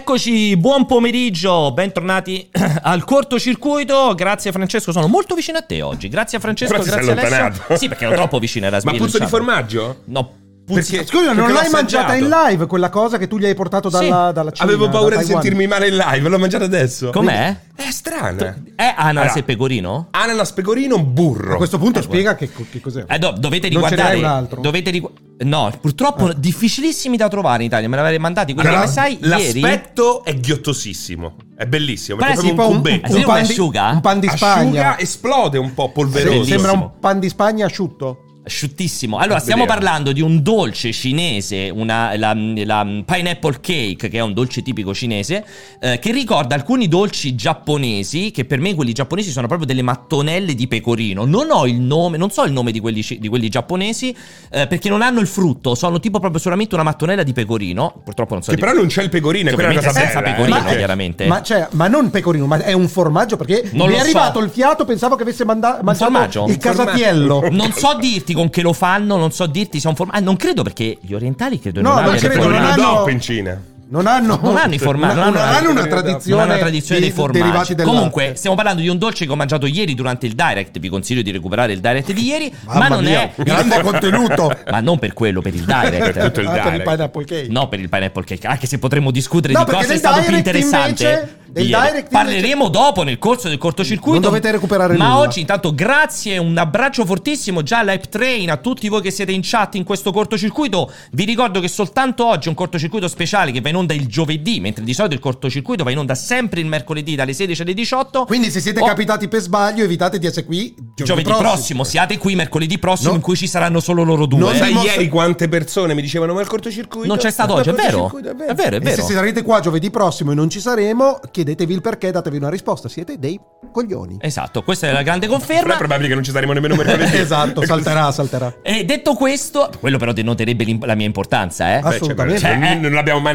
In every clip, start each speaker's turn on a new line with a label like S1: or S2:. S1: Eccoci, buon pomeriggio, bentornati al cortocircuito. Grazie Francesco, sono molto vicino a te oggi. Grazie Francesco,
S2: Forse
S1: grazie
S2: sei
S1: Alessio.
S2: allontanato.
S1: Sì, perché ero troppo vicino a Rasmus.
S2: Ma puzzo di formaggio?
S1: No, puzzi-
S2: Perché,
S3: Scusa, non
S2: perché
S3: l'hai
S2: l'ho
S3: mangiata
S2: assaggiato.
S3: in live quella cosa che tu gli hai portato dalla,
S1: Sì.
S3: dalla Cina?
S2: Avevo paura
S3: da
S2: di
S3: Taiwan?
S2: sentirmi male in live, l'ho mangiata adesso.
S1: com'è? eh.
S2: È strana.
S1: È ananas
S2: Allora,
S1: e ah, pecorino?
S2: Ananas, pecorino, burro.
S3: A questo punto spiega che, che cos'è.
S1: Eh, do- dovete
S3: Eh, Non ce n'è
S1: riguardare.
S3: un altro? Eh.
S1: Dovete rigu- no, purtroppo difficilissimi da trovare in Italia. Me l'avete mandati quelli,
S2: Allora,
S1: ma sai, ieri.
S2: l'aspetto èghiottosissimo. È bellissimo. Perché è
S1: Beh,
S2: proprio
S1: sì,
S2: un
S1: un po' un-
S2: cubetto.
S1: un-
S3: pan di,
S1: asciuga?
S3: eh, un pan di Spagna.
S2: Asciuga, esplode un po' polveroso.
S3: Sì, sembra
S1: Bellissimo.
S3: un pan di Spagna asciutto.
S1: Asciuttissimo. Allora,
S2: Ah,
S1: stiamo
S2: vediamo.
S1: parlando di un dolce cinese, una, la, la pineapple cake, che è un dolce tipico cinese, eh, che ricorda alcuni dolci giapponesi, che per me quelli giapponesi sono proprio delle mattonelle di pecorino. Non ho il nome, non so il nome di quelli, ci- di quelli giapponesi, eh, perché non hanno il frutto, sono tipo proprio solamente una mattonella di pecorino. Purtroppo non so
S2: Che
S1: di-
S2: però non c'è il pecorino, è
S1: che
S2: quella è una
S1: ovviamente
S2: cosa
S1: è senza
S2: bella. eh.
S1: pecorino,
S2: Ma-
S1: chiaramente.
S3: Ma, cioè, ma non pecorino, ma è un formaggio perché
S1: Non
S3: mi è
S1: lo so.
S3: arrivato il fiato, pensavo che avesse manda- mangiato
S1: formaggio?
S3: il
S1: Un
S3: casatiello.
S1: Non so dirti con che lo fanno, non so dirti se è un formaggio. non credo perché gli orientali credo
S3: No,
S1: non
S3: ma
S1: abbiano il
S3: credo
S2: Credo
S1: formaggio.
S2: non
S3: non
S2: hanno
S3: hanno-
S2: DOP in Cina.
S3: Non hanno,
S1: Non hanno i formaggi,
S3: una-
S1: non hanno-
S3: una- hanno una
S2: non
S3: tradizione,
S1: Non ha una tradizione
S3: di-
S1: dei formaggi.
S3: derivati del
S1: Comunque,
S3: latte.
S1: stiamo parlando di un dolce che ho mangiato ieri durante il direct. Vi consiglio di recuperare il direct di ieri.
S3: Mamma
S1: ma non
S3: mia,
S1: è.
S3: grande contenuto.
S1: Ma non per quello, per il
S2: Per tutto
S1: direct.
S2: il
S3: Anche
S2: direct.
S3: pineapple cake.
S1: No, per il pineapple cake, anche se potremmo discutere
S3: No,
S1: di
S3: perché
S1: cosa è
S3: del
S1: stato più
S3: direct
S1: interessante.
S3: invece- del
S1: di ieri.
S3: direct
S1: Parleremo dopo nel corso del cortocircuito.
S3: Non dovete recuperare
S1: Ma
S3: nulla.
S1: oggi, intanto, grazie, un abbraccio fortissimo già all'Hype Train, a tutti voi che siete in chat in questo cortocircuito. Vi ricordo che soltanto oggi è un cortocircuito speciale che va in onda il giovedì, mentre di solito il cortocircuito va in onda sempre il mercoledì dalle 16 alle 18.
S3: Quindi se siete
S1: Oh,
S3: capitati per sbaglio evitate di essere qui
S1: Giovedì prossimo. siate qui mercoledì prossimo
S3: No.
S1: in cui ci saranno solo loro due. eh.
S2: Non sai
S3: dimostra-
S2: ieri quante persone mi dicevano ma il cortocircuito
S1: Non c'è stato
S2: Ma il
S1: oggi, è vero?
S2: cortocircuito,
S1: È vero, è
S3: E se
S1: vero.
S3: sarete qua giovedì prossimo e non ci saremo, chiedetevi il perché, datevi una risposta. Siete dei coglioni.
S1: Esatto, questa è la grande
S2: Però
S1: conferma.
S2: è probabile che non ci saremo nemmeno
S1: eh,
S2: mercoledì.
S3: esatto,
S2: È così.
S3: salterà, salterà.
S1: E detto questo, quello però denoterebbe l'im- la mia importanza, eh.
S3: Ah,
S2: Beh, cioè,
S3: Assolutamente.
S2: però,
S1: Cioè,
S2: non- non l'abbiamo mai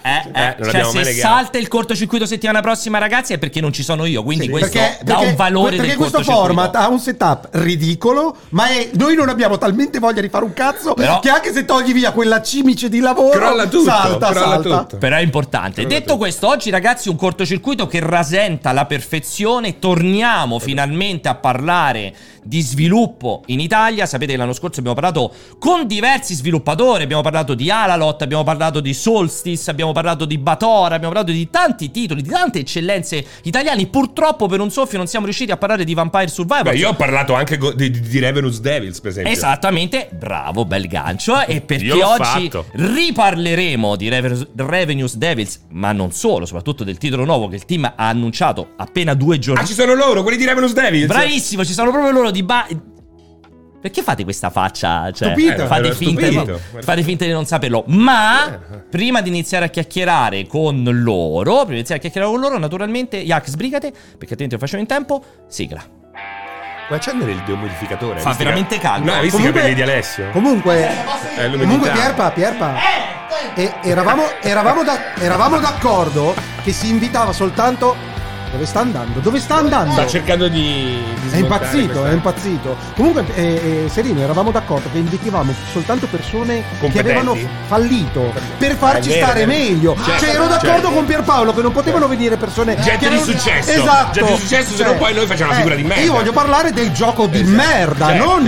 S1: Eh, eh, eh,
S2: Eh, non
S1: cioè,
S2: l'abbiamo
S1: se
S2: mai negata.
S1: salta il cortocircuito settimana prossima, ragazzi, è perché non ci sono io. Quindi
S3: Sì,
S1: questo dà un valore
S3: perché
S1: del
S3: questo
S1: cortocircuito.
S3: format ha un setup ridicolo, ma è- noi non abbiamo talmente voglia di fare un cazzo
S1: Però-
S3: che anche se togli via quella cimice di lavoro,
S2: Crolla tutto,
S3: salta,
S2: crolla
S3: salta.
S2: tutto.
S1: Esatto. Però è importante. Detto questo, oggi ragazzi un cortocircuito che rasenta la perfezione. Torniamo finalmente a parlare di sviluppo in Italia. Sapete che l'anno scorso abbiamo parlato con diversi sviluppatori. Abbiamo parlato di Alalot, abbiamo parlato di Solstice, abbiamo parlato di Batora, abbiamo parlato di tanti titoli, di tante eccellenze italiane. Purtroppo per un soffio non siamo riusciti a parlare di Vampire Survivor.
S2: Beh, io ho parlato anche go- di, di, di Revenus Devils, per esempio.
S1: Esatto. Esattamente, bravo, bel gancio. E perché
S2: Esatto. l'ho
S1: oggi
S2: fatto.
S1: riparleremo di Rever- Revenues Devils, ma non solo, soprattutto del titolo nuovo che il team ha annunciato appena due giorni.
S2: Ah, ci sono loro, quelli di Revenus Devils.
S1: Bravissimo, ci sono proprio loro di ba- Perché fate questa faccia? Cioè,
S3: Stupito.
S1: fate,
S2: Eh,
S1: finta di,
S2: stupito. Eh.
S1: fate finta di non saperlo. Ma prima di iniziare a chiacchierare con loro, prima di iniziare a chiacchierare con loro, naturalmente, Yak, sbrigate, perché altrimenti lo facciamo in tempo. Sigla.
S2: Puoi accendere il dehumidificatore?
S1: Fa
S2: Hai visto
S1: veramente
S2: che-
S1: caldo.
S2: No, hai visto i capelli di Alessio?
S3: Comunque,
S2: È l'umidità.
S3: comunque Pierpa, Pierpa. E- eravamo, eravamo da- eravamo d'accordo che si invitava soltanto. Dove sta andando? Dove sta andando?
S2: Sta cercando di, di smontare
S3: È impazzito, eh.
S2: questa-
S3: è impazzito. Comunque, eh, eh, Serino, eravamo d'accordo che invitavamo soltanto persone che
S2: Competenti.
S3: avevano fallito per farci
S2: È vero,
S3: stare
S2: è vero.
S3: meglio.
S2: Certo,
S3: cioè, ero d'accordo
S2: certo.
S3: con Pierpaolo che non potevano venire persone
S2: Gente
S3: che
S2: di
S3: avevano-
S2: successo.
S3: Esatto. Eh.
S2: Gente di successo, se no poi noi facciamo una figura di merda.
S3: Io voglio parlare del gioco di
S2: Esatto,
S3: merda,
S2: certo.
S3: non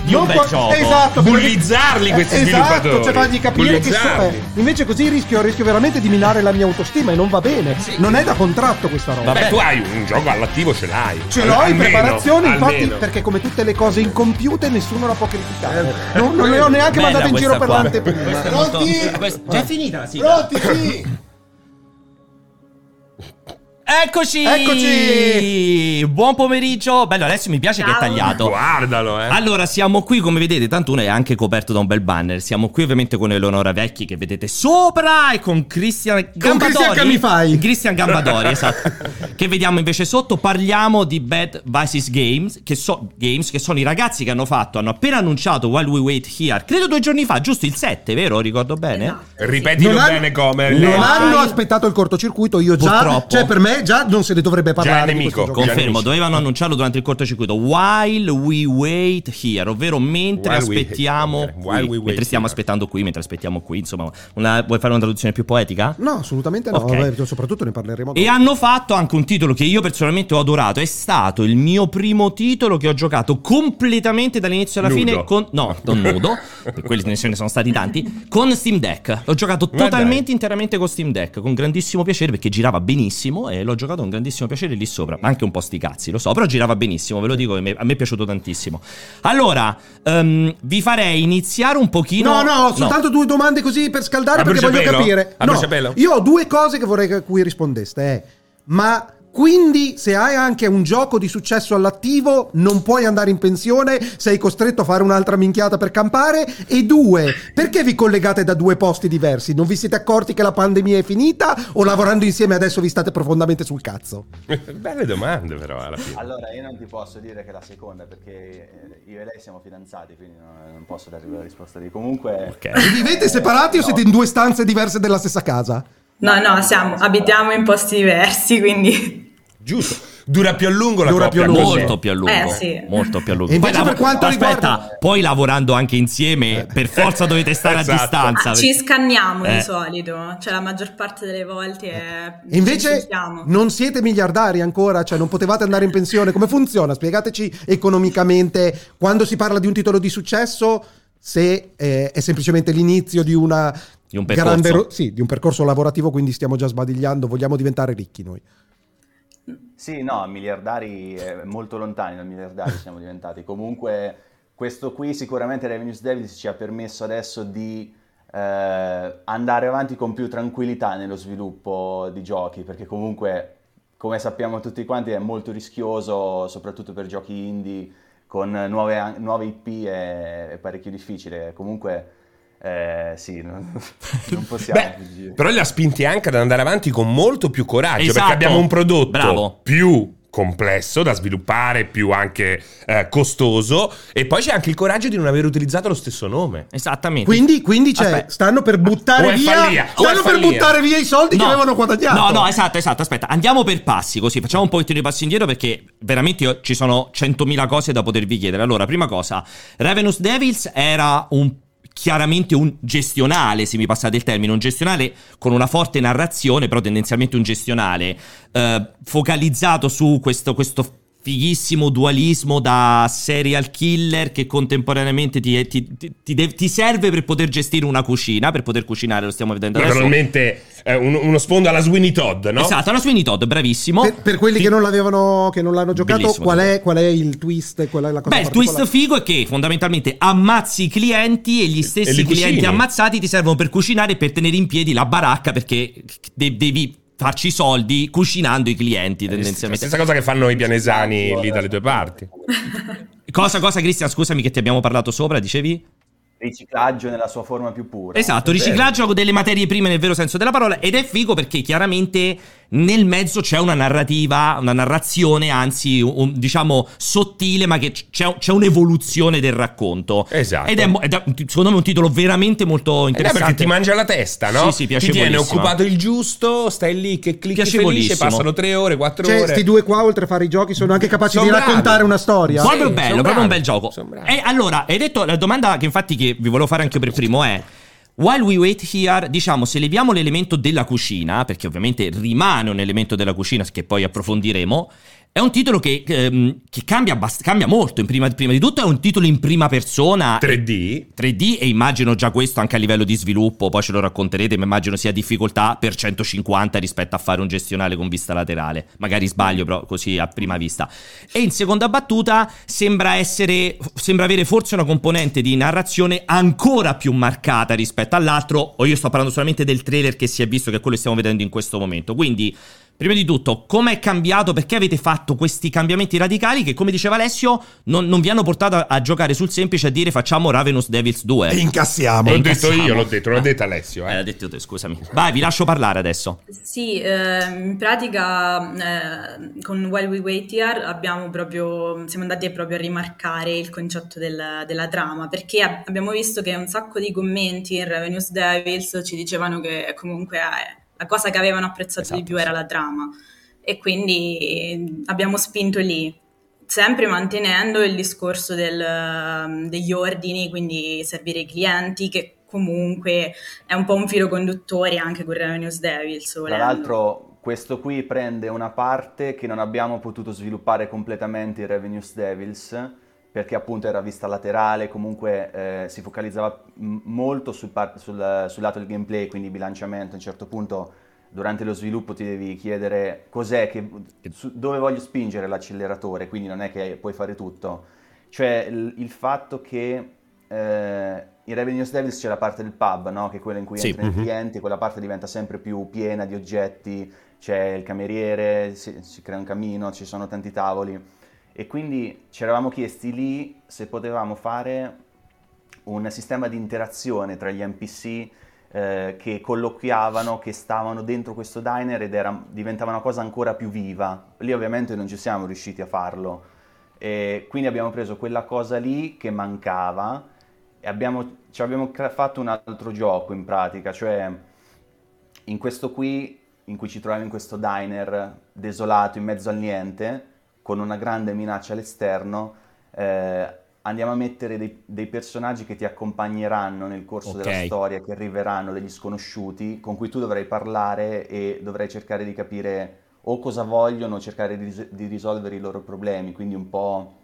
S1: Di un
S3: non
S1: bel
S3: qua-
S1: gioco.
S3: Esatto, perché-
S2: Bullizzarli questi
S3: eh, Esatto,
S2: sviluppatori.
S3: cioè fargli capire che so,
S2: Bullizzarli.
S3: eh, invece così rischio, rischio veramente di minare la mia autostima e non va bene. Non è da contratto questa roba.
S2: Beh,
S1: Vabbè.
S2: tu hai un gioco all'attivo, ce l'hai.
S3: Ce l'ho in
S2: Almeno,
S3: preparazione, infatti,
S2: almeno.
S3: perché come tutte le cose incompiute nessuno la può criticare. Non, non le ho neanche
S1: Bella
S3: mandate in
S1: questa
S3: giro per
S1: qua.
S3: l'anteprima.
S1: Questa è molto- questa- Già è finita la sigla.
S3: Ah. Pronti, sì.
S1: Eccoci!
S3: Eccoci!
S1: Buon pomeriggio. Bello, Alessio mi piace che è tagliato.
S2: Guardalo, eh.
S1: Allora, siamo qui, come vedete, tanto uno è anche coperto da un bel banner. Siamo qui ovviamente con Eleonora Vecchi che vedete sopra e con Cristian Gambadori.
S3: Cristian Camifai.
S1: Cristian Gambadori, esatto. che vediamo invece sotto. Parliamo di Bad Vices Games che, so- Games, che sono i ragazzi che hanno fatto, hanno appena annunciato While We Wait Here, credo due giorni fa, giusto? Il 7, vero? Ricordo bene?
S2: Ripetilo
S3: Non hanno-
S2: bene come.
S3: Non
S2: leggi.
S3: hanno aspettato il cortocircuito, io già.
S1: Purtroppo.
S3: Cioè, per me me già non se ne dovrebbe parlare. di
S2: nemico.
S3: questo gioco.
S2: Con-
S1: Confermo, dovevano annunciarlo durante il cortocircuito While we wait here, ovvero mentre
S2: While we-
S1: aspettiamo
S2: ok,
S1: qui,
S2: while we wait
S1: mentre stiamo
S2: here.
S1: aspettando qui, mentre aspettiamo qui, insomma, una- vuoi fare una traduzione più poetica?
S3: No, assolutamente no.
S1: Ok.
S3: vabbè, soprattutto ne parleremo dopo.
S1: E hanno fatto anche un titolo che io personalmente ho adorato. È stato il mio primo titolo che ho giocato completamente dall'inizio alla
S2: Nudo.
S1: fine. Con, no, non nudo, per quelli ne- ce ne sono stati tanti. Con Steam Deck. L'ho giocato
S2: Ma
S1: totalmente,
S2: dai.
S1: interamente con Steam Deck. Con grandissimo piacere perché girava benissimo. E l'ho giocato con grandissimo piacere lì sopra. Anche un po' sti cazzi, lo so. Però girava benissimo, ve lo dico. A me, a me è piaciuto tantissimo. Allora, ehm, vi farei iniziare un pochino.
S3: No, no, soltanto due domande così per scaldare
S2: A
S3: perché voglio
S2: bruciapelo?
S3: capire.
S2: A
S3: No,
S2: bruciapelo?
S3: io ho due cose che vorrei che a cui rispondeste. eh. Ma quindi se hai anche un gioco di successo all'attivo non puoi andare in pensione, sei costretto a fare un'altra minchiata per campare. E due, perché vi collegate da due posti diversi? Non vi siete accorti che la pandemia è finita o lavorando insieme adesso vi state profondamente sul cazzo?
S2: Belle domande, però, alla fine.
S4: Allora, io non ti posso dire che è la seconda perché eh, io e lei siamo fidanzati, quindi non, non posso darvi una risposta lì. Comunque,
S2: Ok.
S3: Vivete separati o siete in due stanze diverse della stessa casa?
S5: No, no, siamo, abitiamo in posti diversi, quindi...
S2: Giusto. Dura più a lungo la
S3: Dura
S2: coppia,
S3: più a lungo.
S2: così.
S1: Molto più a lungo.
S5: Eh, sì.
S1: Molto più a lungo.
S3: E invece per quanto
S1: aspetta,
S3: riguarda-
S1: poi lavorando anche insieme, per forza dovete stare a
S2: Esatto.
S1: distanza.
S5: Ah, ci
S1: perché-
S5: scanniamo
S1: Eh.
S5: di solito, cioè la maggior parte delle volte è...
S3: E
S5: ci
S3: invece Mm.
S5: sentiamo.
S3: non siete miliardari ancora, cioè non potevate andare in pensione. Come funziona? Spiegateci economicamente quando si parla di un titolo di successo, se eh, è semplicemente l'inizio di una
S1: Di un percorso.
S3: grande ro- sì, di un percorso lavorativo, quindi stiamo già sbadigliando, vogliamo diventare ricchi noi.
S4: sì, no, miliardari eh, molto lontani dal miliardari siamo diventati. Comunque, questo qui sicuramente Revenues Davis ci ha permesso adesso di eh, andare avanti con più tranquillità nello sviluppo di giochi, perché comunque, come sappiamo tutti quanti, è molto rischioso, soprattutto per giochi indie con nuove, nuove IP è, è parecchio difficile. Comunque, eh, sì, non, non possiamo
S2: Beh,
S4: fuggire.
S2: però li ha spinti anche ad andare avanti con molto più coraggio
S1: Esatto.
S2: perché abbiamo un prodotto
S1: Bravo.
S2: più complesso da sviluppare, più anche eh, costoso e poi c'è anche il coraggio di non aver utilizzato lo stesso nome.
S1: Esattamente.
S3: Quindi, quindi c'è-
S1: Aspetta.
S3: stanno per
S2: O
S3: buttare
S2: è
S3: via
S2: follia, o
S3: stanno
S2: è
S3: per
S2: follia.
S3: buttare via i soldi che avevano guadagnato.
S1: No, no, esatto, esatto. Aspetta, andiamo per passi così facciamo un po' di passi indietro perché veramente io- ci sono 100.000 cose da potervi chiedere. Allora, prima cosa, Ravenous Devils era un chiaramente un gestionale, se mi passate il termine, un gestionale con una forte narrazione, però tendenzialmente un gestionale eh, focalizzato su questo, questo fighissimo dualismo da serial killer che contemporaneamente ti, ti- ti- ti de- ti serve per poter gestire una cucina, per poter cucinare, lo stiamo vedendo adesso.
S2: Naturalmente eh, un- uno sfondo alla Sweeney Todd, no?
S1: Esatto, era Sweeney Todd, bravissimo.
S3: Per, per quelli
S1: Ti-
S3: che non l'avevano che non l'hanno giocato,
S1: Bellissimo.
S3: qual è, qual è il twist? Qual è la cosa
S1: Beh, il twist
S3: particolare?
S1: figo è che fondamentalmente ammazzi i clienti e gli
S2: e
S1: stessi
S2: li
S1: clienti
S2: cucini.
S1: ammazzati ti servono per cucinare e per tenere in piedi la baracca perché de- devi farci i soldi cucinando i
S2: Eh,
S1: clienti
S2: La
S1: tendenzialmente. Esatto.
S2: stessa cosa che fanno i pianesani lì dalle tue parti. Eh,
S1: Cosa, cosa, Cristian, scusami che ti abbiamo parlato sopra, dicevi?
S4: Riciclaggio nella sua forma più pura.
S1: Esatto, riciclaggio delle materie prime nel vero senso della parola ed è figo perché chiaramente nel mezzo c'è una narrativa, una narrazione anzi un- diciamo sottile ma che c- c'è, c'è un'evoluzione del racconto.
S2: Esatto.
S1: Ed è, mo- ed è, secondo me un titolo veramente molto
S2: Eh, no,
S1: interessante.
S2: perché ti mangia la testa, no?
S1: Sì, sì,
S2: ti tiene
S1: piacevolissima.
S2: occupato il giusto, stai lì che clicchi felice,
S1: Piacevolissimo.
S2: passano tre ore, quattro
S3: Cioè,
S2: ore.
S3: sti due qua, oltre a fare i giochi, sono anche capaci
S2: Sono
S3: di
S2: bravi.
S3: raccontare una storia.
S2: Sì,
S1: Proprio
S2: son
S1: bello,
S2: bravi,
S1: proprio un bel gioco.
S2: son bravi.
S1: E allora, hai detto la domanda che infatti che vi volevo fare anche per primo è While we wait here, diciamo, se leviamo l'elemento della cucina, perché ovviamente rimane un elemento della cucina che poi approfondiremo, è un titolo che, ehm, che cambia, abbast- cambia molto. in prima, prima di tutto è un titolo in prima persona
S2: 3D.
S1: 3D e immagino già questo anche a livello di sviluppo, poi ce lo racconterete, ma immagino sia difficoltà per 150 rispetto a fare un gestionale con vista laterale. Magari sbaglio, però così a prima vista. E in seconda battuta sembra essere sembra avere forse una componente di narrazione ancora più marcata rispetto all'altro, o io sto parlando solamente del trailer che si è visto che è quello che stiamo vedendo in questo momento. Quindi Prima di tutto, come è cambiato? Perché avete fatto questi cambiamenti radicali che, come diceva Alessio, non, non vi hanno portato a, a giocare sul semplice a dire facciamo Ravenous Devils 2?
S3: incassiamo.
S1: Eh,
S2: L'ho detto
S1: incazziamo.
S2: io, l'ho detto, l'ho detto Alessio.
S1: Eh,
S2: Eh.
S1: l'ha detto te, scusami. Vai, vi lascio parlare adesso.
S5: Sì, ehm, in pratica eh, con While We Wait Here abbiamo proprio, siamo andati proprio a rimarcare il concetto del- della trama, perché ab- abbiamo visto che un sacco di commenti in Revenues Devils ci dicevano che comunque eh, la cosa che avevano apprezzato
S1: Esatto,
S5: di più
S1: sì.
S5: era la trama. E e quindi abbiamo spinto lì sempre mantenendo il discorso del, ehm, degli ordini, quindi servire i clienti, che comunque è un po' un filo conduttore anche con Revenues Devils.
S4: Tra l'altro questo qui prende una parte che non abbiamo potuto sviluppare completamente in Revenues Devils, perché appunto era vista laterale, comunque eh, si focalizzava m- molto sul, par- sul, sul lato del gameplay, quindi bilanciamento, a un certo punto durante lo sviluppo ti devi chiedere cos'è che, su, dove voglio spingere l'acceleratore, quindi non è che puoi fare tutto. Cioè il, il fatto che eh, in Revenues Devils c'è la parte del pub, no? che è quella in cui
S1: Sì.
S4: entrano i clienti, quella parte diventa sempre più piena di oggetti, c'è il cameriere, si, si crea un cammino, ci sono tanti tavoli. E quindi ci eravamo chiesti lì se potevamo fare un sistema di interazione tra gli NPC eh, che colloquiavano, che stavano dentro questo diner ed era- diventava una cosa ancora più viva. Lì ovviamente non ci siamo riusciti a farlo. E quindi abbiamo preso quella cosa lì che mancava e abbiamo- ci abbiamo cra- fatto un altro gioco in pratica, cioè in questo qui, in cui ci troviamo in questo diner desolato in mezzo al niente, con una grande minaccia all'esterno, eh, andiamo a mettere dei, dei personaggi che ti accompagneranno nel corso della
S1: Ok.
S4: storia, che arriveranno degli sconosciuti, con cui tu dovrai parlare e dovrai cercare di capire o cosa vogliono, o cercare di, ris- di risolvere i loro problemi, quindi un po',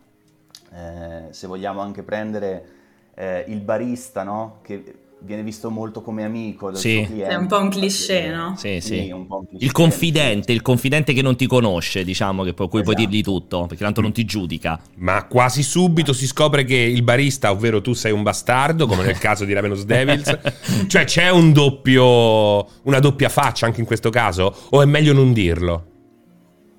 S4: eh, se vogliamo anche prendere eh, il barista, no? Che viene visto molto come amico del
S1: Sì.
S4: suo cliente.
S5: È un po' un cliché, no?
S1: Sì,
S4: Sì,
S1: sì.
S4: un po' un cliché.
S1: Il confidente, il confidente che non ti conosce, diciamo, che poi, cui puoi
S4: Esatto.
S1: dirgli tutto, perché tanto non ti giudica.
S2: Ma quasi subito si scopre che il barista, ovvero tu sei un bastardo, come nel caso di Ravenous Devils. cioè c'è un doppio, una doppia faccia anche in questo caso? O è meglio non dirlo?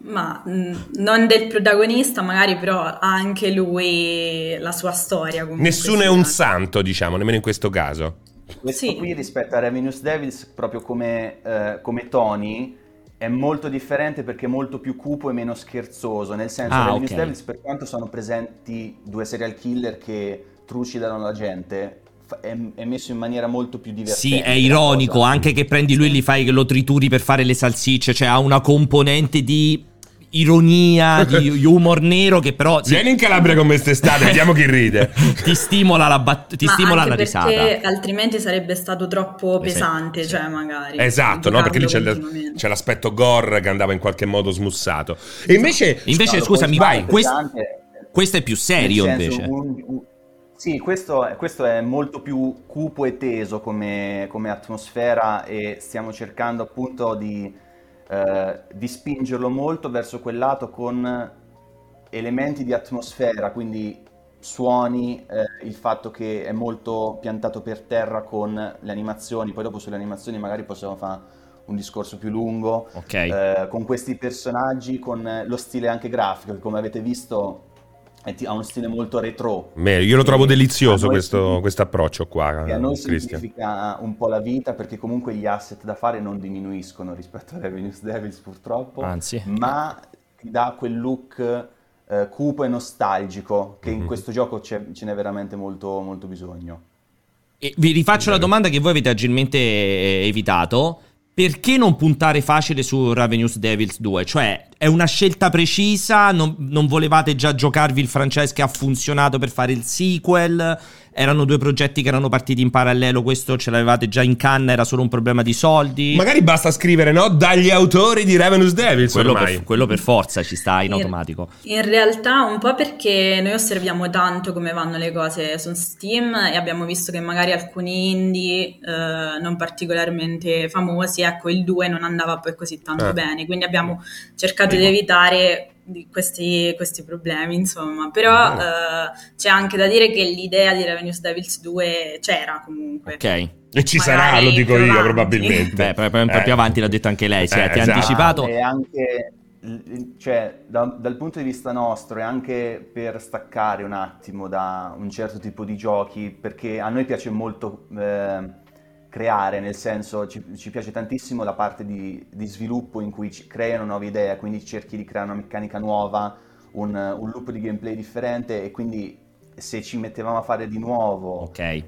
S5: Ma mh, non del protagonista, magari, però ha anche lui la sua storia. comunque
S2: Nessuno è
S5: sia.
S2: un santo, diciamo, nemmeno in questo caso.
S4: Questo
S5: Sì.
S4: qui rispetto a Ravenous Devils, proprio come, eh, come Tony, è molto differente perché è molto più cupo e meno scherzoso. Nel senso,
S1: Ah,
S4: Ravenous
S1: ok.
S4: Devils, per quanto sono presenti due serial killer che trucidano la gente, fa- è, è messo in maniera molto più divertente.
S1: Sì, è
S4: la
S1: ironico,
S4: cosa.
S1: anche che prendi lui e li fai che lo trituri per fare le salsicce, cioè ha una componente di ironia, di humor nero che però sì,
S2: Vieni in Calabria con me quest'estate, vediamo chi ride.
S1: ti stimola la, bat- ti
S5: Ma
S1: stimola
S5: anche
S1: la risata.
S5: perché altrimenti sarebbe stato troppo
S1: Eh sì,
S5: pesante,
S1: sì.
S5: cioè magari.
S2: Esatto, no? Perché lì c'è,
S5: giocarlo
S2: l-
S5: continuamente.
S2: c'è l'aspetto gore che andava in qualche modo smussato. E invece,
S1: Esatto. Invece
S4: No,
S1: scusami,
S4: lo puoi
S1: vai,
S4: fare
S1: quest-
S4: pesante,
S1: questo è più serio
S4: Nel senso,
S1: invece.
S4: un- un- sì, questo, è- questo è molto più cupo e teso come, come atmosfera e stiamo cercando appunto di, eh, di spingerlo molto verso quel lato con elementi di atmosfera, quindi suoni, eh, il fatto che è molto piantato per terra con le animazioni, poi dopo sulle animazioni magari possiamo fare un discorso più lungo,
S1: Ok.
S4: eh, con questi personaggi, con eh, lo stile anche grafico, che come avete visto è ti- ha uno stile molto retro,
S2: Beh, io lo trovo
S4: Eh, a
S2: delizioso
S4: noi
S2: questo,
S4: significa-
S2: questo approccio qua,
S1: Ah,
S4: che a noi
S2: Cristian.
S4: significa un po' la vita, perché comunque gli asset da fare non diminuiscono rispetto a Revenues Devils purtroppo,
S1: Anzi.
S4: ma ti dà quel look eh, cupo e nostalgico, che in
S2: Mhm.
S4: questo gioco c'è- ce n'è veramente molto, molto bisogno.
S1: E vi rifaccio la domanda che voi avete agilmente eh, evitato. Perché non puntare facile su Ravenous Devils 2? Cioè, è una scelta precisa? Non, non volevate già giocarvi il franchise che ha funzionato per fare il sequel? Erano due progetti che erano partiti in parallelo, questo ce l'avevate già in canna, era solo un problema di soldi?
S2: Magari basta scrivere, no? Dagli autori di Ravenous Devils
S1: quello,
S2: ormai.
S1: per, quello per forza ci sta in automatico.
S5: In realtà un po' perché noi osserviamo tanto come vanno le cose su Steam e abbiamo visto che magari alcuni indie eh, non particolarmente famosi, ecco il 2 non andava poi così tanto
S2: Eh.
S5: bene, quindi abbiamo cercato di evitare di- questi, questi problemi insomma, però
S2: Mm.
S5: eh, c'è anche da dire che l'idea di Revenues Devils 2 c'era comunque.
S1: Ok.
S2: E ci
S5: Magari
S2: sarà, lo dico
S5: più
S2: io,
S5: avanti.
S2: probabilmente.
S1: Beh, poi- poi un po'
S2: Eh.
S1: più avanti l'ha detto anche lei, si è-
S2: Eh,
S1: ti ha
S2: esatto.
S1: anticipato.
S4: E anche, l- cioè, da- dal punto di vista nostro e anche per staccare un attimo da un certo tipo di giochi, perché a noi piace molto eh, creare, nel senso ci, ci piace tantissimo la parte di, di sviluppo in cui ci creano nuove idee, quindi cerchi di creare una meccanica nuova, un, un loop di gameplay differente e quindi se ci mettevamo a fare di nuovo
S1: Ok.
S4: eh,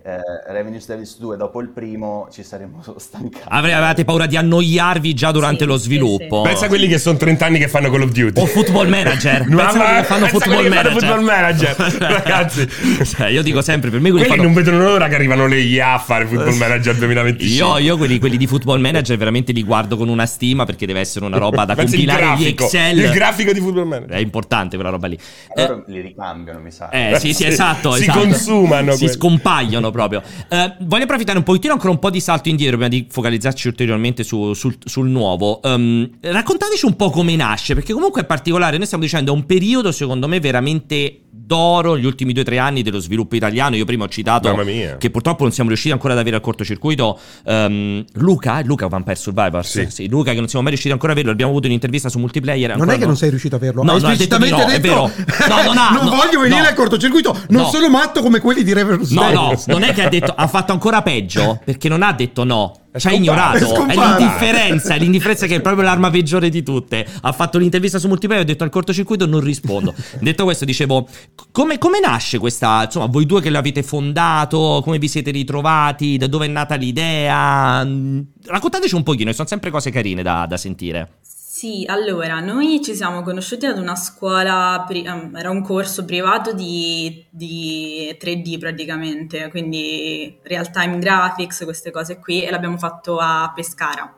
S4: Revenue Service 2 dopo il primo, ci saremmo stancati.
S1: Avre- avevate paura di annoiarvi già durante
S5: Sì,
S1: lo
S5: sì,
S1: sviluppo.
S2: Pensa a quelli che sono 30 anni che fanno Call of Duty.
S1: O football manager.
S2: Ma-
S1: Pensa a quelli che fanno
S2: pensa a
S1: football
S2: quelli che fanno
S1: manager.
S2: football manager, ragazzi.
S1: Cioè, io dico sempre, per me
S2: Quelli
S1: quelli, fanno- Eh,
S2: non vedono l'ora che arrivano le IA a fare Football Manager 2025.
S1: Io, io quelli, quelli di football manager veramente li guardo con una stima perché deve essere una roba da
S2: Pensa il
S1: compilare gli
S2: grafico, Il
S1: Excel. Eh,
S2: grafico di Football Manager.
S1: È importante quella roba lì. Eh,
S4: Allora li ricambiano, mi sa.
S1: Eh, sì, sì,
S2: Sì,
S1: esatto.
S2: si
S1: esatto.
S2: consumano
S1: Si
S2: quelli.
S1: scompaiono proprio. Eh, voglio approfittare un pochettino ancora un po' di salto indietro prima di focalizzarci ulteriormente su- sul, sul nuovo. Ehm, raccontateci un po' come nasce, perché comunque è particolare. Noi stiamo dicendo è un periodo, secondo me, veramente d'oro gli ultimi due o tre anni dello sviluppo italiano. Io prima ho citato
S2: Mamma mia.
S1: che purtroppo non siamo riusciti ancora ad avere al cortocircuito ehm, Luca, Luca Vampire Survivors.
S2: Sì.
S1: Luca che non siamo mai riusciti ancora a averlo. Abbiamo avuto un'intervista su multiplayer.
S3: Non
S1: ancora
S3: è che non sei riuscito a averlo.
S1: No,
S3: Hai
S1: no, ha detto
S3: esplicitamente
S1: di no, è
S3: detto,
S1: vero. No, non ha-
S3: non
S1: no,
S3: voglio venire
S1: no.
S3: al cortocircuito. Non
S1: No.
S3: sono matto come quelli di Reverend
S1: No,
S3: Snape.
S1: no, non è che ha detto, ha fatto ancora peggio perché non ha detto no.
S2: È
S1: Ci ha
S2: scomparso.
S1: ignorato.
S3: È
S1: È
S3: scomparso.
S1: l'indifferenza, è l'indifferenza che è proprio l'arma peggiore di tutte. Ha fatto l'intervista su multiplayer, ha detto al cortocircuito non rispondo. detto questo, dicevo, c- come, come nasce questa, insomma, voi due che l'avete fondato, come vi siete ritrovati, da dove è nata l'idea? Mm, Raccontateci un pochino, sono sempre cose carine da, da sentire.
S5: Sì, allora, noi ci siamo conosciuti ad una scuola, pri- ehm, era un corso privato di, di 3D praticamente, quindi real-time graphics, queste cose qui, e l'abbiamo fatto a Pescara.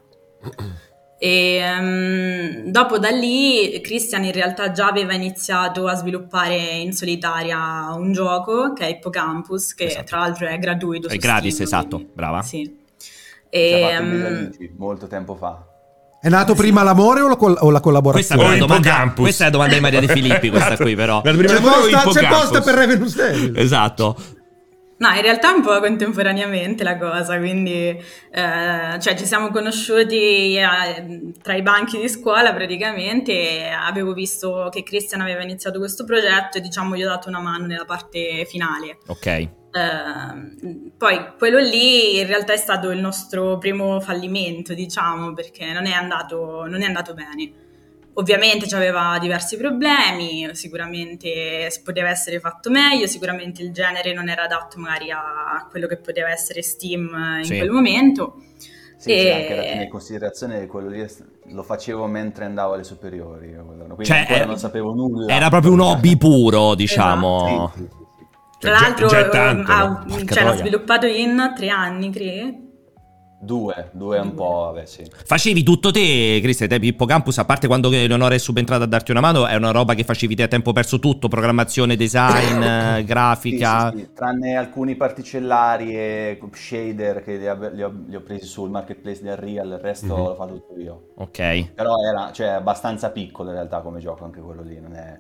S5: E, ehm, dopo da lì Christian in realtà già aveva iniziato a sviluppare in solitaria un gioco che è Hippocampus, che
S1: Esatto.
S5: tra l'altro è gratuito
S1: È
S5: su
S1: gratis,
S5: Steam,
S1: esatto,
S5: quindi-
S1: brava.
S5: Sì.
S4: Ci ha
S5: E,
S4: fatto un video
S5: ehm,
S4: amici molto tempo fa.
S3: È nato prima l'amore o la, col- o
S1: Questa,
S3: la collaborazione?
S1: è
S2: O
S1: una domanda,
S2: Hippocampus.
S1: questa è la domanda di Maria De Filippi, questa qui però.
S2: La prima
S3: C'è
S2: cosa è
S3: posta, c'è
S2: Hippocampus.
S3: posta per Reverend Snape.
S1: Esatto.
S5: No, in realtà è un po' contemporaneamente la cosa, quindi eh, cioè ci siamo conosciuti eh, tra i banchi di scuola praticamente, e avevo visto che Christian aveva iniziato questo progetto e diciamo gli ho dato una mano nella parte finale.
S1: Ok.
S5: Eh, poi quello lì in realtà è stato il nostro primo fallimento, diciamo, perché non è andato, non è andato bene. Ovviamente ci aveva diversi problemi, sicuramente si poteva essere fatto meglio, sicuramente il genere non era adatto magari a quello che poteva essere Steam eh, in
S1: Sì.
S5: quel momento.
S4: Sì, sì,
S5: E-
S4: anche da tenere in considerazione che quello lì lo facevo mentre andavo alle superiori. io quello, Quindi
S1: Cioè,
S4: ancora
S1: era-
S4: non sapevo nulla. Esatto.
S1: Era proprio un hobby puro, diciamo.
S4: Sì, sì, sì, sì.
S5: Tra
S2: Cioè, già-
S5: l'altro
S2: già è
S5: eh,
S2: tanto,
S5: ha-
S2: no?
S1: Porca
S5: cioè, l'ha
S1: troia.
S5: sviluppato in tre anni, credo.
S4: Due, due è un po', vabbè sì.
S1: Facevi tutto te, Cristian, te Pippo Campus, a parte quando che Eleonora è subentrata a darti una mano, è una roba che facevi te a tempo perso tutto, programmazione, design, eh,
S4: Sì,
S1: grafica.
S4: sì, sì, tranne alcuni particellari e shader che li, ab- li ho, li ho presi sul marketplace di Unreal, il resto
S2: Mhm.
S4: l'ho fatto tutto io.
S1: Ok,
S4: Però era cioè, abbastanza piccolo in realtà come gioco anche quello lì, non è...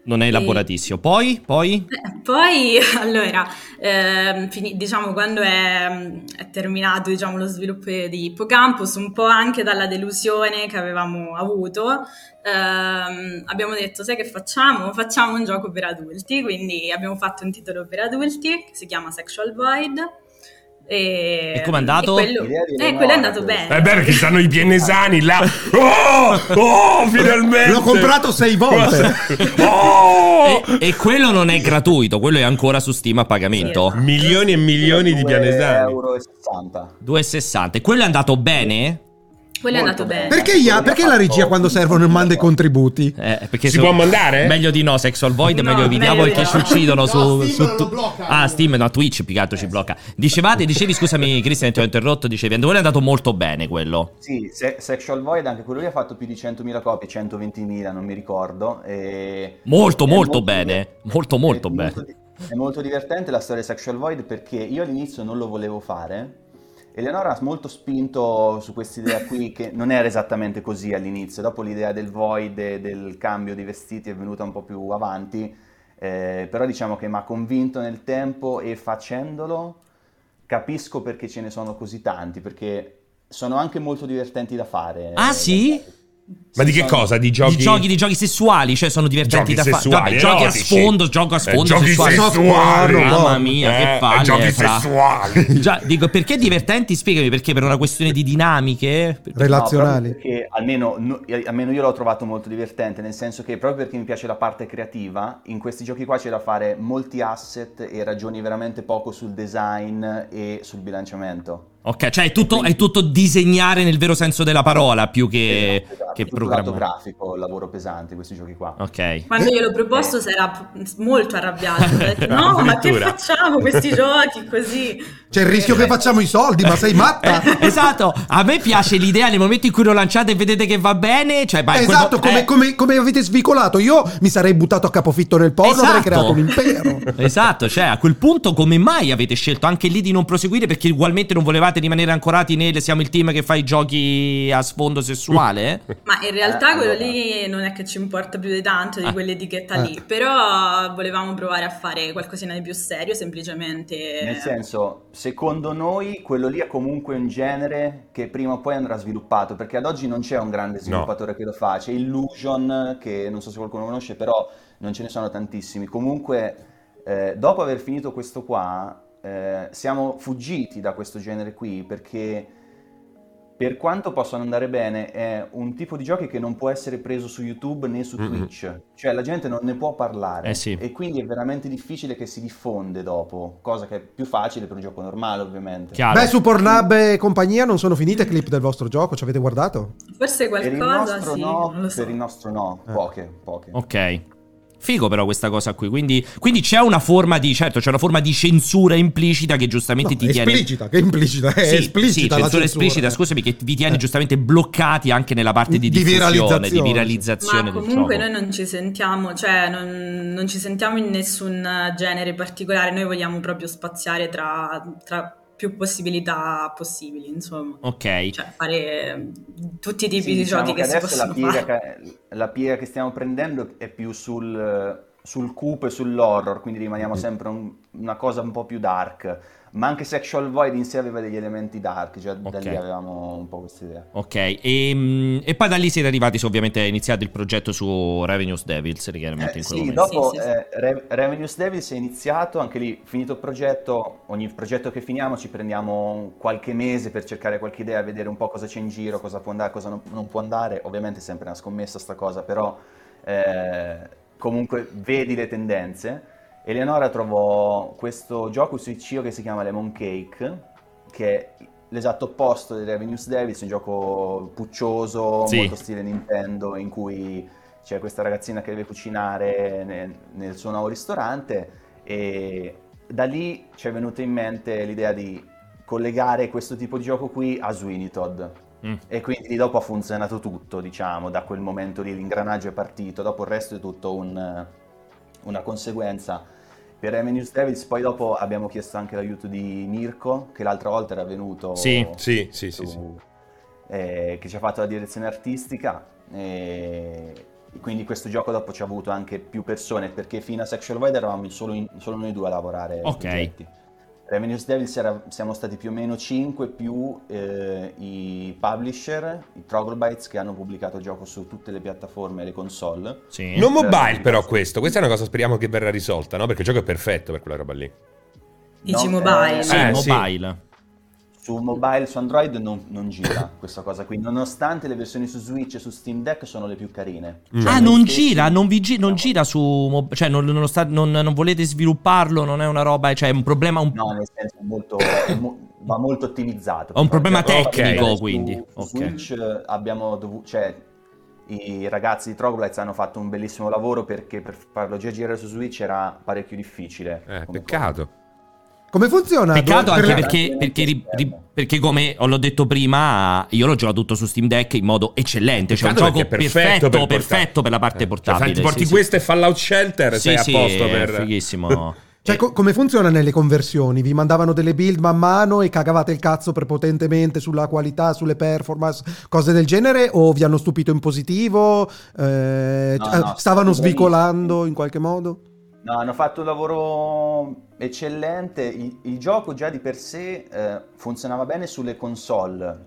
S1: non è elaboratissimo. Poi, poi?
S5: Eh, Poi, allora, ehm, fini- diciamo, quando è, è terminato, diciamo, lo sviluppo di Hippocampus, un po' anche dalla delusione che avevamo avuto, ehm, abbiamo detto, sai che facciamo? Facciamo un gioco per adulti, quindi abbiamo fatto un titolo per adulti, che si chiama Sexual Void. E,
S1: E com'è andato?
S5: e quello,
S4: L'idea di
S5: eh,
S4: Leonora,
S5: quello è andato
S4: questo.
S5: bene.
S2: Eh beh, perché stanno i pienesani là. Oh, oh,
S1: Esatto.
S2: finalmente.
S3: L'ho comprato sei volte.
S2: Oh!
S1: E, e quello non è gratuito, quello è ancora su Steam a pagamento.
S2: Milioni e milioni di pianesani.
S4: euro e 60.
S1: 2,60. Quello è andato bene?
S5: Quello è
S4: Molto
S5: andato
S4: bene.
S5: bene.
S3: Perché, ia- perché la regia quando servono manda i contributi?
S1: Eh, perché
S2: Si
S1: se-
S2: può mandare?
S1: Meglio di no, Sexual Void,
S5: No,
S1: meglio evitiamo
S5: meglio
S1: perché
S5: di
S1: ci
S5: no.
S1: uccidono
S6: No,
S1: su,
S6: Steam
S1: su
S6: non lo
S1: tu-
S6: blocca.
S1: Ah, Steam, no, Twitch più che altro ci blocca. Dicevate, dicevi, scusami Cristian, ti ho interrotto, dicevi, quello è andato molto bene quello.
S4: Sì, Se- Sexual Void, anche quello lì ha fatto più di 100.000 copie, 120.000 non mi ricordo. E...
S1: Molto,
S4: è
S1: molto bene, molto, molto
S4: è
S1: bene.
S4: di- è molto divertente la storia di Sexual Void perché io all'inizio non lo volevo fare. Eleonora ha molto spinto su quest'idea qui che non era esattamente così all'inizio, dopo l'idea del void e del cambio di vestiti è venuta un po' più avanti, eh, però diciamo che mi ha convinto nel tempo e facendolo capisco perché ce ne sono così tanti, perché sono anche molto divertenti da fare.
S1: Ah, sì?
S4: Sì,
S2: Ma di che
S4: sono-
S2: cosa? Di giochi?
S1: Di giochi, di giochi sessuali, cioè sono divertenti
S2: Giochi
S1: da fare.
S2: sessuali,
S1: giochi a
S2: erotici.
S1: sfondo, gioco a sfondo,
S2: Eh, giochi
S1: sessuali.
S2: sessuali.
S1: Mamma mia,
S2: Eh,
S1: che palle.
S2: Giochi
S1: fra.
S2: sessuali.
S1: Già, dico, perché divertenti? Spiegami perché per una questione di dinamiche.
S3: Relazionali.
S4: No, proprio perché almeno, no- eh, almeno io l'ho trovato molto divertente, nel senso che proprio perché mi piace la parte creativa, in questi giochi qua c'è da fare molti asset e ragioni veramente poco sul design e sul bilanciamento.
S1: Ok, cioè è tutto, è tutto disegnare nel vero senso della parola più che,
S4: Esatto, esatto,
S1: che
S4: tutto lato
S1: programmare.
S4: grafico, lavoro pesante, questi giochi qua.
S1: Ok.
S5: Quando gliel'ho proposto si era molto arrabbiato, ha detto no, ma che
S2: Addirittura.
S5: facciamo questi giochi così?
S3: C'è il rischio che facciamo i soldi, ma sei matta?
S1: Eh, esatto, a me piace l'idea nel momento in cui lo lanciate e vedete che va bene. Cioè, ma in quel
S3: esatto,
S1: mo-
S3: come,
S1: eh,
S3: come- come avete svicolato, io mi sarei buttato a capofitto nel porno, avrei
S1: Esatto.
S3: creato un impero.
S1: Esatto, cioè a quel punto come mai avete scelto anche lì di non proseguire perché ugualmente non volevate rimanere ancorati nel siamo il team che fa i giochi a sfondo sessuale?
S5: Ma in realtà
S4: Eh,
S5: quello
S4: allora.
S5: lì non è che ci importa più di tanto
S1: Ah.
S5: di quell'etichetta
S3: Ah.
S5: lì, però volevamo provare a fare qualcosina di più serio, semplicemente...
S4: Nel senso, secondo noi quello lì è comunque un genere che prima o poi andrà sviluppato, perché ad oggi non c'è un grande sviluppatore che lo fa, c'è Illusion, che non so se qualcuno conosce, però non ce ne sono tantissimi. Comunque, eh, dopo aver finito questo qua, eh, siamo fuggiti da questo genere qui, perché per quanto possano andare bene, è un tipo di giochi che non può essere preso su YouTube né su
S2: Mm-mm.
S4: Twitch, cioè la gente non ne può parlare
S1: Eh sì.
S4: e quindi è veramente difficile che si diffonde dopo, cosa che è più facile per un gioco normale ovviamente.
S1: Chiaro.
S3: Beh, su Pornhub e compagnia non sono finite clip del vostro gioco, ci avete guardato?
S5: Forse
S4: Per il
S5: qualcosa,
S4: nostro
S5: sì,
S4: no,
S5: non lo so.
S4: per il nostro no,
S3: Eh.
S4: poche, poche.
S1: ok. Figo però questa cosa qui, quindi, quindi c'è una forma di, certo, c'è una forma di censura implicita che giustamente
S3: No,
S1: ti
S3: è
S1: tiene...
S3: esplicita, che è implicita, è
S1: Sì, sì,
S3: esplicita la
S1: censura
S3: censura.
S1: esplicita, scusami, che vi tiene
S3: Eh.
S1: giustamente bloccati anche nella parte di,
S3: Di
S1: diffusione,
S3: viralizzazione.
S1: di viralizzazione
S4: diciamo.
S5: Ma
S1: del
S5: comunque
S1: gioco.
S5: noi non ci sentiamo, cioè non, non ci sentiamo in nessun genere particolare, noi vogliamo proprio spaziare tra, tra più possibilità possibili, insomma.
S1: Ok.
S5: Cioè fare tutti i tipi
S4: Sì,
S5: di
S4: diciamo
S5: giochi che, si
S4: adesso
S5: possono
S4: la piega,
S5: fare.
S4: che, la piega che stiamo prendendo è più sul, sul cupo e sull'horror, quindi rimaniamo sempre un- una cosa un po' più dark, ma anche Sexual Void in sé aveva degli elementi dark, già da
S1: Ok.
S4: lì avevamo un po' questa idea.
S1: Ok, e, mm, e poi da lì siete arrivati, se ovviamente è iniziato il progetto su Revenues Devils, chiaramente
S4: Eh,
S1: in quel
S4: sì,
S1: momento.
S4: dopo
S5: Sì, sì, sì.
S4: eh, Re- Revenues Devils è iniziato, anche lì finito il progetto, ogni progetto che finiamo ci prendiamo qualche mese per cercare qualche idea, vedere un po' cosa c'è in giro, cosa può andare, cosa non, non può andare, ovviamente è sempre una scommessa sta cosa, però eh, comunque vedi le tendenze. Eleonora trovò questo gioco su ICO che si chiama Lemon Cake, che è l'esatto opposto di Revenues Devils, un gioco puccioso,
S1: Sì.
S4: molto stile Nintendo, in cui c'è questa ragazzina che deve cucinare nel, nel suo nuovo ristorante e da lì ci è venuta in mente l'idea di collegare questo tipo di gioco qui a Sweeney Todd
S1: Mm.
S4: e quindi dopo ha funzionato tutto diciamo da quel momento lì l'ingranaggio è partito dopo il resto è tutto un- una conseguenza per Avenues Devils poi dopo abbiamo chiesto anche l'aiuto di Mirko che l'altra volta era venuto
S1: Sì,
S2: Sì, sì, sì.
S4: su-
S2: sì.
S4: eh, che ci ha fatto la direzione artistica e quindi questo gioco dopo ci ha avuto anche più persone perché fino a Sexual Void eravamo solo, in- solo noi due a lavorare ai
S1: Ok.
S4: progetti. Revenues Devils era- siamo stati più o meno 5 più eh, i publisher, i Troglobites che hanno pubblicato il gioco su tutte le piattaforme e le console.
S1: Sì.
S2: Non mobile però questo, questa è una cosa speriamo che verrà risolta, no? Perché il gioco è perfetto per quella roba lì.
S1: Eh,
S5: Dici
S4: No,
S5: mobile.
S4: eh,
S1: Sì,
S2: Eh, sì.
S1: mobile.
S4: Su mobile, su Android non, non gira questa cosa qui, nonostante le versioni su Switch e su Steam Deck sono le più carine.
S2: Mm.
S1: Ah,
S4: Cioè,
S1: non
S4: noi
S1: gira,
S4: stessi-
S1: non, vi gi- non
S4: No.
S1: gira su... mob- cioè, non, non lo sta- non- non volete svilupparlo, non è una roba... Cioè, è un problema... un-
S4: No, nel senso è molto, è mo- va molto ottimizzato.
S1: È un problema
S4: Cioè, però,
S1: tecnico,
S4: per esempio,
S1: quindi.
S4: Su, su
S1: Ok.
S4: Switch eh, abbiamo dovuto... Cioè, i ragazzi di Troglodytes hanno fatto un bellissimo lavoro perché per farlo già girare su Switch era parecchio difficile.
S2: Eh,
S4: come
S2: peccato.
S3: Come funziona?
S1: Peccato
S3: Per-
S1: anche
S3: per-
S1: perché, perché ri- ri- perché come ho- l'ho detto prima, io l'ho giocato tutto su Steam Deck in modo eccellente. Cioè, un
S2: Peccato
S1: gioco
S2: perché è
S1: perfetto, perfetto,
S2: portare-
S1: per la parte
S2: Eh,
S1: portabile.
S2: Cioè, fai- ti porti
S1: sì, sì.
S2: questo e Fallout Shelter,
S1: Sì,
S2: sei a
S1: sì, eh,
S2: posto
S1: è
S2: per...
S1: fighissimo.
S3: Cioè, co- come funziona nelle conversioni? Vi mandavano delle build man mano e cagavate il cazzo prepotentemente sulla qualità, sulle performance, cose del genere? O vi hanno stupito in positivo? Eh,
S4: No,
S3: c-
S4: no,
S3: stavano
S4: sono
S3: svicolando in qualche modo?
S4: No, hanno fatto un lavoro eccellente. Il, il gioco già di per sé eh, funzionava bene sulle console.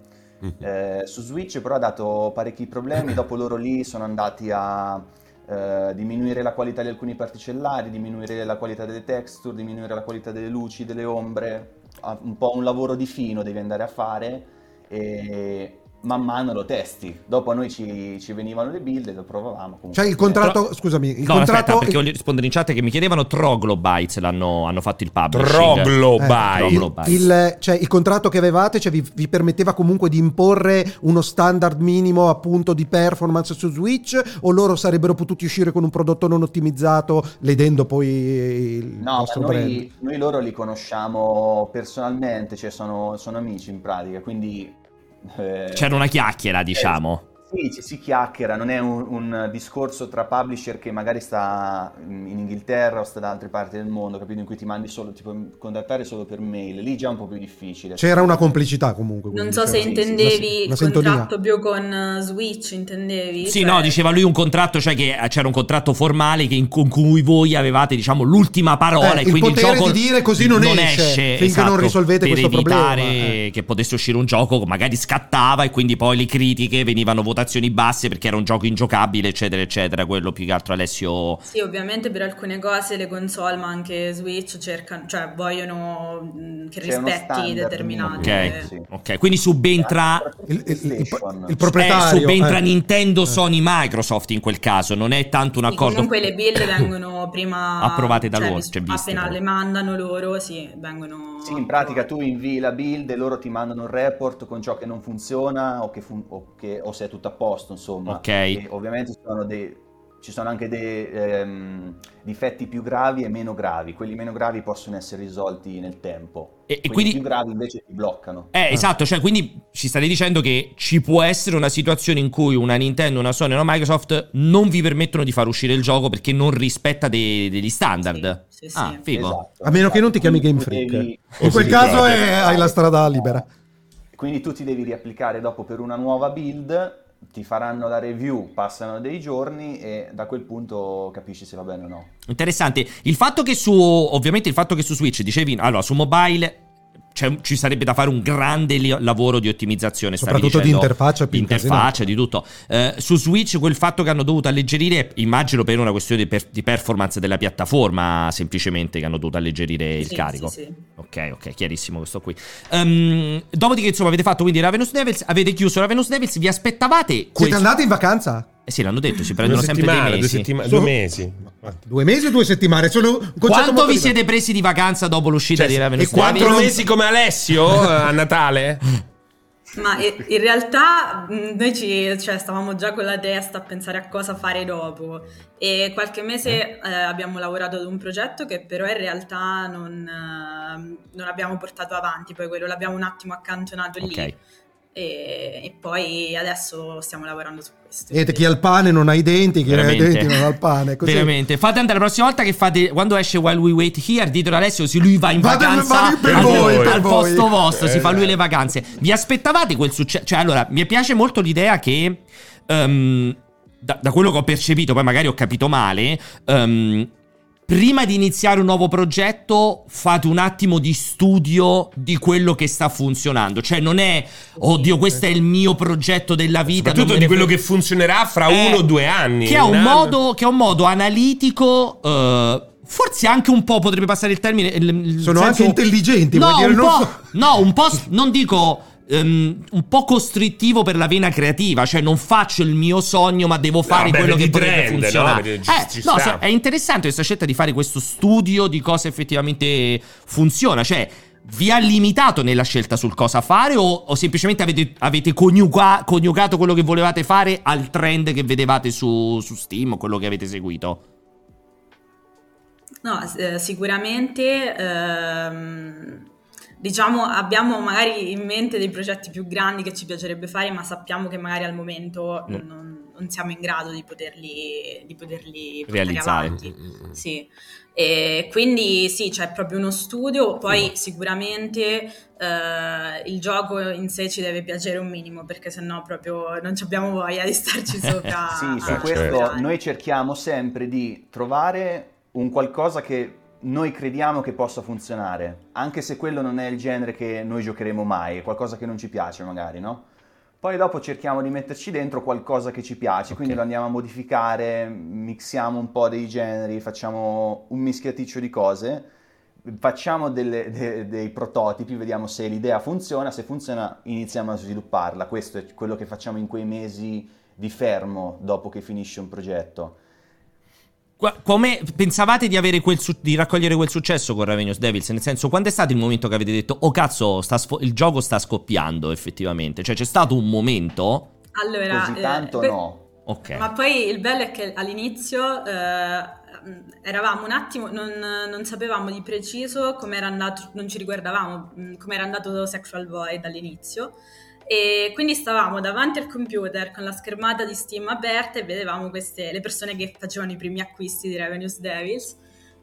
S4: Eh, su Switch però ha dato parecchi problemi, dopo loro lì sono andati a eh, diminuire la qualità di alcuni particellari, diminuire la qualità delle texture, diminuire la qualità delle luci, delle ombre, Ah, un po' un lavoro di fino devi andare a fare e man mano lo testi. Dopo a noi ci, ci venivano le build e lo provavamo comunque.
S3: Cioè il contratto, scusami, il
S1: no,
S3: contratto...
S1: aspetta, perché voglio rispondere in chat che mi chiedevano Troglobites, l'hanno hanno fatto il publishing.
S3: Eh,
S2: Troglobai.
S1: Troglo-
S3: il, il- cioè, il contratto che avevate cioè, vi, vi permetteva comunque di imporre uno standard minimo appunto di performance su Switch o loro sarebbero potuti uscire con un prodotto non ottimizzato ledendo poi il
S4: No,
S3: vostro
S4: ma
S3: brand?
S4: noi, noi loro li conosciamo personalmente, cioè sono, sono amici in pratica, quindi... eh,
S1: C'era una chiacchiera, diciamo.
S4: Sì, ci si chiacchiera, non è un, un discorso tra publisher che magari sta mm, in Inghilterra o sta da altre parti del mondo, capito? In cui ti mandi solo, ti puoi contattare solo per mail, lì già è un po' più difficile.
S3: C'era una complicità comunque.
S5: Non
S3: quindi,
S5: so se
S3: cioè,
S4: sì,
S5: intendevi
S3: una
S5: il
S3: sin- una sintonia.
S5: contratto proprio con eh, Switch, intendevi?
S1: Sì,
S5: Cioè-
S1: no, diceva lui un contratto, cioè che eh, c'era un contratto formale che in- con cui voi avevate, diciamo, l'ultima parola
S3: Eh,
S1: e
S3: il
S1: quindi
S3: potere
S1: gioco
S3: di dire così non esce, finché
S1: esatto,
S3: non risolvete
S1: per
S3: questo
S1: evitare
S3: problema, eh.
S1: che potesse uscire un gioco, magari scattava e quindi poi le critiche venivano votazioni basse perché era un gioco ingiocabile, eccetera, eccetera, quello più che altro Alessio
S5: Sì, ovviamente per alcune cose le console, ma anche Switch, cercano, cioè vogliono mh, che
S4: C'è uno
S5: rispetti
S4: standard
S5: determinati. eh.
S4: minimo.
S1: Ok.
S4: Sì.
S1: Ok, quindi subentra
S3: il, il- il-
S4: PlayStation.
S3: il
S1: eh,
S3: proprietario...
S1: subentra
S3: eh.
S1: Nintendo, Sony, Microsoft in quel caso, non è tanto un
S5: Sì,
S1: accordo
S5: Comunque le build vengono prima
S1: Approvate da loro,
S5: ris-
S1: cioè, viste
S5: appena
S1: proprio.
S5: le mandano loro, sì, vengono.
S4: Sì, in pratica tu invii la build e loro ti mandano un report con ciò che non funziona o, che fun- o che- o se è tutto a posto, insomma.
S1: Ok. Eh,
S4: E ovviamente ci sono dei- ci sono anche dei ehm, difetti più gravi e meno gravi. Quelli meno gravi possono essere risolti nel tempo.
S1: E- e
S4: Quelli
S1: quindi-
S4: più gravi invece ti bloccano.
S1: Eh, esatto, cioè, quindi ci state dicendo che ci può essere una situazione in cui una Nintendo, una Sony, una Microsoft non vi permettono di far uscire il gioco perché non rispetta de- degli standard.
S5: Sì, sì, sì.
S1: Ah, figo.
S4: Esatto,
S3: A meno che non ti chiami
S4: Quindi
S3: Game
S4: tu
S3: Freak.
S4: devi-
S3: In quel
S1: sì,
S3: caso
S1: proprio.
S3: è- hai la strada libera.
S4: Eh, Quindi tu ti devi riapplicare dopo per una nuova build, ti faranno la review, passano dei giorni e da quel punto capisci se va bene o no.
S1: Interessante. Il fatto che su, ovviamente, il fatto che su Switch, dicevi, allora, su mobile. c'è- ci sarebbe da fare un grande li- lavoro di ottimizzazione stavi
S3: Soprattutto di
S1: dicendo.
S3: interfaccia, più
S1: di interfaccia, di tutto. Eh, su Switch quel fatto che hanno dovuto alleggerire, immagino per una questione di, per- di performance della piattaforma, semplicemente che hanno dovuto alleggerire il
S5: Sì,
S1: carico.
S5: sì, sì.
S1: Ok, ok, chiarissimo questo qui. Ehm, dopodiché, insomma, avete fatto quindi Ravenous Devils, avete chiuso Ravenous Devils, vi aspettavate
S3: Siete
S1: questo?
S3: andati in vacanza?
S1: Eh sì, l'hanno detto, si
S2: Una
S1: prendono sempre dei
S2: settimana, due,
S1: mesi.
S2: settima-
S3: Sono-
S2: due mesi.
S3: Due mesi o due settimane? Sono un concetto
S1: Quanto
S3: molto
S1: vi
S3: diverso.
S1: siete presi di vacanza dopo l'uscita
S2: Cioè,
S1: di
S2: e
S1: Ravenous
S2: quattro
S1: Devils?
S2: mesi come Alessio eh, a Natale?
S5: Ma i- in realtà mh, noi ci, cioè, stavamo già con la testa a pensare a cosa fare dopo e qualche mese eh, abbiamo lavorato ad un progetto che però in realtà non, ehm, non abbiamo portato avanti, poi quello l'abbiamo un attimo accantonato lì
S1: Ok.
S5: e, e poi adesso stiamo lavorando su questo.
S3: Vedete, chi ha il pane non ha i denti, chi non ha i denti non ha il pane. Così.
S1: Veramente. Fate andare la prossima volta che fate. Quando esce While We Wait Here, ditelo a Alessio se lui va in
S3: Vado-
S1: vacanza
S3: vado per
S1: al-
S2: voi,
S1: al,
S2: per
S3: voi.
S1: posto vostro, si
S2: Eh,
S1: fa lui
S2: dai.
S1: le vacanze. Vi aspettavate quel successo? Cioè, allora, mi piace molto l'idea che. ehm, da, da quello che ho percepito, poi magari ho capito male. ehm, prima di iniziare un nuovo progetto, fate un attimo di studio di quello che sta funzionando. Cioè, non è. Oddio, questo è il mio progetto della vita. non me
S2: Soprattutto di
S1: ne
S2: quello
S1: frega."
S2: che funzionerà fra
S1: Eh,
S2: uno o due anni.
S1: Che ha un,
S2: anno.
S1: modo, che ha un modo analitico. eh, forse anche un po' potrebbe passare il termine. il- il
S3: Sono anche intelligenti,
S1: no,
S3: vuol dire
S1: un
S3: non
S1: po',
S3: so-
S1: no, un po'. s- Non dico. ehm, un po' costrittivo per la vena creativa, cioè non faccio il mio sogno, ma devo fare
S2: vabbè,
S1: quello
S2: per
S1: che
S2: i
S1: potrebbe
S2: trend, no?
S1: funzionare.
S2: Perché ci-
S1: Eh,
S2: ci
S1: no,
S2: sta.
S1: so- è interessante questa scelta di fare questo studio di cosa effettivamente funziona, cioè vi ha limitato nella scelta sul cosa fare o, o semplicemente avete, avete coniuga- coniugato quello che volevate fare al trend che vedevate su, su Steam o quello che avete seguito?
S5: No, s- eh, sicuramente ehm, diciamo abbiamo magari in mente dei progetti più grandi che ci piacerebbe fare, ma sappiamo che magari al momento
S1: Mm.
S5: non, non siamo in grado di poterli, di poterli portare
S1: Realizzare.
S5: avanti. Sì. E quindi sì, c'è proprio uno studio, poi sicuramente eh, il gioco in sé ci deve piacere un minimo perché sennò proprio non ci abbiamo voglia di starci sopra.
S4: Sì, su
S5: a-
S2: Ah,
S4: questo
S2: certo.
S4: noi cerchiamo sempre di trovare un qualcosa che noi crediamo che possa funzionare, anche se quello non è il genere che noi giocheremo mai, è qualcosa che non ci piace magari, no? Poi dopo cerchiamo di metterci dentro qualcosa che ci piace, quindi lo andiamo a modificare, mixiamo un po' dei generi, facciamo un mischiaticcio di cose, facciamo delle- de- dei prototipi, vediamo se l'idea funziona, se funziona iniziamo a svilupparla, questo è quello che facciamo in quei mesi di fermo dopo che finisce un progetto.
S1: Qua- Come pensavate di, avere quel su- di raccogliere quel successo con Ravenous Devils? Nel senso, quando è stato il momento che avete detto, oh cazzo, sta sfo- il gioco sta scoppiando effettivamente? Cioè, c'è stato un momento?
S5: Allora,
S4: Così
S5: eh,
S4: tanto
S5: que-
S4: no.
S1: Ok.
S5: Ma poi il bello è che all'inizio eh, eravamo un attimo, non, non sapevamo di preciso come era andato, non ci riguardavamo mh, come era andato Sexual Void all'inizio. E quindi stavamo davanti al computer con la schermata di Steam aperta e vedevamo queste, le persone che facevano i primi acquisti di Revenues Devils.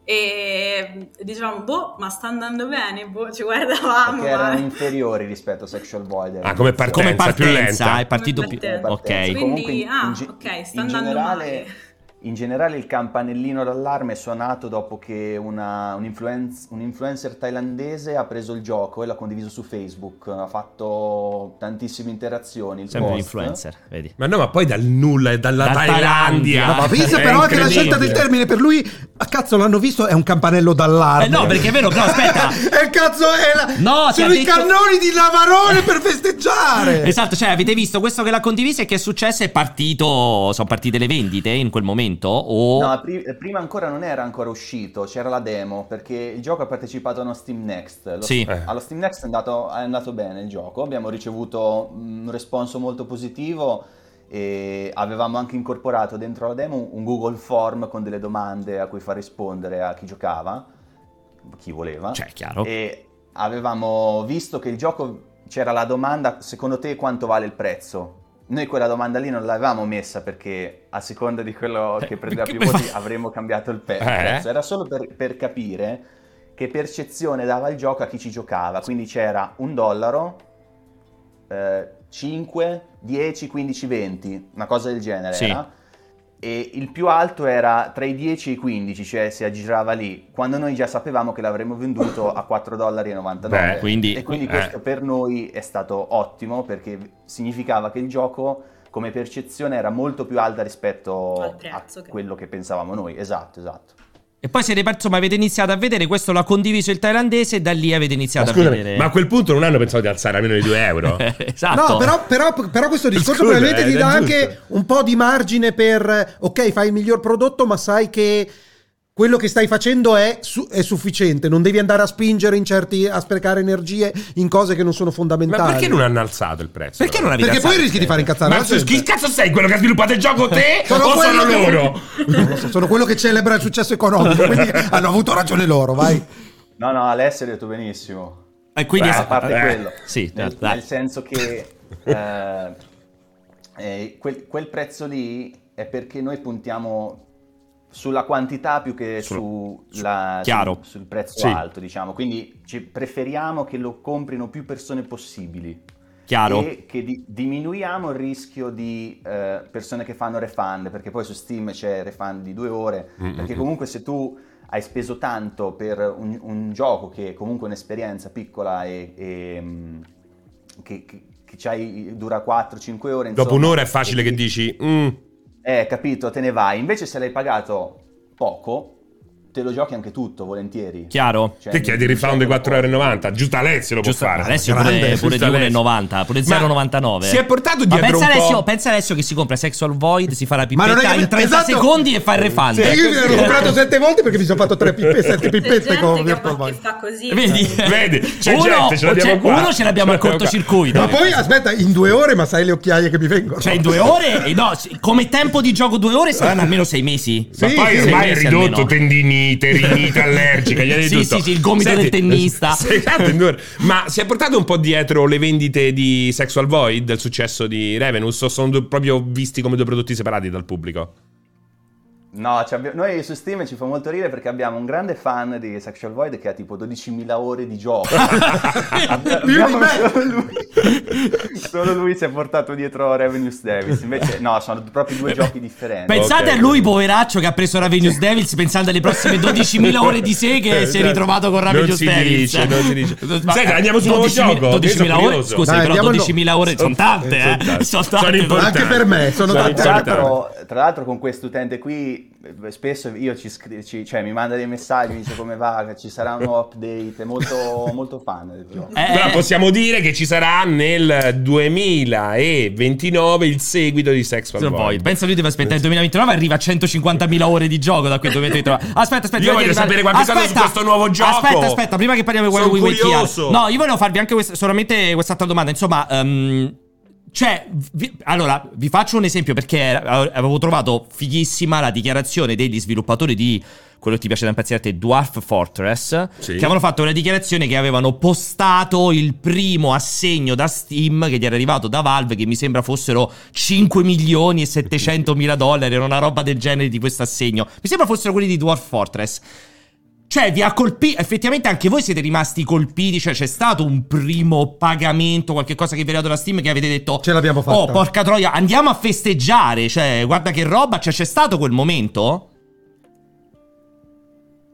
S5: E dicevamo, boh, ma sta andando bene, boh, ci guardavamo.
S4: Perché
S5: ma-
S4: erano inferiori rispetto a Sexual Void.
S2: Ah, come
S4: all'inizio.
S1: Come
S2: partenza, più
S1: partenza
S2: lenta.
S1: è partito
S5: Come
S1: più...
S5: partenza.
S1: Ok.
S5: Quindi, ah, ok, sta andando male.
S4: in generale il campanellino d'allarme è suonato dopo che una- un, influenz- un influencer thailandese ha preso il gioco e l'ha condiviso su Facebook. Ha fatto tantissime interazioni. Il
S1: Sempre
S4: post.
S1: l'influencer, vedi.
S2: Ma no, ma poi dal nulla, è dalla
S1: Da Thailandia.
S2: Thailandia.
S1: No,
S3: Ma visto
S2: È
S3: però anche la scelta del
S2: incredibile.
S3: termine per lui, a cazzo l'hanno visto, è un campanello d'allarme.
S1: Eh no, perché è vero, però aspetta.
S3: E cazzo è la...
S1: No, ti ha
S3: sono i
S1: detto-
S3: cannoni di Lavarone per festeggiare.
S2: Eh.
S1: Esatto, cioè avete visto questo che l'ha condiviso e che è successo? È partito, sono partite le vendite in quel momento? O...
S4: No, pri- prima ancora non era ancora uscito, c'era la demo, perché il gioco ha partecipato a uno Steam Next. Lo-
S1: Sì.
S2: Eh.
S4: Allo Steam Next è andato, è andato bene il gioco, abbiamo ricevuto mm, un responso molto positivo e avevamo anche incorporato dentro la demo un Google Form con delle domande a cui far rispondere a chi giocava, chi voleva.
S1: Cioè, è chiaro.
S5: Eh.
S4: E avevamo visto che il gioco c'era la domanda, secondo te quanto vale il prezzo? Noi quella domanda lì non l'avevamo messa perché a seconda di quello
S1: Eh,
S4: che prendeva
S1: perché
S4: più
S1: poi
S4: voti
S1: fa-
S4: avremmo cambiato il pe-
S2: Eh.
S4: prezzo. Era solo per, per capire che percezione dava il gioco a chi ci giocava. Quindi c'era un dollaro, eh, 5, 10, 15, 20, una cosa del genere.
S1: Sì.
S4: era. E il più alto era tra i 10 e i 15, cioè si aggirava lì, quando noi già sapevamo che l'avremmo venduto a 4,99 dollari.
S2: Beh,
S1: quindi-
S4: e quindi
S2: eh.
S4: questo per noi è stato ottimo perché significava che il gioco come percezione era molto più alta rispetto
S5: Al prezzo
S4: a
S5: che-
S4: quello che pensavamo noi. Esatto, esatto.
S1: E poi siete, par- insomma, avete iniziato a vedere, questo l'ha condiviso il thailandese e da lì avete
S2: Ma
S1: iniziato a
S2: scusami,
S1: vedere.
S2: ma a quel punto non hanno pensato di alzare almeno di 2 euro.
S1: esatto.
S3: No, però, però- però questo discorso
S2: Scusa,
S3: probabilmente
S2: eh,
S3: ti
S2: è giusto.
S3: dà anche un po' di margine per, eh, ok, fai il miglior prodotto, ma sai che quello che stai facendo è, su- è sufficiente, non devi andare a spingere in certi, a sprecare energie in cose che non sono fondamentali.
S2: Ma perché non hanno alzato il prezzo?
S1: Perché non avete
S3: Perché poi
S1: alzato?
S3: rischi di fare incazzare
S2: Ma
S3: la
S2: su-
S3: gente.
S2: chi cazzo sei quello che ha sviluppato il gioco te
S3: Sono
S2: o
S3: quello
S2: sono
S3: che-
S2: loro?
S3: Non lo so, sono quello che celebra il successo economico, quindi hanno avuto ragione loro, vai.
S4: No, no, Alessio ha detto benissimo.
S1: E quindi...
S4: Beh, a parte
S2: eh,
S4: quello,
S1: sì,
S4: nel,
S1: dai.
S4: nel senso che eh, eh, quel, quel prezzo lì è perché noi puntiamo sulla quantità più che
S1: Sul-
S4: su-
S1: su-
S4: la-
S1: chiaro.
S4: sul prezzo
S2: Sì.
S4: alto, diciamo. Quindi ci- preferiamo che lo comprino più persone possibili
S1: Chiaro.
S4: e che di- diminuiamo il rischio di eh, persone che fanno refund, perché poi su Steam c'è refund di due ore,
S2: Mm,
S4: perché
S2: mm,
S4: comunque se tu hai speso tanto per un, un gioco che è comunque un'esperienza piccola e, e, mm, che, che- che c'hai- dura 4-5 ore...
S2: Dopo
S4: insomma,
S2: un'ora è facile
S4: e
S2: che
S4: ti-
S2: dici, "Mm,
S4: Eh, capito, te ne vai. Invece se l'hai pagato poco, te lo giochi anche tutto, volentieri.
S1: Chiaro.
S4: Cioè,
S2: te chiedi il refund di 4,90€. Giusto Alessio lo
S1: Giusto,
S2: può fare.
S1: Alessio
S2: Grande,
S1: pure,
S2: giusto
S1: pure 2,90, pure
S2: Ma
S1: 0,99.
S2: Si è portato
S1: Ma
S2: dietro
S1: pensa
S2: un po'.
S1: Alessio, pensa Alessio che si compra Sexual Void, si fa la
S3: Ma non è
S1: pipetta
S3: che-
S1: in 30
S3: esatto.
S1: secondi e fa il refund.
S3: Sì, io mi ero comprato sette volte perché mi sono fatto tre pippe, sette
S5: C'è gente
S3: pippette con
S5: che,
S3: Virtual
S5: fa, che
S3: Boy.
S5: fa così.
S1: Vedi?
S2: Vedi? Cioè, C'è
S1: uno,
S2: gente, ce l'abbiamo
S1: c'è-
S2: qua.
S1: uno ce l'abbiamo al
S2: Ce l'abbiamo qua.
S1: cortocircuito.
S3: Ma poi aspetta, in due ore, ma sai le occhiaie che mi vengono?
S1: Cioè, in due ore? Eh, No, sì, come tempo di gioco due ore saranno almeno sei mesi.
S2: Ma poi
S3: Sì, sì,
S2: ormai
S1: sei
S2: è
S1: mesi
S2: ridotto
S1: almeno.
S2: tendinite, rinite allergica, gli hai
S1: Sì,
S2: tutto.
S1: sì, sì, il gomito del tennista.
S2: sì, esatto, in due ore. Ma si è portato un po' dietro le vendite di Sexual Void, del successo di Revenus, o sono due- proprio visti come due prodotti separati dal pubblico?
S4: No, No, ci abbia- noi su Steam ci fa molto ridere perché abbiamo un grande fan di Sexual Void che ha tipo 12.000 ore di gioco.
S3: Più di
S4: Abbiamo
S3: me.
S4: solo, lui, solo lui si è portato dietro Revenues Davis. Invece, no, sono proprio due giochi differenti.
S1: Pensate
S2: Ok.
S1: a lui, poveraccio, che ha preso Ravenous Devils pensando alle prossime 12.000 ore di seghe e si è ritrovato con
S2: Eh, certo. Non
S1: Ravenous
S2: si
S1: Devils.
S2: dice, non si dice.
S1: Ma-
S2: Senti, andiamo sul nuovo
S1: 12.000
S2: gioco, io sono
S1: 12.000 ore,
S2: curioso.
S1: scusa,
S3: Dai,
S1: però
S3: andiamolo.
S1: 12.000 ore sono tante, eh.
S2: importanti.
S1: Sono tante.
S2: Sono importanti.
S3: Anche per me, sono
S2: Sono
S3: tante
S4: Tra
S2: importanti.
S4: l'altro, tra l'altro con questo utente qui eh, spesso io ci, scri- ci- cioè, mi manda dei messaggi, mi dice come va, che ci sarà un nuovo update, è molto, molto fan del gioco.
S1: Eh,
S2: Però possiamo dire che ci sarà nel 2029 il seguito di Sexual
S1: Sexual Void.
S2: Void.
S1: Pensa lui deve aspettare il 2029 arriva a 150.000 ore di gioco da quel momento di trovare. Aspetta, aspetta,
S2: Io
S1: prima
S2: voglio
S1: di arrivare-
S2: sapere qualche cosa su questo nuovo gioco.
S1: Aspetta, aspetta, prima che parliamo di
S2: Sono
S1: Wild Wild
S2: curioso.
S1: Witch, No, io volevo farvi anche questa- solamente quest'altra domanda, insomma, ehm, cioè, vi- allora, vi faccio un esempio perché era- avevo trovato fighissima la dichiarazione degli sviluppatori di quello che ti piace da impazzire a te, Dwarf Fortress,
S2: Sì.
S1: che avevano fatto una dichiarazione che avevano postato il primo assegno da Steam che gli era arrivato da Valve, che mi sembra fossero 5 milioni e 700 mila dollari, era una roba del genere di questo assegno. Mi sembra fossero quelli di Dwarf Fortress. Cioè, vi ha colpito. Effettivamente anche voi siete rimasti colpiti. Cioè, c'è stato un primo pagamento, qualche cosa che vi è arrivato da Steam che avete detto.
S3: Ce l'abbiamo fatta.
S1: Oh, porca troia, andiamo a festeggiare. Cioè, guarda che roba. Cioè, c'è stato quel momento?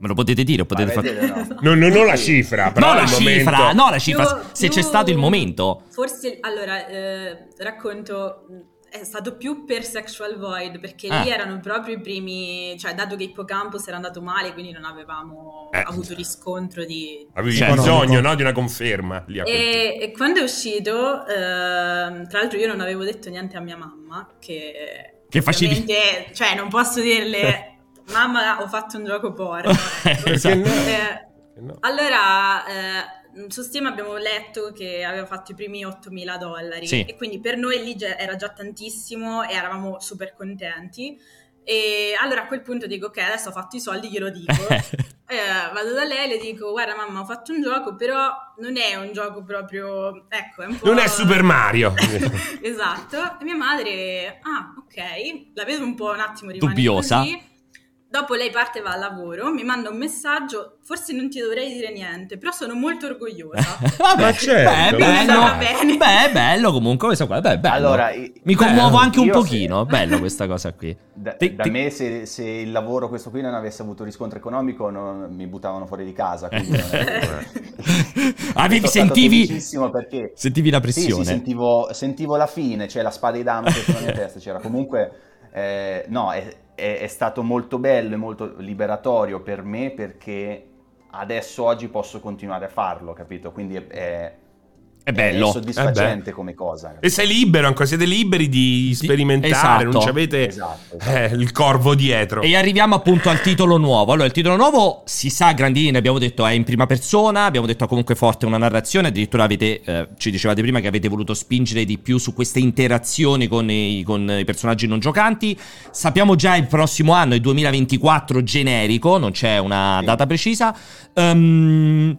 S1: Me lo potete dire o potete
S4: Ma
S1: fare.
S4: vedete, no?
S2: Non, non, non la cifra, però
S1: No, la
S2: il momento-
S1: cifra, no, la cifra.
S5: Più-
S1: se c'è
S5: più-
S1: stato il momento.
S5: Forse, allora, eh, racconto, mh, è stato più per Sexual Void, perché
S1: Ah.
S5: lì erano proprio i primi, cioè dato che Hippocampus era andato male, quindi non avevamo
S2: Eh.
S5: avuto riscontro di...
S2: Avevi
S1: Certo.
S2: bisogno no, di una conferma lì a quel punto.
S5: E, e quando è uscito, ehm, tra l'altro io non avevo detto niente a mia mamma, che...
S1: Che facevi? Eh.
S5: ovviamente, Cioè, non posso dirle, mamma, ho fatto un gioco porno. ecco.
S1: Esatto.
S2: Perché no?
S5: Eh,
S2: Perché no?
S5: Allora, eh, su Steam abbiamo letto che aveva fatto i primi 8.000 dollari
S1: Sì.
S5: e quindi per noi lì già- era già tantissimo e eravamo super contenti. E allora a quel punto dico ok, adesso ho fatto i soldi, glielo dico. Eh, vado da lei e le dico guarda mamma ho fatto un gioco, però non è un gioco proprio... Ecco, è un po'...
S2: Non è Super Mario.
S5: esatto. E mia madre, ah, ok, la vedo un po' un attimo rimane
S1: Dubbiosa.
S5: così. Dopo lei parte va al lavoro, mi manda un messaggio, forse non ti dovrei dire niente, però sono molto orgogliosa.
S1: Vabbè,
S2: Ma certo,
S1: beh,
S5: ma
S1: bello.
S5: va bene.
S1: Beh, è bello comunque questo qua. Beh, è bello.
S4: Allora, i-
S1: Mi commuovo
S4: eh,
S1: anche un
S4: io se-
S1: pochino. È bello questa cosa qui.
S4: Da,
S1: Ti-
S4: da
S1: ti-
S4: me, se, se il lavoro, questo qui, non avesse avuto riscontro economico, non- mi buttavano fuori di casa. Quindi non è-
S1: Avevi,
S4: Sono stato
S1: Ah, sentivi,
S4: felicissimo perché
S1: sentivi la
S4: Sì,
S1: pressione.
S4: sì, sentivo, sentivo la fine, cioè la spada di Damocle sulla mia testa c'era. Comunque, eh, no, è, è- è stato molto bello e molto liberatorio per me perché adesso oggi posso continuare a farlo, capito? Quindi è, è-
S1: È bello.
S4: è soddisfacente come cosa.
S2: e sei libero ancora, siete liberi di sperimentare,
S1: Esatto.
S2: non ci avete
S4: Esatto,
S2: eh, il corvo dietro.
S1: E arriviamo appunto al titolo nuovo. Allora, il titolo nuovo si sa, grandine, abbiamo detto è in prima persona, abbiamo detto ha comunque forte una narrazione, addirittura avete, eh, ci dicevate prima che avete voluto spingere di più su queste interazioni con i, con i personaggi non giocanti. Sappiamo già il prossimo anno, il 2024 generico, non c'è una
S4: Sì.
S1: data precisa. Ehm,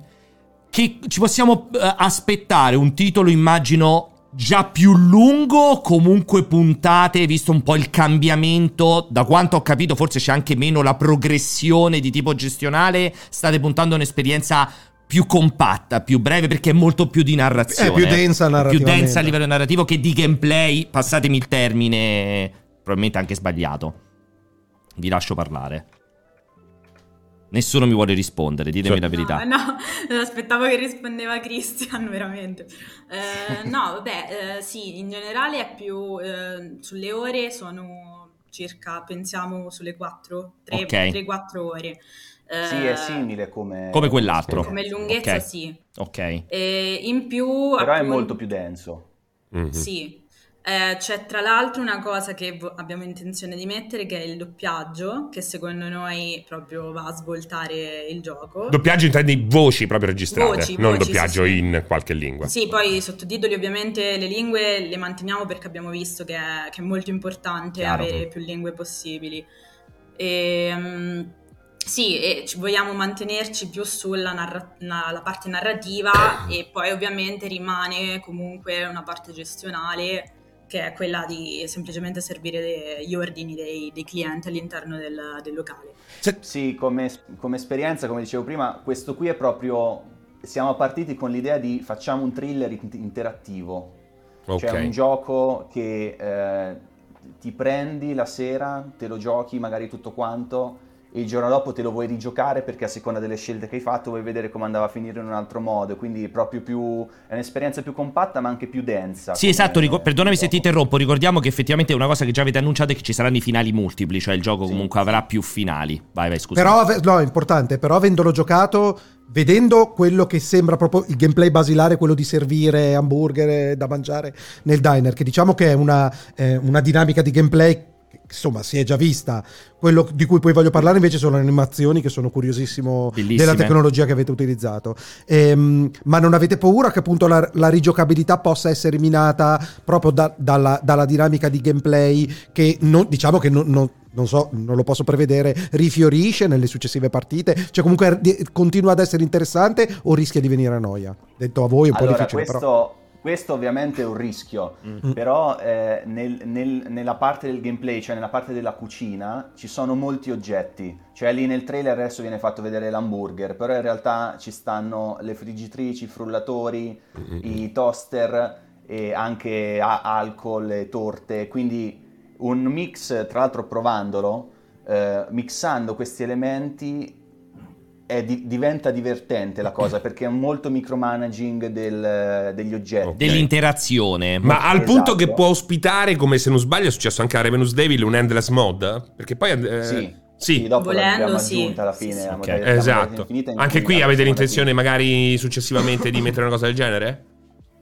S1: che ci possiamo eh, aspettare un titolo, immagino, già più lungo, comunque puntate, visto un po' il cambiamento, da quanto ho capito forse c'è anche meno la progressione di tipo gestionale, state puntando a un'esperienza più compatta, più breve, perché è molto più di narrazione.
S3: È più densa
S1: Più densa a
S3: narrativamente.
S1: livello narrativo che di gameplay, passatemi il termine, probabilmente anche sbagliato. Vi lascio parlare. Nessuno mi vuole rispondere, ditemi
S2: Cioè-
S1: la verità.
S5: No, no, aspettavo che rispondeva Christian, veramente. Eh, no, vabbè, eh, sì, in generale è più eh, sulle ore sono circa, pensiamo sulle 4,
S1: Ok.
S5: 3-4 ore. Eh,
S4: Sì, è simile come...
S1: Come quell'altro.
S5: Come lunghezza,
S1: Ok.
S5: sì.
S1: Ok.
S5: Esatto. E in più...
S4: Però è
S5: appunto,
S4: molto più denso.
S2: Mhm.
S5: Sì, Eh, c'è tra l'altro una cosa che vo- abbiamo intenzione di mettere che è il doppiaggio, che secondo noi proprio va a svoltare il gioco.
S2: Doppiaggio intendi voci proprio registrate,
S5: Voci,
S2: non
S5: voci,
S2: doppiaggio
S5: sì, sì.
S2: in qualche lingua.
S5: Sì, poi i sottotitoli ovviamente le lingue le manteniamo perché abbiamo visto che è, che è molto importante
S1: Chiaro.
S5: avere più lingue possibili. Ehm, sì, e ci- vogliamo mantenerci più sulla narra- na- la parte narrativa e poi ovviamente rimane comunque una parte gestionale che è quella di semplicemente servire de- gli ordini dei, dei clienti all'interno del, del locale.
S4: Sì, come, come esperienza, come dicevo prima, questo qui è proprio... Siamo partiti con l'idea di facciamo un thriller in- interattivo,
S2: Ok.
S4: cioè un gioco che eh, ti prendi la sera, te lo giochi magari tutto quanto e il giorno dopo te lo vuoi rigiocare perché a seconda delle scelte che hai fatto vuoi vedere come andava a finire in un altro modo, quindi è proprio più è un'esperienza più compatta ma anche più densa. eh,
S1: Sì, esatto,
S4: come-
S1: ricor- perdonami se ti
S4: gioco.
S1: interrompo, ricordiamo che effettivamente è una cosa che già avete annunciato è che ci saranno i finali multipli, cioè il gioco
S4: Sì.
S1: comunque avrà più finali. Vai, vai, scusa.
S3: Però, ave- no, è importante, però avendolo giocato, vedendo quello che sembra proprio il gameplay basilare, quello di servire hamburger da mangiare nel diner, che diciamo che è una, eh, una dinamica di gameplay che insomma si è già vista. Quello di cui poi voglio parlare invece sono le animazioni che sono curiosissimo
S1: Bellissime.
S3: della tecnologia che avete utilizzato. Ehm, ma non avete paura che appunto la, la rigiocabilità possa essere minata proprio da- dalla, dalla dinamica di gameplay che non- diciamo che non, non- non so, non lo posso prevedere, rifiorisce nelle successive partite? Cioè comunque di- continua ad essere interessante o rischia di venire a noia? Detto a voi è un po'
S4: Allora,
S3: difficile
S4: questo,
S3: però. Mm.
S4: questo ovviamente è un rischio, però eh, nel- nel- nella parte del gameplay, cioè nella parte della cucina, ci sono molti oggetti. Cioè lì nel trailer adesso viene fatto vedere l'hamburger, però in realtà ci stanno le friggitrici, i frullatori, i toaster e anche a- alcol e torte, quindi un mix, tra l'altro provandolo, eh, mixando questi elementi è di- diventa divertente la cosa perché è molto micromanaging del- degli oggetti.
S1: Dell'interazione.
S2: Ma al
S4: Esatto.
S2: punto che può ospitare, come se non sbaglio, è successo anche a Revenus Devil, un endless mod? Perché poi. eh,
S4: Sì.
S2: sì.
S4: Sì, dopo
S5: Volendo,
S4: l'abbiamo
S5: sì.
S4: aggiunta alla fine.
S5: Sì, sì.
S4: la
S1: Ok,
S4: modalità
S2: Esatto.
S4: infinita in
S2: Anche
S4: cui
S2: qui
S4: la
S2: avete
S4: persona
S2: l'intenzione,
S4: ti-
S2: magari successivamente, di mettere una cosa del genere?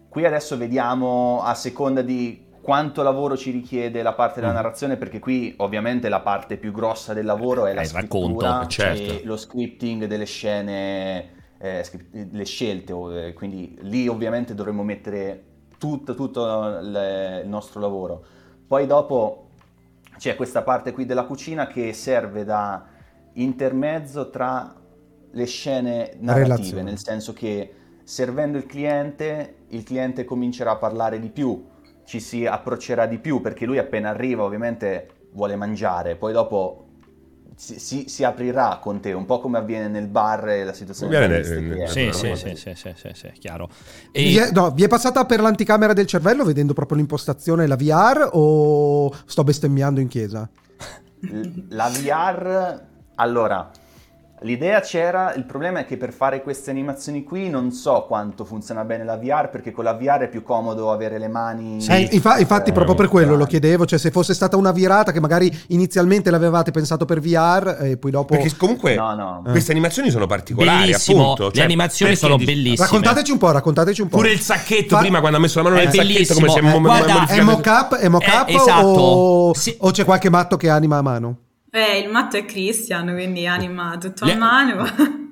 S4: Qui adesso vediamo a seconda di quanto lavoro ci richiede la parte
S1: Mm.
S4: della narrazione, perché qui ovviamente la parte più grossa del lavoro è la
S1: Eh, il
S4: scrittura
S1: racconto,
S2: certo.
S4: e lo scripting delle scene, eh, script- le scelte, o- eh, quindi lì ovviamente dovremmo mettere tutto, tutto eh, il il nostro lavoro. Poi dopo c'è questa parte qui della cucina che serve da intermezzo tra le scene narrative,
S3: Relazione.
S4: nel senso che servendo il cliente, il cliente comincerà a parlare di più, ci si approccerà di più, perché lui appena arriva ovviamente vuole mangiare, poi dopo si, si- si aprirà con te, un po' come avviene nel bar e la situazione
S2: Ovviamente,
S4: del
S2: eh,
S1: Sì,
S2: Eh,
S1: sì,
S2: eh,
S1: sì, sì, sì, sì, sì, chiaro.
S3: Vi
S1: E
S3: è, no, vi è passata per l'anticamera del cervello vedendo proprio l'impostazione e la VR o sto bestemmiando in chiesa?
S4: L- La VR, allora, l'idea c'era, il problema è che per fare queste animazioni qui non so quanto funziona bene la VR, perché con la VR è più comodo avere le mani...
S3: Eh, infa- infatti,
S4: eh,
S3: proprio per quello lo
S4: avanti.
S3: chiedevo. Cioè, se fosse stata una virata che magari inizialmente l'avevate pensato per VR e poi dopo.
S2: Perché comunque.
S4: No, no.
S2: Queste animazioni sono particolari,
S1: bellissimo,
S2: appunto.
S1: le
S2: Cioè,
S1: animazioni
S2: perché
S1: sono
S2: dici-
S1: bellissime.
S3: Raccontateci un po', raccontateci un po'.
S2: Pure il sacchetto
S3: Fa-
S2: prima quando ha messo la mano
S1: È
S2: nel sacchetto come
S1: bellissimo,
S2: se mo-
S1: eh,
S2: mo-
S1: guarda,
S2: modificato-
S3: È mocap, è mocap
S1: Eh, esatto.
S3: o,
S1: Sì.
S3: o c'è qualche matto che anima a mano?
S5: Eh, il matto è Christian, quindi anima tutto
S1: Le-
S5: a mano.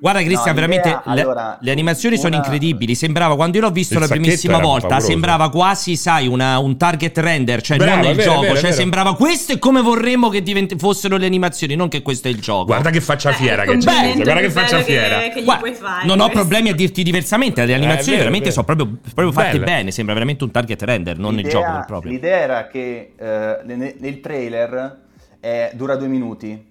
S1: guarda Cristian,
S4: No, l'idea-
S1: veramente le,
S4: allora,
S1: le animazioni sono
S4: una-
S1: incredibili. Sembrava quando io l'ho visto
S2: Il
S1: la
S2: sacchetto
S1: primissima
S2: era
S1: volta,
S2: pauroso.
S1: sembrava quasi, sai, una- un target render, cioè
S2: Bravo,
S1: non
S2: è
S1: il
S2: vero, è
S1: gioco,
S2: vero, è
S1: cioè
S2: vero.
S1: sembrava questo è come vorremmo che divent- fossero le animazioni, non che questo è il gioco.
S2: Oh, Guarda che faccia
S5: Eh,
S2: fiera
S5: il
S2: che c'è,
S5: complimento
S2: dentro, guarda che
S5: più
S2: faccia
S5: bello
S2: fiera.
S5: Che, che gli
S1: Guarda,
S5: puoi fare.
S1: non ho
S5: questo.
S1: problemi a dirti diversamente. Le animazioni
S2: Eh, vero,
S1: veramente
S2: vero.
S1: sono proprio, proprio fatte
S2: Belle.
S1: bene. Sembra veramente un target render, non il
S4: L'idea-
S1: gioco vero e proprio.
S4: L'idea era che eh, ne- ne- nel trailer eh, dura due minuti.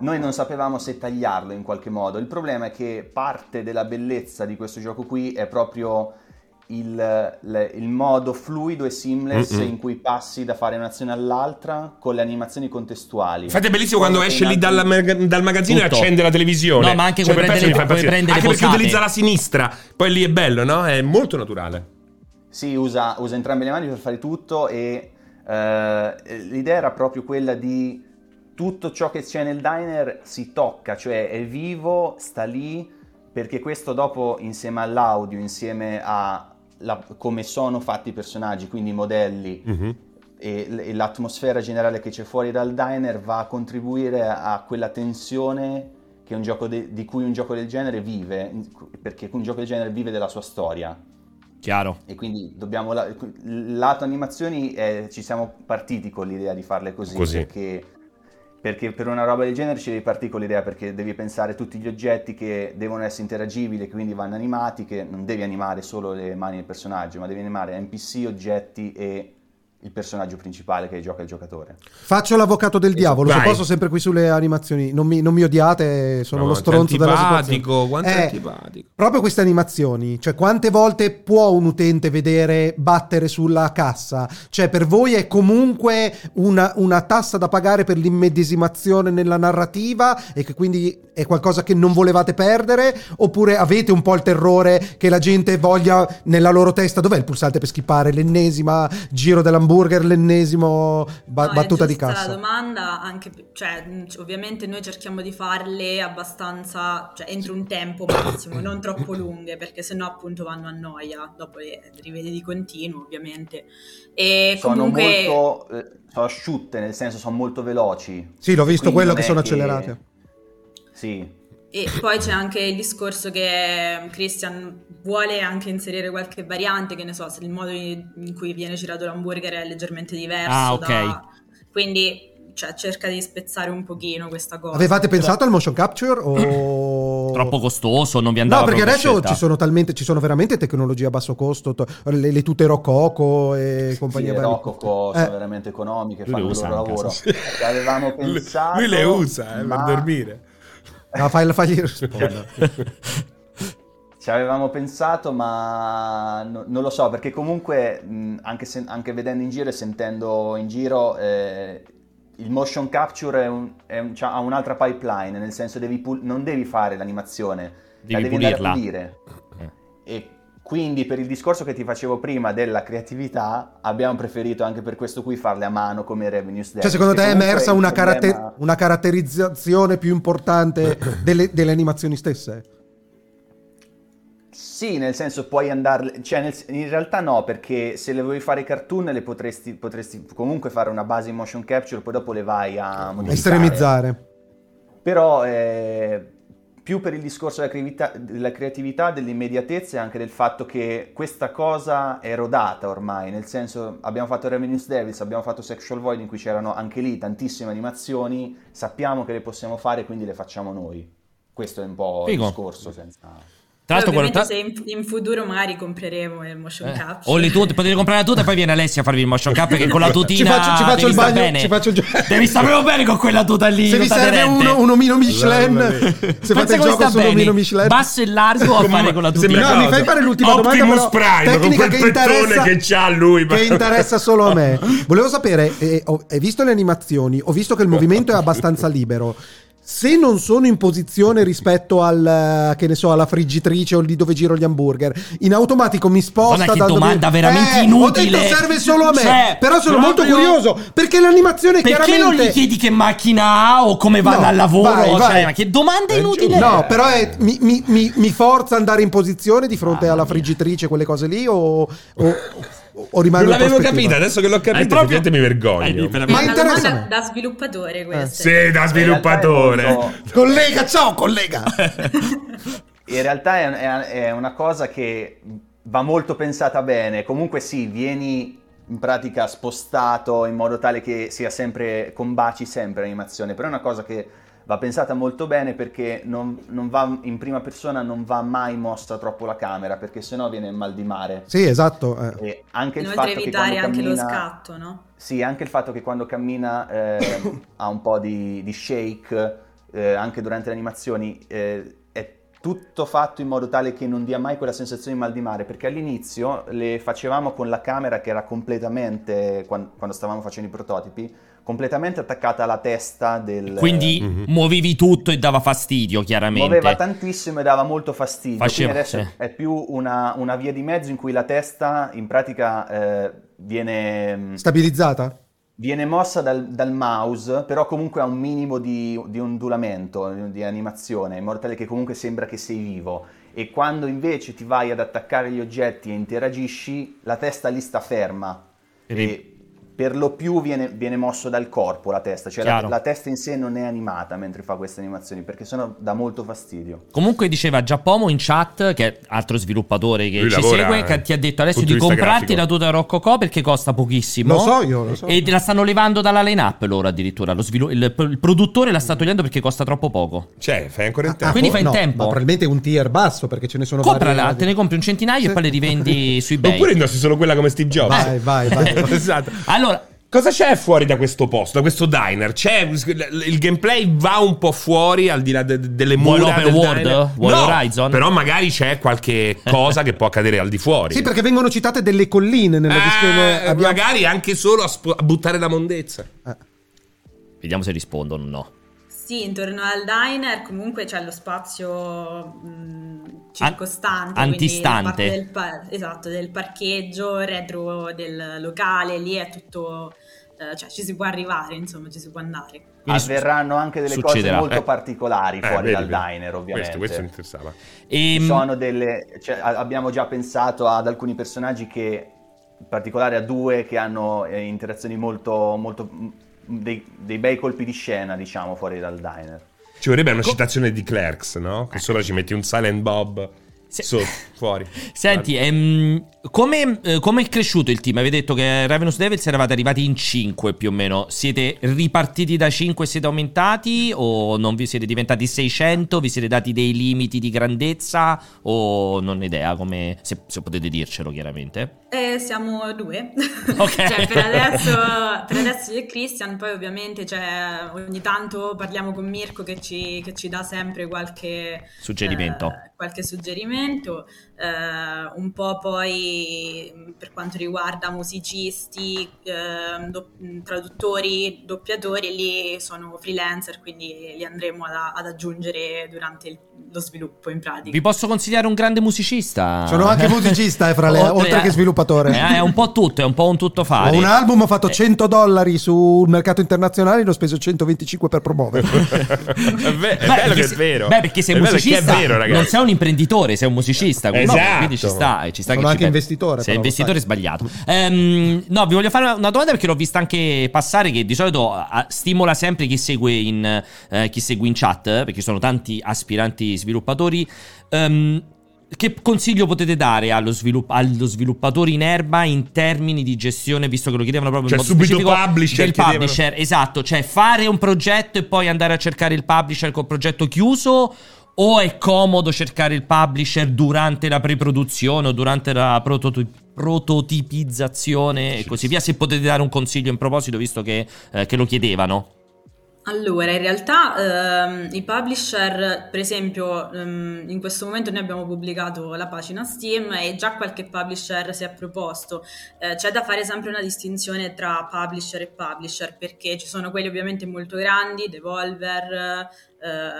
S4: Noi non sapevamo se tagliarlo in qualche modo. Il problema è che parte della bellezza di questo gioco qui è proprio il, le- il modo fluido e seamless
S2: Mm-mm.
S4: in cui passi da fare un'azione all'altra con le animazioni contestuali.
S2: Infatti è bellissimo quando
S4: Cosa che
S2: esce
S4: in
S2: lì
S4: altri-
S2: dalla mag- dal magazzino
S1: Tutto.
S2: e accende la televisione. Cioè,
S1: No, ma anche come
S2: per
S1: prende
S2: pezzi
S1: le-
S2: mi fa
S1: come
S2: impazzire.
S1: prende le
S2: Anche perché
S1: posate.
S2: utilizza la sinistra, poi lì è bello, no? È molto naturale.
S4: Sì, usa, usa entrambe le mani per fare tutto e eh, l'idea era proprio quella di tutto ciò che c'è nel diner si tocca, cioè è vivo, sta lì, perché questo dopo insieme all'audio, insieme a la- come sono fatti i personaggi, quindi i modelli
S2: Mhm.
S4: e, l- e l'atmosfera generale che c'è fuori dal diner va a contribuire a, a quella tensione che un gioco de- di cui un gioco del genere vive, in- perché un gioco del genere vive della sua storia.
S1: Chiaro.
S4: E quindi dobbiamo. la- lato animazioni eh, ci siamo partiti con l'idea di farle così.
S2: Così.
S4: Perché, perché per una roba del genere ci devi partire con l'idea perché devi pensare a tutti gli oggetti che devono essere interagibili, che quindi vanno animati, che non devi animare solo le mani del personaggio, ma devi animare NPC, oggetti e il personaggio principale che gioca il giocatore.
S3: Faccio l'avvocato del diavolo, se
S2: Vai.
S3: posso sempre qui sulle animazioni. Non mi, non mi odiate, sono lo stronzo della situazione.
S2: Antipatico, quanto è
S3: Eh,
S2: antipatico.
S3: Proprio queste animazioni, cioè quante volte può un utente vedere battere sulla cassa? Cioè per voi è comunque una, una tassa da pagare per l'immedesimazione nella narrativa e che quindi è qualcosa che non volevate perdere? Oppure avete un po' il terrore che la gente voglia nella loro testa, dov'è il pulsante per schippare? L'ennesima giro dell'hamburger, l'ennesimo ba-
S5: No, è
S3: battuta di
S5: giusta
S3: cassa?
S5: La domanda, anche, p- cioè, mh, c- ovviamente noi cerchiamo di farle abbastanza, cioè entro un tempo massimo, non troppo lunghe, perché sennò appunto vanno a noia, dopo le rivedi di continuo ovviamente. E
S4: Sono
S5: comunque...
S4: molto eh, sono asciutte, nel senso sono molto veloci.
S3: Sì, l'ho visto
S4: Quindi
S3: quello
S4: non
S3: che
S4: è
S3: sono accelerate.
S4: Sì,
S5: E poi c'è anche il discorso che ehm, Christian vuole anche inserire qualche variante, che ne so, se il modo in cui viene girato l'hamburger è leggermente diverso.
S1: Ah, ok.
S5: da- Quindi cioè, cerca di spezzare un pochino questa cosa.
S3: Avevate pensato al motion capture o...
S1: Troppo costoso, non vi andava
S3: No, perché
S1: proprio
S3: adesso
S1: scelta.
S3: ci sono talmente, ci sono veramente tecnologie a basso costo, to- le, le tute Rococo e
S4: sì
S3: compagnia
S4: le
S3: bella.
S4: Rococo
S3: Eh,
S4: sono veramente economiche,
S1: Lui le
S4: fanno il
S1: usa
S4: loro
S1: anche,
S4: lavoro.
S2: sì.
S4: Avevamo
S2: Lui-
S4: pensato...
S2: Lui le usa eh,
S4: ma-
S2: per dormire.
S3: no, fai- fagli rispondere.
S4: Ci avevamo pensato, ma no- non lo so, perché comunque, mh, anche, se- anche vedendo in giro e sentendo in giro, eh, il motion capture è un- è un- c'ha- ha un'altra pipeline, nel senso devi pul- non devi fare l'animazione, la
S1: Devi
S4: devi
S1: pulirla.
S4: andare a pulire. E quindi per il discorso che ti facevo prima della creatività, abbiamo preferito anche per questo qui farle a mano come Revenue Step.
S3: Cioè, secondo te è emersa una, caratter-
S4: caratteristica
S3: una caratterizzazione più importante delle, delle animazioni stesse?
S4: Sì, nel senso puoi andarle, cioè nel- in realtà no, perché se le vuoi fare cartoon le potresti, potresti comunque fare una base in motion capture, poi dopo le vai a modificare.
S3: Estremizzare.
S4: Però eh, più per il discorso della creatività, della creatività, dell'immediatezza e anche del fatto che questa cosa è rodata ormai, nel senso abbiamo fatto Revenue Devils, abbiamo fatto Sexual Void in cui c'erano anche lì tantissime animazioni, sappiamo che le possiamo fare, quindi le facciamo noi. Questo è un po'
S1: Figo.
S4: il discorso senza...
S1: Tra l'altro,
S5: Poi
S1: quello
S5: ovviamente se in, in futuro magari compreremo il motion
S1: Eh,
S5: capture.
S1: o le tute, potete comprare la tuta e poi viene Alessia a farvi il motion cap perché con la tutina
S3: Ci faccio, ci faccio
S1: devi
S3: il
S1: star
S3: bagno,
S1: bene.
S3: ci faccio il gioco.
S1: Devi stare bene con quella tuta lì.
S3: Se vi
S1: tuta
S3: serve
S1: aderente.
S3: uno, un omino
S2: Guarda,
S3: Michelin,
S2: guarda.
S3: se
S1: Pensa
S3: fate il
S1: come
S3: gioco
S1: sta bene.
S3: sull'omino Michelin...
S1: Basso e largo a fare con la tuta.
S2: sembra-
S3: No, mi fai fare l'ultima
S2: Optimus
S3: domanda. però,
S2: Prime, con
S3: tecnica
S2: quel
S3: che interessa-
S2: pettone che c'ha lui, ma-
S3: Che interessa solo a me. Volevo sapere, eh, ho- hai visto le animazioni, ho visto che il movimento è abbastanza libero. Se non sono in posizione rispetto al eh, che ne so, alla friggitrice o lì dove giro gli hamburger, in automatico mi sposta.
S1: Guarda che
S3: dal dove-
S1: domanda veramente
S3: Eh, Ho
S1: inutile.
S3: detto serve solo a me.
S1: Cioè,
S3: però sono molto
S1: proprio-
S3: curioso perché l'animazione
S1: Perché non
S3: chiaramente.
S1: gli chiedi che macchina ha o come va
S3: No,
S1: dal lavoro?
S3: vai,
S1: Cioè,
S3: vai. Eh,
S1: ma che domanda inutile!
S3: No, però è- mi, mi- mi- mi forza ad andare in posizione di fronte
S1: Mamma
S3: alla
S1: Ah, mia.
S3: friggitrice, quelle cose lì, o, o, o- o
S2: Non
S3: rimango in
S2: l'avevo
S3: prospettiva?
S2: capita, adesso che l'ho capita,
S1: Hai proprio-
S2: effettivamente mi
S1: Eh, lì,
S2: vergogno.
S1: per-
S3: Ma
S5: È una
S3: interessa
S5: domanda
S3: me.
S5: da
S4: Eh,
S5: sviluppatore questa.
S2: Sì, da
S4: In realtà è
S2: sviluppatore.
S4: molto-
S3: Collega, ciao collega!
S4: In realtà è, è- è una cosa che va molto pensata bene. Comunque sì, vieni in pratica spostato in modo tale che sia sempre, combaci sempre l'animazione, però è una cosa che va pensata molto bene perché non, non va, in prima persona non va mai mossa troppo la camera, perché sennò viene mal di mare.
S3: Sì, esatto. eh.
S4: E anche il
S5: Inoltre
S4: fatto che
S5: evitare
S4: quando
S5: anche lo
S4: cammina-
S5: scatto, no?
S4: sì, anche il fatto che quando cammina eh, ha un po' di, di shake, eh, anche durante le animazioni, eh, è tutto fatto in modo tale che non dia mai quella sensazione di mal di mare, perché all'inizio le facevamo con la camera che era completamente, quan- quando stavamo facendo i prototipi, completamente attaccata alla testa del...
S1: Quindi
S2: Mhm.
S1: muovevi tutto e dava fastidio, chiaramente.
S4: Muoveva tantissimo e dava molto fastidio.
S1: Faceva,
S4: quindi adesso
S1: sì.
S4: è più una, una via di mezzo in cui la testa in pratica eh, viene... mm,
S3: Stabilizzata?
S4: Viene mossa dal, dal mouse, però comunque ha un minimo di, di ondulamento, di animazione, in modo tale che comunque sembra che sei vivo. E quando invece ti vai ad attaccare gli oggetti e interagisci, la testa lì sta ferma.
S1: Ed è-
S4: E per lo più viene, viene mosso dal corpo la testa, cioè la,
S1: Chiaro.
S4: la testa in sé non è animata mentre fa queste animazioni, perché sennò dà molto fastidio.
S1: Comunque diceva Giappomo in chat, che è altro sviluppatore che
S2: Lui
S1: ci
S2: lavora,
S1: segue, che
S2: eh,
S1: ti ha detto adesso
S2: punto
S1: di
S2: di vista
S1: comprarti
S2: grafico.
S1: la tuta Rococò perché costa pochissimo.
S3: Lo so io, lo so.
S1: E te la stanno levando dalla line-up loro addirittura. Lo svilu- il, il produttore
S3: Mm.
S1: la sta togliendo perché costa troppo poco.
S2: Cioè, fai ancora in
S3: Ah,
S2: tempo.
S1: Quindi
S3: for-
S1: fai in
S3: no,
S1: tempo.
S3: Ma probabilmente un tier basso perché ce ne sono
S1: Comprala,
S3: varie-
S1: te ne compri un centinaio e
S3: Sì.
S1: poi le rivendi sui eBay.
S2: Oppure indossi solo quella come Steve Jobs.
S3: Vai, vai,
S1: Eh.
S3: vai.
S2: esatto.
S1: Allora,
S2: Cosa c'è fuori da questo posto, da questo diner? C'è il gameplay va un po' fuori al di là de- delle
S1: Vuoi
S2: mura
S1: l'open
S2: del
S1: world?
S2: diner?
S1: Vuoi
S2: No,
S1: Horizon?
S2: Però magari c'è qualche cosa che può accadere al di fuori.
S3: Sì, perché vengono citate delle colline nella
S2: Eh,
S3: descrizione. abbiamo- Eh.
S2: magari anche solo a, spo- a buttare la mondezza.
S1: vediamo se rispondono o no.
S5: Sì, intorno al diner comunque c'è lo spazio mh, circostante,
S1: An-
S5: quindi
S1: antistante.
S5: la parte del pa- esatto, del parcheggio, retro del locale, lì è tutto, eh, cioè ci si può arrivare, insomma, ci si può andare.
S1: Quindi
S4: Avverranno anche delle
S1: succederà.
S4: cose
S2: Eh.
S4: molto particolari
S2: Eh,
S4: Ah, fuori
S2: vedi,
S4: dal
S2: vedi.
S4: diner, ovviamente.
S2: Questo, questo mi interessava.
S1: Ehm,
S4: Ci sono delle, cioè, a- abbiamo già pensato ad alcuni personaggi che, in particolare a due, che hanno eh, interazioni molto, molto m- dei, dei bei colpi di scena, diciamo, fuori dal diner.
S2: Ci vorrebbe una citazione di Clerks, no? Che solo ci metti un Silent Bob
S1: Ecco. Se-
S2: sotto, fuori.
S1: Senti, ehm, come, eh, come è cresciuto il team? Avete detto che Ravenous Devils eravate arrivati in 5 più o meno. Siete ripartiti da 5 e siete aumentati? O non vi siete diventati 600? Vi siete dati dei limiti di grandezza? O non ho idea, come, se, se potete dircelo chiaramente.
S5: Eh, siamo due,
S1: Ok.
S5: cioè per adesso, per adesso io e Christian, poi ovviamente cioè, ogni tanto parliamo con Mirko che ci, che ci dà sempre qualche
S1: Suggerimento.
S5: eh, qualche suggerimento, eh, un po' poi mh, per quanto riguarda musicisti, ehm, do- mh, traduttori, doppiatori, lì sono freelancer, quindi li andremo ad, ad aggiungere durante il- lo sviluppo in pratica.
S1: Vi posso consigliare un grande musicista?
S3: Sono anche musicista, eh, fra le- oltre
S1: a-
S3: che sviluppatore.
S1: Eh, è un po' tutto, è un po' un
S3: Ho
S1: tuttofare.
S3: un album, ho fatto
S1: Eh.
S3: 100 dollari sul mercato internazionale, ne ho speso 125 per promuoverlo.
S2: è, ve- è
S1: Beh,
S2: bello
S1: perché
S2: che è
S1: se-
S2: vero.
S1: Beh, perché sei
S2: È bello che
S1: musicista,
S2: è vero, ragazzi.
S1: non sei un imprenditore, sei un musicista. Quindi,
S2: Esatto.
S1: quindi ci sta, e ci sta
S3: Sono
S1: che ci pensi.
S3: anche investitore,
S1: Sei
S3: però,
S1: investitore
S3: lo
S1: sbagliato. Ehm, no, vi voglio fare una- una domanda perché l'ho vista anche passare. Che di solito ah, stimola sempre chi segue in, eh, chi segue in chat, eh, perché ci sono tanti aspiranti sviluppatori. Ehm, che consiglio potete dare allo, svilupp- allo sviluppatore in erba in termini di gestione, visto che lo chiedevano proprio
S2: Cioè,
S1: in modo
S2: subito
S1: specifico,
S2: publisher
S1: del
S2: chiedevano.
S1: publisher, esatto, cioè fare un progetto e poi andare a cercare il publisher col progetto chiuso o è comodo cercare il publisher durante la preproduzione o durante la prototi- prototipizzazione e così via, se potete dare un consiglio in proposito, visto che, eh, che lo chiedevano.
S5: Allora, in realtà ehm, i publisher, per esempio, ehm, in questo momento noi abbiamo pubblicato la pagina Steam e già qualche publisher si è proposto. Eh, c'è da fare sempre una distinzione tra publisher e publisher, perché ci sono quelli ovviamente molto grandi, Devolver, eh,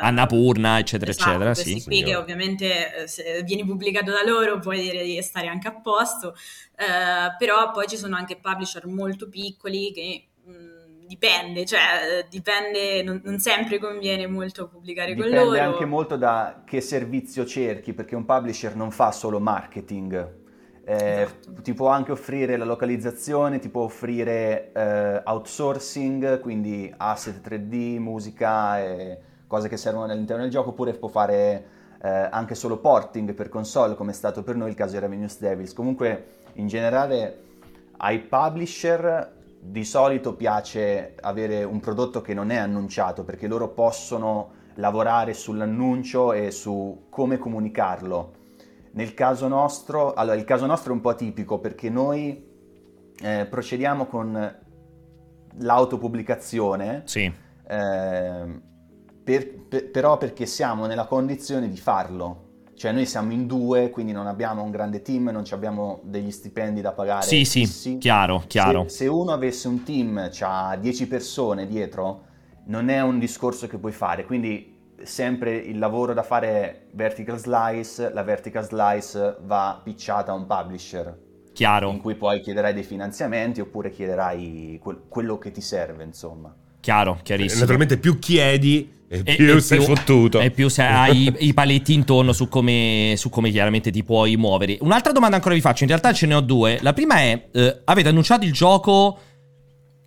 S1: Annapurna, eccetera,
S5: Esatto,
S1: eccetera,
S5: questi
S1: sì.
S5: qui che ovviamente eh, se vieni pubblicato da loro puoi dire di stare anche a posto, eh, però poi ci sono anche publisher molto piccoli che mh, dipende, cioè eh, dipende, non, non sempre conviene molto pubblicare con
S4: Dipende
S5: loro.
S4: anche molto da che servizio cerchi, perché un publisher non fa solo marketing. Eh,
S5: Esatto.
S4: Ti può anche offrire la localizzazione, ti può offrire eh, outsourcing, quindi asset 3D, musica e cose che servono all'interno del gioco, oppure può fare eh, anche solo porting per console, come è stato per noi il caso di Ravenous Devils. Comunque, in generale, ai publisher di solito piace avere un prodotto che non è annunciato, perché loro possono lavorare sull'annuncio e su come comunicarlo. Nel caso nostro, allora il caso nostro è un po' atipico perché noi eh, procediamo con l'autopubblicazione,
S1: Sì.
S4: ehm, per- per- però perché siamo nella condizione di farlo. Cioè noi siamo in due, quindi non abbiamo un grande team, non ci abbiamo degli stipendi da pagare.
S1: Sì, sì,
S4: fissi.
S1: chiaro, chiaro.
S4: Se, se uno avesse un team, c'ha 10 persone dietro, non è un discorso che puoi fare, quindi sempre il lavoro da fare è vertical slice, la vertical slice va picciata a un publisher,
S1: Chiaro.
S4: in cui poi chiederai dei finanziamenti oppure chiederai quel- quello che ti serve, insomma.
S1: Chiaro, chiarissimo.
S2: Naturalmente più chiedi e,
S1: E-
S2: più
S1: e
S2: sei fottuto.
S1: E più se hai i- i paletti intorno su come, su come chiaramente ti puoi muovere. Un'altra domanda ancora vi faccio, in realtà ce ne ho due. La prima è, eh, avete annunciato il gioco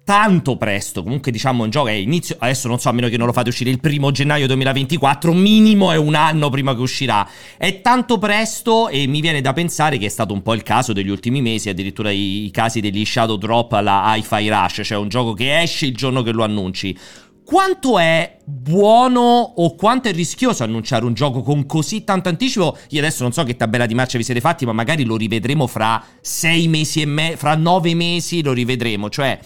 S1: tanto presto, comunque diciamo un gioco è inizio, adesso non so a meno che non lo fate uscire il primo gennaio 2024, minimo è un anno prima che uscirà, è tanto presto e mi viene da pensare che è stato un po' il caso degli ultimi mesi, addirittura i, i casi degli Shadow Drop alla Hi-Fi Rush, cioè un gioco che esce il giorno che lo annunci. Quanto è buono o quanto è rischioso annunciare un gioco con così tanto anticipo? Io adesso non so che tabella di marcia vi siete fatti, ma magari lo rivedremo fra sei mesi e me- fra nove mesi lo rivedremo. Cioè,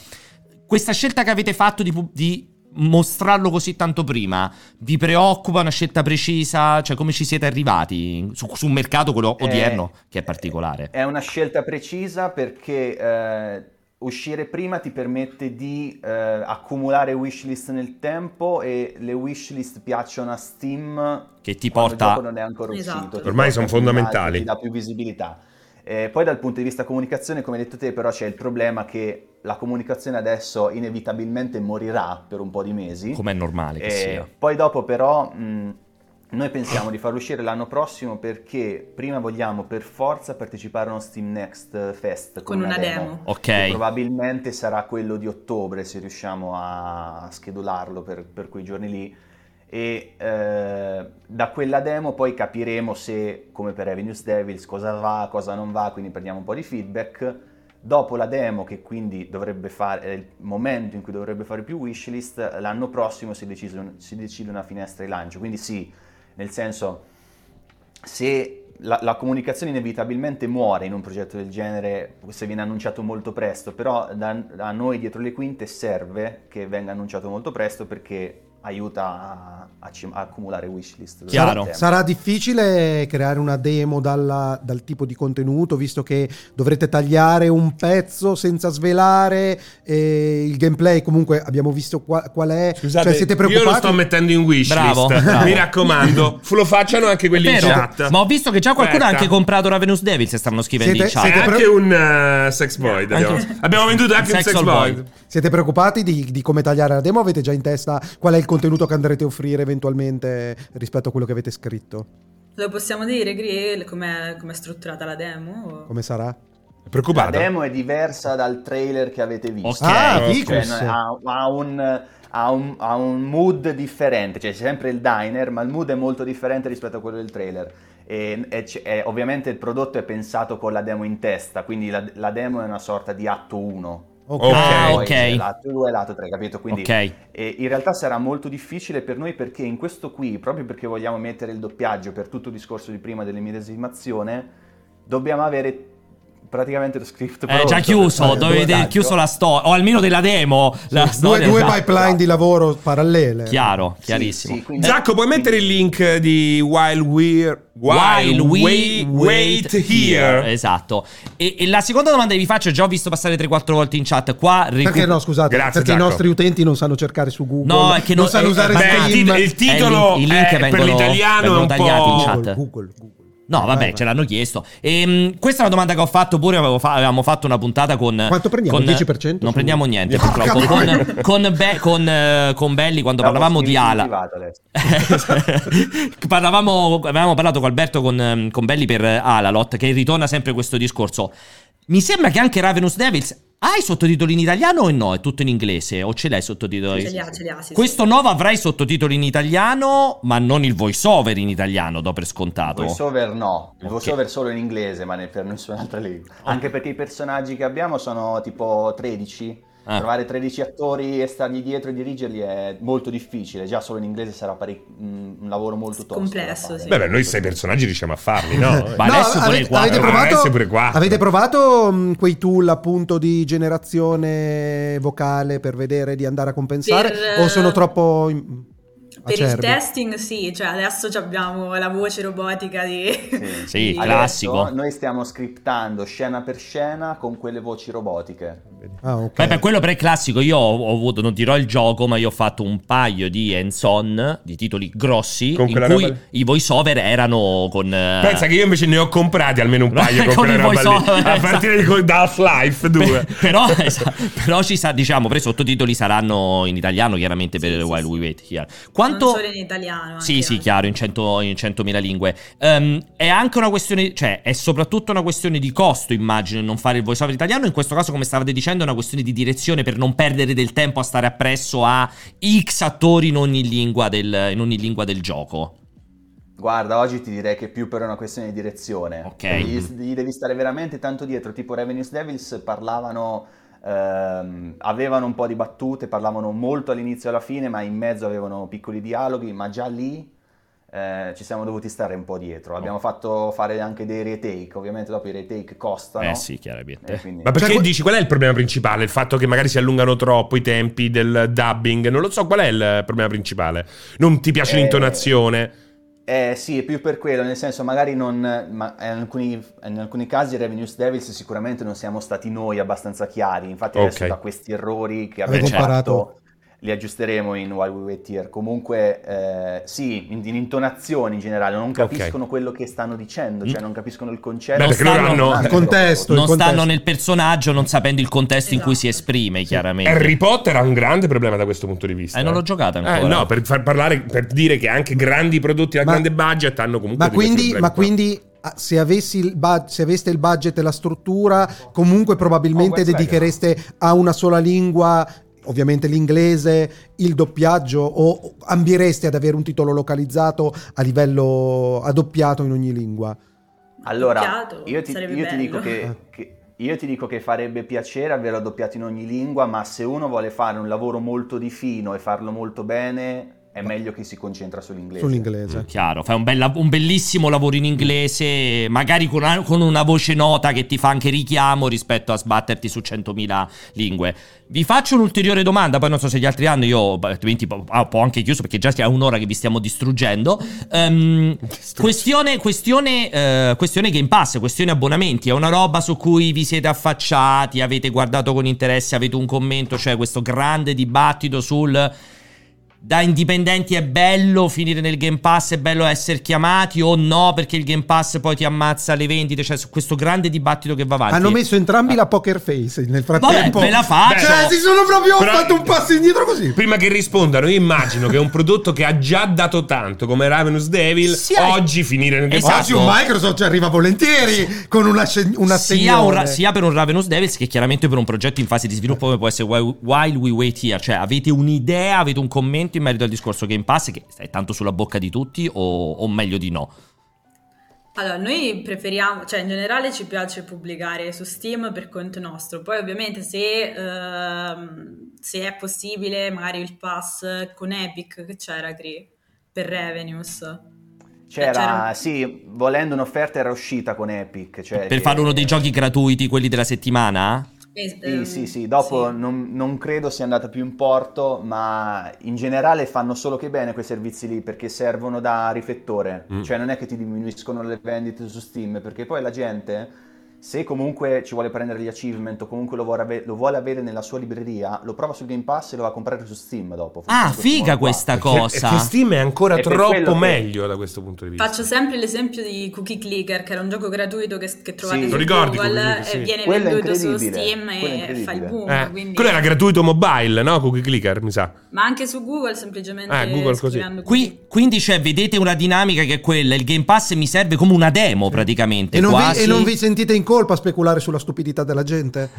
S1: questa scelta che avete fatto di, pu- di mostrarlo così tanto prima, vi preoccupa una scelta precisa? Cioè, come ci siete arrivati su, su un mercato, quello odierno,
S4: Eh,
S1: che è particolare?
S4: È una scelta precisa perché eh, uscire prima ti permette di eh, accumulare wishlist nel tempo e le wishlist piacciono a Steam
S1: che ti
S4: quando il
S1: porta...
S4: gioco non è ancora
S5: Esatto.
S4: uscito. ti
S2: Ormai
S4: porta
S2: sono
S4: più in
S2: fondamentali.
S4: alto, Ti dà più visibilità. Eh, poi dal punto di vista comunicazione, come hai detto te, però c'è il problema che la comunicazione adesso inevitabilmente morirà per un po' di mesi.
S1: Com'è normale che
S4: Eh,
S1: sia?
S4: Poi dopo però mh, noi pensiamo di farlo uscire l'anno prossimo perché prima vogliamo per forza partecipare a uno Steam Next Fest con,
S5: con una demo.
S4: che
S1: Ok.
S4: probabilmente sarà quello di ottobre se riusciamo a schedularlo per, per quei giorni lì e eh, da quella demo poi capiremo se come per Avenues Devils cosa va, cosa non va, quindi prendiamo un po' di feedback. Dopo la demo che quindi dovrebbe fare, è il momento in cui dovrebbe fare più wishlist, l'anno prossimo si decide, un- si decide una finestra di lancio, quindi sì, nel senso se la, la comunicazione inevitabilmente muore in un progetto del genere se viene annunciato molto presto, però da, da noi dietro le quinte serve che venga annunciato molto presto perché aiuta a, a ci- a accumulare wishlist.
S1: Chiaro.
S4: durante il tempo.
S3: Sarà difficile creare una demo dalla- dal tipo di contenuto, visto che dovrete tagliare un pezzo senza svelare eh, il gameplay. Comunque abbiamo visto qua- qual è.
S2: Scusate,
S3: cioè, siete
S2: io
S3: preoccupati?
S2: lo sto mettendo in wishlist.
S1: Bravo, bravo.
S2: Mi raccomando, lo facciano anche quelli in
S1: Vero,
S2: chat.
S1: ma ho visto che già qualcuno
S2: Aspetta.
S1: ha anche comprato Ravenous Devils e stanno scrivendo
S3: Siete-
S1: in chat.
S2: E
S3: siete-
S2: anche
S3: pre-
S2: un eh, sex void. Abbiamo, abbiamo venduto anche un
S1: Sex
S2: sex
S1: all
S2: void.
S1: void.
S3: Siete preoccupati di, di come tagliare la demo? Avete già in testa qual è il contenuto che andrete a offrire eventualmente rispetto a quello che avete scritto?
S5: Lo possiamo dire, Griel, com'è, com'è strutturata la demo?
S3: Come sarà?
S4: La
S2: Preoccupato.
S4: demo è diversa dal trailer che avete visto.
S1: Ok.
S3: ah,
S2: ok.
S4: Cioè,
S3: Ficus!
S4: no, ha, ha un, ha un- ha un mood differente, cioè c'è sempre il diner, ma il mood è molto differente rispetto a quello del trailer. E, e c- e ovviamente il prodotto è pensato con la demo in testa, quindi la, la demo è una sorta di atto 1.
S3: Ok.
S2: Ok.
S1: Ah, ok. Eh,
S4: L'atto 2 e l'atto 3, capito? Quindi
S1: ok.
S4: e in realtà sarà molto difficile per noi perché in questo qui, proprio perché vogliamo mettere il doppiaggio per tutto il discorso di prima dell'immedesimazione, dobbiamo avere praticamente lo script
S1: È
S4: pronto
S1: Eh, già
S4: per
S1: chiuso,
S4: fare il
S1: dovete
S4: doppiaggio.
S1: chiuso la storia, o almeno della demo. La
S3: Due,
S1: storia
S3: due
S1: già-
S3: pipeline di lavoro parallele.
S1: Chiaro,
S4: Sì,
S1: chiarissimo.
S4: sì, quindi-
S2: Zacco, puoi mettere il link di While We're
S1: While we
S2: we-
S1: wait, here. Esatto. E, e la seconda domanda che vi faccio, già ho visto passare 3-4 volte in chat. Qua recu-
S3: Perché no, scusate,
S2: Grazie,
S3: perché
S2: Zacco.
S3: i nostri utenti non sanno cercare su Google,
S1: No, è che
S3: non
S1: non-
S3: sanno
S1: eh,
S3: usare
S1: beh,
S2: Beh, il,
S3: Steam.
S2: tit- il titolo
S1: Eh, i link- i
S2: è-
S1: link
S2: per
S1: vengono-
S2: l'italiano è
S1: vengono
S2: un
S1: tagliati in
S2: po'.
S1: chat.
S3: Google, Google, Google. Eh,
S1: No, vabbè,
S3: Vai, vai.
S1: ce l'hanno chiesto. Ehm, questa è una domanda che ho fatto pure. avevo fa- avevamo fatto una puntata con.
S3: Quanto prendiamo?
S1: con-
S3: 10%?
S1: Non prendiamo niente,
S3: Porca
S1: purtroppo.
S3: miseria.
S1: Con, con Be- con, eh, con Belli, quando
S4: Bravo,
S1: parlavamo di
S4: scrivi
S1: Ala.
S4: privato adesso.
S1: Parlavamo, avevamo parlato con Alberto con, ehm, con Belli per eh, Alalot, che ritorna sempre questo discorso. Mi sembra che anche Ravenous Devils hai sottotitoli in italiano o no? È tutto in inglese? O ce l'hai sottotitoli?
S5: Ce li ha, ce li ha, sì, sì.
S1: Questo nuovo avrà i sottotitoli in italiano, ma non il voiceover in italiano, do per scontato.
S4: Voiceover no, il
S1: Ok.
S4: voiceover solo in inglese, ma ne- per nessun'altra lingua. Anche perché i personaggi che abbiamo sono tipo 13.
S1: Ah.
S4: Trovare 13 attori e stargli dietro e dirigerli è molto difficile. Già solo in inglese sarà parec- un un lavoro molto tosto. da
S5: Complesso,
S4: fare.
S5: sì.
S2: Beh, beh, noi sei personaggi riusciamo a farli, no?
S1: Ma
S3: No,
S1: adesso pure
S3: avete,
S1: qua.
S3: avete
S2: Eh,
S3: provato,
S2: adesso pure quattro.
S3: avete provato, mh, quei tool appunto di generazione vocale per vedere di andare a compensare
S5: Per, eh,
S3: o sono troppo in-
S5: Per il
S3: acerbi?
S5: testing sì, cioè adesso ci abbiamo la voce robotica di...
S4: Sì.
S1: Sì,
S5: di-
S4: Adesso
S1: classico.
S4: Noi stiamo scriptando scena per scena con quelle voci robotiche.
S3: Ah, ok.
S1: Beh, per quello per il classico io ho, ho avuto, non dirò il gioco, ma io ho fatto un paio di hands-on, di titoli grossi,
S2: Con
S1: in
S2: quella
S1: cui
S2: roba-
S1: i voiceover erano con... eh,
S2: Pensa che io invece ne ho comprati almeno un paio con,
S1: Con
S2: quella
S1: il
S2: roba lì.
S1: voiceover,
S2: A partire di- da Half-Life 2.
S1: però, esatto, però ci sa, diciamo, per i sottotitoli saranno in italiano, chiaramente per While We Wait Here. Qua Quanto...
S5: Non solo in italiano.
S1: Sì,
S5: anche
S1: sì,
S5: in-
S1: chiaro, in, cento- in 100.000 lingue. Ehm, è anche una questione, cioè, è soprattutto una questione di costo, immagino, non fare il voiceover italiano. In questo caso, come stavate dicendo, è una questione di direzione per non perdere del tempo a stare appresso a X attori in ogni lingua del, in ogni lingua del gioco.
S4: Guarda, oggi ti direi che è più per una questione di direzione.
S1: Ok.
S4: Gli, gli devi stare veramente tanto dietro. Tipo Revenue Devils parlavano, ehm, avevano un po' di battute, parlavano molto all'inizio e alla fine, ma in mezzo avevano piccoli dialoghi, ma già lì eh, ci siamo dovuti stare un po' dietro. Abbiamo fatto fare anche dei retake, ovviamente dopo i retake
S5: Esatto,
S4: costano.
S1: Eh sì, chiaramente.
S4: e quindi-
S2: Ma perché
S3: Cioè, que-
S2: dici qual è il problema principale? Il fatto che magari si allungano troppo i tempi del dubbing? Non lo so, qual è il problema principale? Non ti piace
S4: Eh,
S2: l'intonazione?
S4: Eh sì, è più per quello, nel senso magari non, ma in alcuni, in alcuni casi Revenue Devils sicuramente non siamo stati noi abbastanza chiari, infatti adesso
S2: Ok.
S4: da questi errori che
S3: Avevo
S4: abbiamo
S3: imparato.
S4: fatto li aggiusteremo in While We Wait Here, comunque eh, sì, in, in intonazioni in generale, non capiscono quello che stanno dicendo, cioè non capiscono il concetto.
S2: Mm. Beh, perché loro
S1: stanno-
S2: hanno-
S3: Il contesto.
S1: Non stanno
S3: contesto.
S1: nel personaggio, non sapendo il contesto in cui si
S5: Esatto.
S1: esprime, chiaramente.
S2: Harry Potter ha un grande problema da questo punto di vista.
S1: Eh, non l'ho giocata ancora.
S2: Eh, no, per far parlare, per dire che anche grandi prodotti da
S3: Ma-
S2: grande budget hanno comunque.
S3: Ma
S2: dei grossi
S3: quindi, ma
S2: problemi.
S3: quindi, ah, se, avessi il bud- se aveste il budget e la struttura, comunque probabilmente
S4: Oh, guarda,
S3: dedichereste a una sola lingua, ovviamente l'inglese, il doppiaggio o ambireste ad avere un titolo localizzato a livello addoppiato in ogni lingua.
S4: Allora,
S5: Doppiato,
S4: io ti,
S5: sarebbe
S4: io ti dico che,
S5: bello.
S4: che- io ti dico che farebbe piacere averlo doppiato in ogni lingua, ma se uno vuole fare un lavoro molto di fino e farlo molto bene, è meglio che si concentra sull'inglese.
S3: Sull'inglese.
S1: Chiaro, fai un, bel- un bellissimo lavoro in inglese, magari con una, con una voce nota che ti fa anche richiamo rispetto a sbatterti su 100.000 lingue. Vi faccio un'ulteriore domanda, poi non so se gli altri hanno, io beh, altrimenti po- ah, ho anche chiuso perché già è un'ora che vi stiamo distruggendo. Ehm, questione, questione, eh, questione Game Pass, questione abbonamenti, è una roba su cui vi siete affacciati, avete guardato con interesse, avete un commento, cioè questo grande dibattito sul da indipendenti è bello finire nel Game Pass, è bello essere chiamati o no perché il Game Pass poi ti ammazza le vendite, cioè su questo grande dibattito che va avanti.
S3: Hanno messo entrambi la poker face nel
S1: Vabbè,
S3: frattempo.
S1: ve la faccio.
S3: Cioè, si sono proprio
S2: Però-
S3: fatto un passo indietro così.
S2: Prima che rispondano, io immagino che un prodotto che ha già dato tanto come Ravenous Devil
S1: Sia-
S2: oggi finire nel
S1: Esatto.
S3: Oggi un Microsoft ci arriva volentieri con una, sce- una
S1: sia, un ra-
S3: segnone.
S1: sia per un Ravenous Devils che chiaramente per un progetto in fase di sviluppo come può essere While, While We Wait Here. Cioè, avete un'idea, avete un commento in merito al discorso Game Pass che è tanto sulla bocca di tutti o, o meglio di no?
S5: Allora, noi preferiamo, cioè in generale ci piace pubblicare su Steam per conto nostro, poi ovviamente se, ehm, se è possibile magari il pass con Epic che c'era Cri, per Revenues.
S4: C'era,
S5: C'era-
S4: sì, volendo un'offerta era uscita con Epic. Cioè
S1: Per
S4: che-
S1: fare uno dei giochi gratuiti, quelli della settimana?
S5: E, ehm,
S4: Sì, sì, sì, dopo
S5: sì.
S4: Non, non credo sia andata più in porto, ma in generale fanno solo che bene quei servizi lì perché servono da riflettore,
S2: Mm.
S4: cioè non è che ti diminuiscono le vendite su Steam, perché poi la gente, se comunque ci vuole prendere gli achievement o comunque lo vuole, ave- lo vuole avere nella sua libreria, lo prova sul Game Pass e lo va a comprare su Steam dopo.
S1: Ah,
S4: Funziona in questo
S1: figa
S4: modo qua.
S1: questa
S2: Che, che
S1: cosa.
S2: Steam è ancora
S4: È per quello
S2: troppo
S4: che-
S2: meglio da questo punto di vista.
S5: Faccio sempre l'esempio di Cookie Clicker, che era un gioco gratuito che, che trovate
S4: Sì.
S5: su
S4: Lo
S2: ricordi
S5: Google
S2: Cookie Clicker,
S5: e
S2: sì.
S5: viene
S4: Quello è
S5: venduto su
S4: incredibile,
S5: Steam
S4: quello è
S5: e
S4: incredibile.
S5: fa il boom.
S2: Eh,
S5: quindi-
S2: Quello era gratuito mobile, no? Cookie Clicker, mi sa.
S5: Ma anche su Google semplicemente
S2: Eh, Google così.
S5: scrivendo Cookie-
S1: Qui- quindi cioè, vedete una dinamica che è quella, il Game Pass mi serve come una demo praticamente.
S3: E non, vi,
S1: quasi.
S3: e non vi sentite in colpa a speculare sulla stupidità della gente?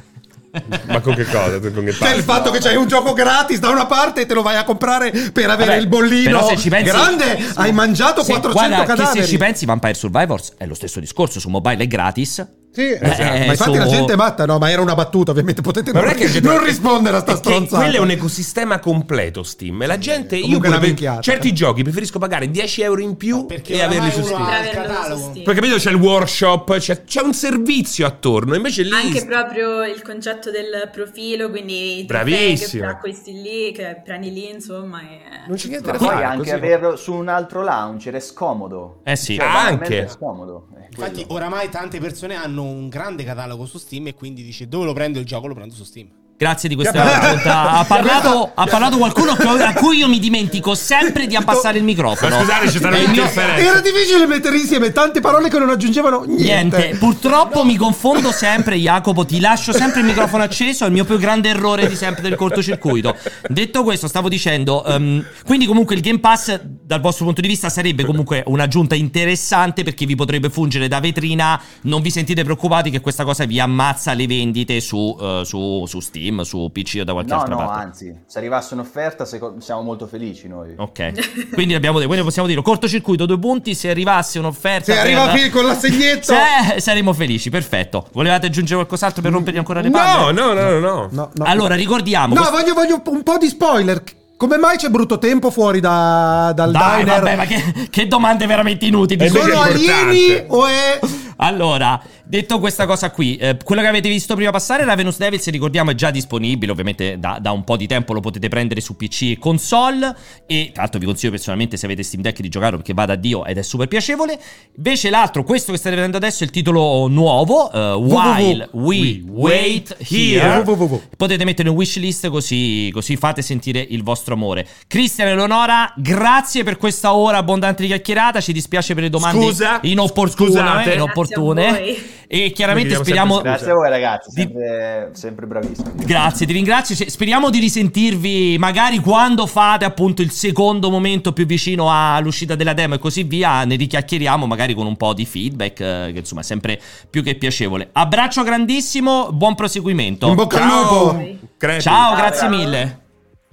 S2: Ma con che cosa? Con che
S3: Cioè
S2: pasta?
S3: il fatto che c'hai un gioco gratis da una parte e te lo vai a comprare per avere
S1: Vabbè,
S3: il bollino
S1: però se ci pensi-
S3: grande, hai mangiato
S1: Se-
S3: 400
S1: guarda,
S3: cadaveri.
S1: Che se ci pensi, Vampire Survivors è lo stesso discorso. Su mobile è gratis.
S3: Sì,
S1: esatto.
S3: ma infatti
S1: su-
S3: la gente è matta, no, ma era una battuta, ovviamente potete
S2: Ma
S3: non, non rispondere a sta
S2: è che
S3: stronzata.
S2: Quello è un ecosistema completo, Steam. E la gente. Io
S3: comunque
S2: pure
S3: una
S2: per-
S3: minchiata.
S2: certi giochi preferisco pagare 10 euro in più
S6: Perché
S2: e averli su Steam.
S5: Per
S6: al
S5: averlo su
S6: catalogo.
S5: Steam.
S2: Poi capito c'è il workshop, c'è, c'è un servizio attorno. Invece lì.
S5: Anche proprio il concetto del profilo, quindi i trofei
S2: Bravissimo.
S5: che fra questi lì, che prendi lì, insomma. E...
S2: non c'è niente
S4: Ma
S2: da
S4: poi
S2: fare.
S4: anche
S2: così.
S4: averlo su un altro launcher è scomodo.
S1: Eh sì.
S4: Cioè,
S2: Ah,
S4: veramente
S2: anche.
S4: È scomodo. È
S6: Infatti,
S4: quello.
S6: oramai tante persone hanno un grande catalogo su Steam e quindi dice dove lo prendo il gioco? Lo prendo su Steam.
S1: Grazie di questa raccolta. Ha parlato, ha parlato qualcuno che- a cui io mi dimentico sempre di abbassare il microfono.
S2: Ma scusate, ci saranno
S1: E il mio-
S2: interferenze.
S3: Eh, Era difficile mettere insieme tante parole che non aggiungevano niente. Cioè,
S1: Niente, purtroppo mi confondo sempre, Jacopo. Ti lascio sempre il microfono acceso. È il mio più grande errore di sempre del cortocircuito. Detto questo, stavo dicendo. ehm, quindi, comunque, il Game Pass, dal vostro punto di vista, sarebbe comunque un'aggiunta interessante perché vi potrebbe fungere da vetrina. Non vi sentite preoccupati che questa cosa vi ammazza le vendite su, eh, su- su Steam, su PC o da qualche
S4: No,
S1: altra
S4: no,
S1: parte.
S4: anzi, se arrivasse un'offerta seco- siamo molto felici noi.
S1: Ok, quindi, abbiamo, quindi possiamo dire cortocircuito, due punti. Se arrivasse un'offerta,
S3: Se
S1: per- Cioè,
S3: arriva qui con l'assegnetto.
S1: se, saremo felici, perfetto. Volevate aggiungere qualcos'altro per rompergli ancora le palle?
S2: No, no, no, no, no.
S3: Mm, No, no.
S1: Allora, ricordiamo.
S3: No,
S1: questo-
S3: voglio, voglio un po' di spoiler. Come mai c'è brutto tempo fuori da- dal
S1: Dai,
S3: diner?
S1: vabbè, ma che, che domande veramente inutili.
S2: Eh,
S1: Sono-
S3: Sono
S2: È
S3: alieni
S2: importante.
S3: o è...
S1: Allora, detto questa cosa qui, eh, quello che avete visto prima passare, Ravenous Devil, se ricordiamo, è già disponibile. Ovviamente da, da un po' di tempo lo potete prendere su PC e console. E tra l'altro vi consiglio personalmente, se avete Steam Deck, di giocarlo perché va da Dio ed è super piacevole. Invece l'altro, questo che state vedendo adesso, è il titolo nuovo, eh, While We, Wait Here.
S3: www.
S1: Potete mettere in wishlist così, così fate sentire il vostro amore. Cristian e Leonora, grazie per questa ora abbondante di chiacchierata. Ci dispiace per le domande
S2: Scusa,
S1: inopportune. eh,
S2: scusate.
S1: inopportune.
S5: Grazie a voi.
S1: E chiaramente
S2: Noi
S1: speriamo.
S2: chiediamo sempre
S4: Grazie a voi ragazzi,
S1: Di-
S4: sempre, sempre bravissimi.
S1: Grazie, ti ringrazio. Se- Speriamo di risentirvi magari quando fate appunto il secondo momento più vicino all'uscita della demo e così via. Ne richiacchieriamo magari con un po' di feedback, eh, che insomma è sempre più che piacevole. Abbraccio grandissimo, buon proseguimento.
S3: In bocca al lupo.
S2: Crepi.
S1: Ciao,
S4: Ciao,
S1: grazie
S4: ragazzi.
S1: mille.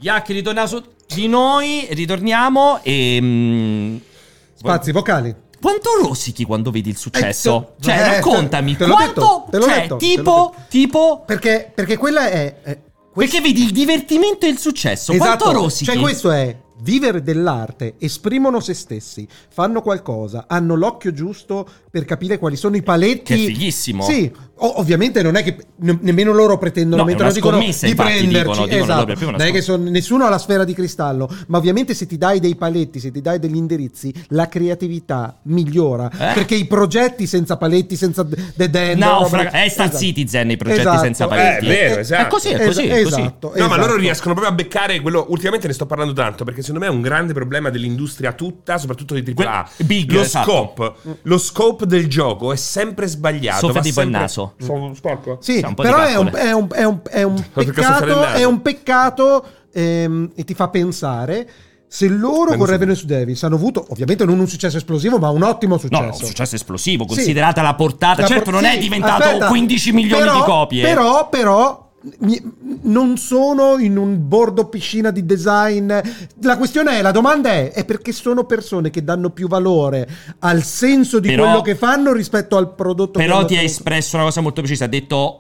S1: Iac, ritorniamo su di noi, ritorniamo e... mm,
S3: Spazi vocali.
S1: quanto rosichi quando vedi il successo?
S3: Eh,
S1: cioè,
S3: eh,
S1: raccontami,
S3: te l'ho
S1: quanto...
S3: detto, te l'ho
S1: cioè,
S3: detto, te l'ho
S1: tipo,
S3: detto.
S1: tipo...
S3: Perché, perché quella è... è-
S1: Perché vedi il divertimento e il successo,
S3: Esatto.
S1: quanto rosichi?
S3: Cioè questo è vivere dell'arte, esprimono se stessi, fanno qualcosa, hanno l'occhio giusto per capire quali sono i
S1: Che
S3: paletti.
S1: è fighissimo.
S3: Sì, o- ovviamente non è che ne- nemmeno loro
S1: No,
S3: pretendono
S1: è
S3: metterlo,
S1: una
S3: dicono
S1: scommessa,
S3: di
S1: infatti,
S3: prenderci.
S1: dicono, dicono
S3: esatto.
S1: loro, è più una
S3: Non è che
S1: scommessa.
S3: sono- nessuno ha la sfera di cristallo, ma ovviamente se ti dai dei paletti, se ti dai degli indirizzi, la creatività migliora,
S1: Eh.
S3: perché i progetti senza paletti, senza dead end,
S1: Naufraga-
S3: roba-
S1: eh, Star Citizen, i progetti senza
S2: paletti. Eh, è vero,
S1: È così, è così, è così.
S3: Esatto,
S2: No, ma loro
S3: esatto.
S2: riescono proprio a beccare quello. Ultimamente ne sto parlando tanto perché secondo me è un grande problema dell'industria tutta, soprattutto di AAA.
S1: Que- big,
S2: lo
S1: esatto.
S2: scope, lo scope del gioco è sempre sbagliato.
S1: Soffia
S2: va
S1: tipo il
S2: sempre-
S1: naso.
S3: Mm.
S2: Sono sporco.
S3: Sì,
S1: C'è un po' di
S3: però è un,
S1: cappole.
S3: è un- è un- è un
S2: Perché sono
S3: peccato,
S2: frenato.
S3: è un peccato ehm, e ti fa pensare se loro con
S2: Penso-
S3: Revenue Davis hanno avuto ovviamente non un successo esplosivo ma un ottimo
S1: No,
S3: successo.
S1: no, un successo esplosivo,
S3: Sì.
S1: considerata la portata.
S3: La
S1: certo,
S3: por-
S1: non è
S3: sì,
S1: diventato
S3: aspetta,
S1: 15 milioni
S3: però-
S1: di copie.
S3: Però, però mi- non sono in un bordo piscina di design. La questione è, la domanda è, è perché sono persone che danno più valore al senso di
S1: Però-
S3: quello che fanno rispetto al prodotto che
S1: Però
S3: hanno
S1: ti ha
S3: ottenuto.
S1: espresso una cosa molto precisa, ha detto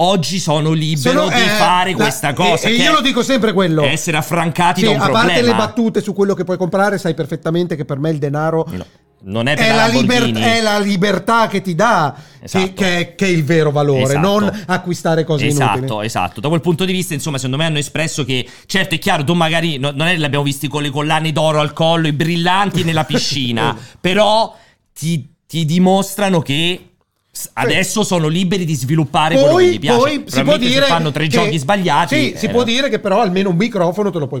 S1: oggi sono libero
S3: Sono-
S1: di
S3: eh,
S1: fare
S3: la-
S1: questa
S3: e-
S1: cosa.
S3: e
S1: che
S3: io
S1: è-
S3: lo dico sempre quello.
S1: è Essere affrancati
S3: Sì,
S1: da un
S3: a
S1: problema.
S3: parte le battute su quello che puoi comprare, sai perfettamente che per me il denaro
S1: No, non è per
S3: è
S1: la
S3: la,
S1: Lamborghini.
S3: liber- è la libertà che ti dà,
S1: Esatto.
S3: che, che è, che è il vero valore,
S1: Esatto.
S3: non acquistare cose
S1: esatto,
S3: inutili.
S1: Esatto, Da quel punto di vista, insomma, secondo me hanno espresso che, certo, è chiaro, tu magari no- non è che l'abbiamo visti con le collane d'oro al collo, i brillanti nella piscina, però ti, ti dimostrano che s- adesso sono liberi di sviluppare quello che gli
S3: Poi,
S1: piace.
S3: poi si può
S1: Probabilmente
S3: dire
S1: se fanno tre
S3: che-
S1: giochi sbagliati.
S3: Sì, si
S1: eh,
S3: può
S1: no.
S3: dire che però almeno un microfono te lo puoi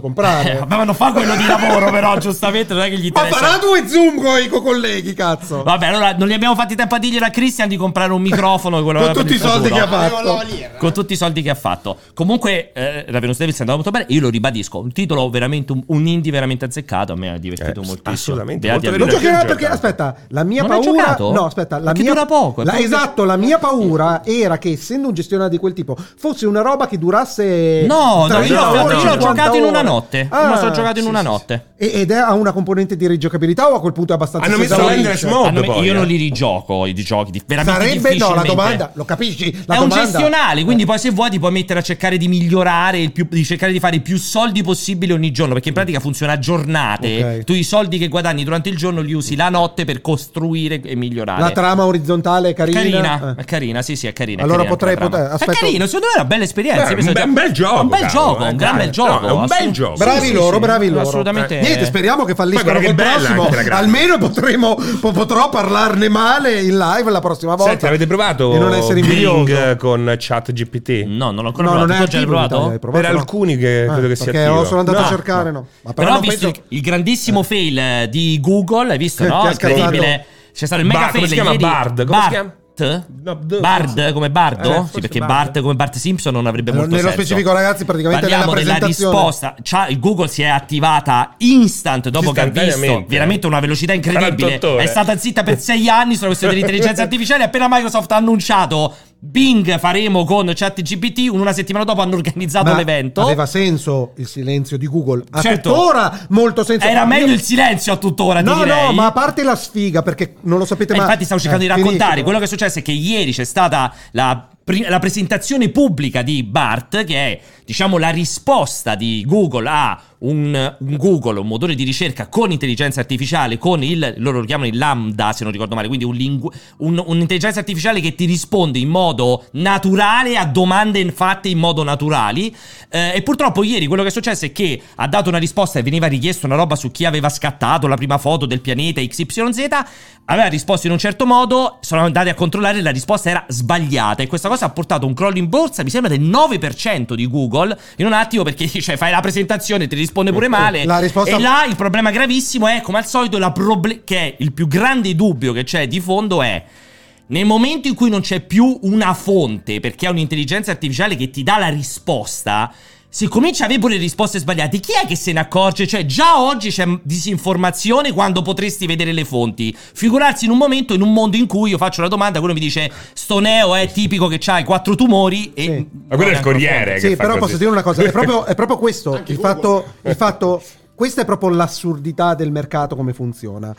S3: comprare.
S1: Eh, vabbè, ma non fa quello di lavoro, però, giustamente, non è che gli
S3: Ma
S1: interessa.
S3: farà due zoom coi co- colleghi, cazzo.
S1: Vabbè, allora non gli abbiamo fatti tempo a dirglielo a Christian di comprare un microfono. quello
S3: Con
S1: per
S3: tutti
S1: il
S3: i soldi
S1: futuro.
S3: che ha fatto.
S1: con tutti i soldi che ha fatto. Comunque, eh, Ravenous Devils è andato molto bene. Io lo ribadisco. Un titolo veramente, un, un indie veramente azzeccato. A me ha divertito
S2: Eh,
S1: moltissimo.
S2: assolutamente,
S1: Beati
S2: molto
S1: a lui.
S2: Lo
S3: Lo
S2: Perché
S3: giocherà
S2: non gioca?
S3: perché, aspetta, la mia
S1: Non hai
S3: paura.
S1: giocato?
S3: No, aspetta, la
S1: Perché
S3: mia.
S1: dura poco, è
S3: la-
S1: proprio-
S3: Esatto, la mia paura era che essendo un gestionale di quel tipo fosse una roba che durasse.
S1: No, no,
S3: 30
S1: io l'ho-
S3: ore,
S1: io l'ho
S3: 50
S1: giocato in una
S3: ore. Ah,
S1: notte. Io me lo sono giocato in una notte.
S3: E- Ed è, ha una componente di rigiocabilità o a quel punto è abbastanza
S2: Hanno messo
S3: esaurisce?
S2: l'Endless Mode.
S1: Hanno-
S2: poi,
S1: io
S2: eh.
S1: non li rigioco i giochi di- veramente
S3: Sarebbe no, la
S1: difficilmente.
S3: domanda, lo capisci? La
S1: è
S3: domanda,
S1: un gestionale, quindi poi se vuoi ti puoi mettere a cercare di migliorare, il più- di cercare di fare i più soldi possibili ogni giorno, perché in pratica funziona a giornate.
S3: Ok.
S1: Tu i soldi che guadagni durante il giorno li usi la notte per costruire e migliorare.
S3: La Eh, trama orizzontale è carina.
S1: carina,
S3: Eh.
S1: è carina, sì, sì, è carina. è
S3: Allora
S1: carina
S3: potrei
S1: la trama.
S3: poter-
S1: È
S3: aspetta-
S1: carino, secondo me è una bella esperienza.
S2: Beh,
S1: Io penso
S2: un
S1: che-
S2: bel- bel gioco,
S1: Un bel
S2: cavolo,
S1: gioco,
S2: eh,
S1: un gran
S2: dai.
S1: bel gioco.
S2: No, è un bel
S1: assolut-
S2: gioco.
S1: sì,
S3: Bravi
S1: sì,
S3: loro,
S1: sì,
S3: bravi loro.
S1: Assolutamente.
S3: Niente, speriamo che falliscano
S2: guarda che
S3: col
S2: bella
S3: prossimo.
S2: anche la grande.
S3: Almeno potremo, po- potrò parlarne male in live la prossima volta.
S2: Senti, avete provato
S3: Di non essere invidioso.
S2: Bing con chat GPT?
S1: No, non l'ho ancora
S3: No,
S1: provato.
S3: non è
S1: Tu già l'hai
S3: attivo in Italia, hai
S1: provato?
S3: provato?
S2: Per
S3: No. Eh,
S2: alcuni che credo che sia
S3: perché
S2: attivo.
S3: lo sono andato
S1: No,
S3: a cercare, no.
S1: Però,
S3: Ma però,
S1: ho
S3: non
S1: visto
S3: penso...
S1: il- il grandissimo fail eh, di Google, hai visto?
S3: Che-
S1: No,
S3: che ha
S1: incredibile.
S3: scazzato.
S1: C'è stato il mega
S2: Bar- come
S1: fail
S2: si chiama?
S1: ieri.
S2: Bard? Come si chiama?
S1: Bart?
S2: No, d-
S1: Bard come
S2: Eh,
S1: Bardo?
S2: forse
S1: sì, perché
S2: Bard.
S1: Bart come Bart Simpson non avrebbe
S3: Allora,
S1: molto
S3: nello
S1: senso.
S3: specifico, ragazzi, praticamente
S1: Parliamo
S3: nella
S1: della
S3: presentazione.
S1: risposta. C'ha- il Google si è attivata instant dopo che ha visto
S2: Istantaneamente.
S1: veramente una velocità incredibile.
S2: 48 ore.
S1: È stata zitta per sei anni sulla questione dell'intelligenza artificiale. Appena Microsoft ha annunciato Bing faremo con ChatGPT, una settimana dopo hanno organizzato
S3: Ma
S1: l'evento.
S3: Aveva senso il silenzio di Google. Ha
S1: Certo.
S3: tuttora molto senso.
S1: Era
S3: Io-
S1: meglio il silenzio a tuttora, ti
S3: No,
S1: direi.
S3: no, ma a parte la sfiga, perché non lo sapete
S1: Eh,
S3: mai.
S1: infatti stavo cercando
S3: Eh,
S1: di raccontare
S3: finiscilo.
S1: quello che è successo è che ieri c'è stata la, pri- la presentazione pubblica di BART che è diciamo la risposta di Google a un, un Google un motore di ricerca con intelligenza artificiale con il loro lo chiamano il lambda se non ricordo male quindi un lingu- un- un'intelligenza artificiale che ti risponde in modo naturale a domande fatte in modo naturali eh, e purtroppo ieri quello che è successo è che ha dato una risposta e veniva richiesto una roba su chi aveva scattato la prima foto del pianeta XYZ. Aveva risposto in un certo modo, sono andati a controllare e la risposta era sbagliata. E questa cosa ha portato un crollo in borsa, mi sembra del 9% di Google. In un attimo, perché cioè, fai la presentazione, ti risponde pure male.
S3: Eh, La risposta-
S1: E là Ah, il problema gravissimo è, come al solito, la proble- che è il più grande dubbio che c'è di fondo è. Nel momento in cui non c'è più una fonte, perché è un'intelligenza artificiale che ti dà la risposta, se comincia a avere pure risposte sbagliate, chi è che se ne accorge? Cioè, già oggi c'è disinformazione quando potresti vedere le fonti. Figurarsi in un momento, in un mondo in cui io faccio la domanda, quello mi dice: Sto neo è tipico che c'ha i quattro tumori. E
S3: Sì.
S2: Ma quello è il
S1: Non neanche
S2: Corriere. Eh, che fa
S3: Sì, però
S2: così.
S3: posso dire una cosa: è proprio, è proprio questo.
S2: Anche
S3: Il
S2: Google.
S3: fatto, il fatto- questa è proprio l'assurdità del mercato, come funziona.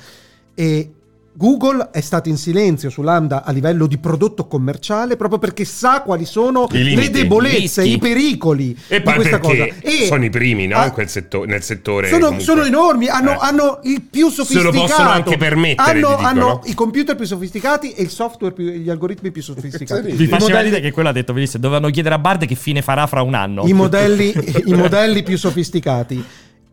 S3: E Google è stato in silenzio su Lambda a livello di prodotto commerciale proprio perché sa quali sono
S2: I limiti,
S3: le debolezze,
S1: i rischi.
S3: i pericoli
S2: E
S3: di
S2: poi
S3: questa cosa.
S2: perché sono i primi, no?
S3: Ah,
S2: in quel setto- nel settore.
S3: sono,
S2: comunque.
S3: sono enormi, hanno,
S2: Eh.
S3: hanno il più sofisticato.
S2: possono anche permettere,
S3: Hanno,
S2: ti dico,
S3: hanno
S2: no?
S3: i computer più sofisticati e il software, più, gli algoritmi più sofisticati.
S1: Vi
S3: I
S1: faceva
S3: modelli-
S1: ridere che quello ha detto benissimo. Dovevano chiedere a Bard che fine farà fra un anno.
S3: i, modelli, i modelli più sofisticati.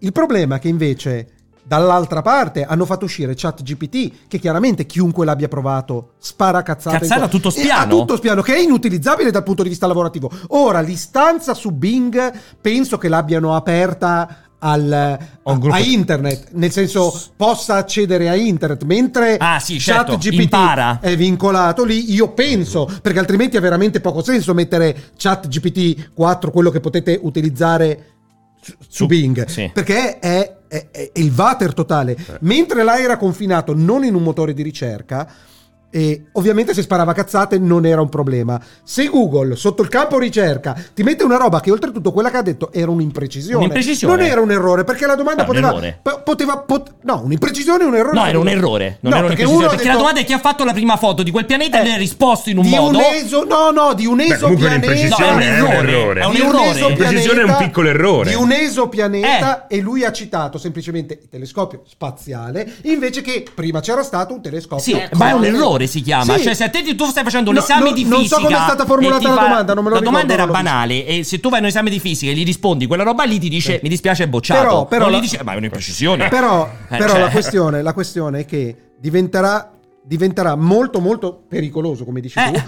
S3: Il problema è che invece dall'altra parte hanno fatto uscire ChatGPT che chiaramente chiunque l'abbia provato spara cazzate
S1: Cazzate a tutto
S3: E
S1: spiano?
S3: a tutto spiano che è inutilizzabile dal punto di vista lavorativo ora l'istanza su Bing penso che l'abbiano aperta al,
S1: A un gruppo-
S3: a internet nel senso possa accedere a internet mentre
S1: Ah, sì, certo,
S3: ChatGPT
S1: impara.
S3: è vincolato lì, io penso, perché altrimenti ha veramente poco senso mettere chat GPT 4, quello che potete utilizzare su, su
S1: Su-
S3: Bing,
S1: sì. Eh.
S3: perché è, è- è il water totale. Mentre là era confinato non in un motore di ricerca, e ovviamente se sparava cazzate non era un problema. Se Google sotto il campo ricerca ti mette una roba che oltretutto quella che ha detto era un'imprecisione,
S1: Un'imprecisione.
S3: non era un errore perché la domanda
S1: No, un
S3: poteva,
S1: errore.
S3: po- poteva pot- no, un'imprecisione è un errore.
S1: No, era un errore. Non
S3: No,
S1: era
S3: perché
S1: un'imprecisione,
S3: uno ha
S1: Perché la
S3: detto-
S1: domanda è chi ha fatto la prima foto di quel pianeta e
S3: eh,
S1: ne ha risposto in un
S3: di
S1: modo.
S3: eso- no, no, di un
S2: Beh, comunque
S3: esopianeta.
S1: No,
S2: un'imprecisione
S1: è un
S2: è un
S1: errore.
S2: errore.
S1: È un
S3: Di un
S1: errore.
S3: esopianeta-
S2: Imprecisione è un piccolo errore.
S3: Di un esopianeta
S1: Eh.
S3: e lui ha citato semplicemente il telescopio spaziale, invece che prima c'era stato un telescopio.
S1: Sì,
S5: Ecco.
S1: ma è un errore si chiama.
S3: Sì.
S1: Cioè, se a te tu stai facendo un
S3: No,
S1: esame
S3: no,
S1: di fisica.
S3: non so come è stata formulata
S1: e ti
S3: la
S1: fa-
S3: domanda, non me lo
S1: La
S3: ricordo,
S1: domanda era
S3: non l'ho vista.
S1: banale. E se tu vai a un esame di fisica e gli rispondi quella roba lì, ti dice: Mi dispiace, è bocciato.
S3: Però- però
S1: non
S3: la-
S1: gli dice, ma è un'imprecisione.
S3: Però,
S1: Eh,
S3: però
S1: cioè-
S3: la, questione, la questione è che diventerà, diventerà molto molto pericoloso, come dici
S1: Eh.
S3: tu.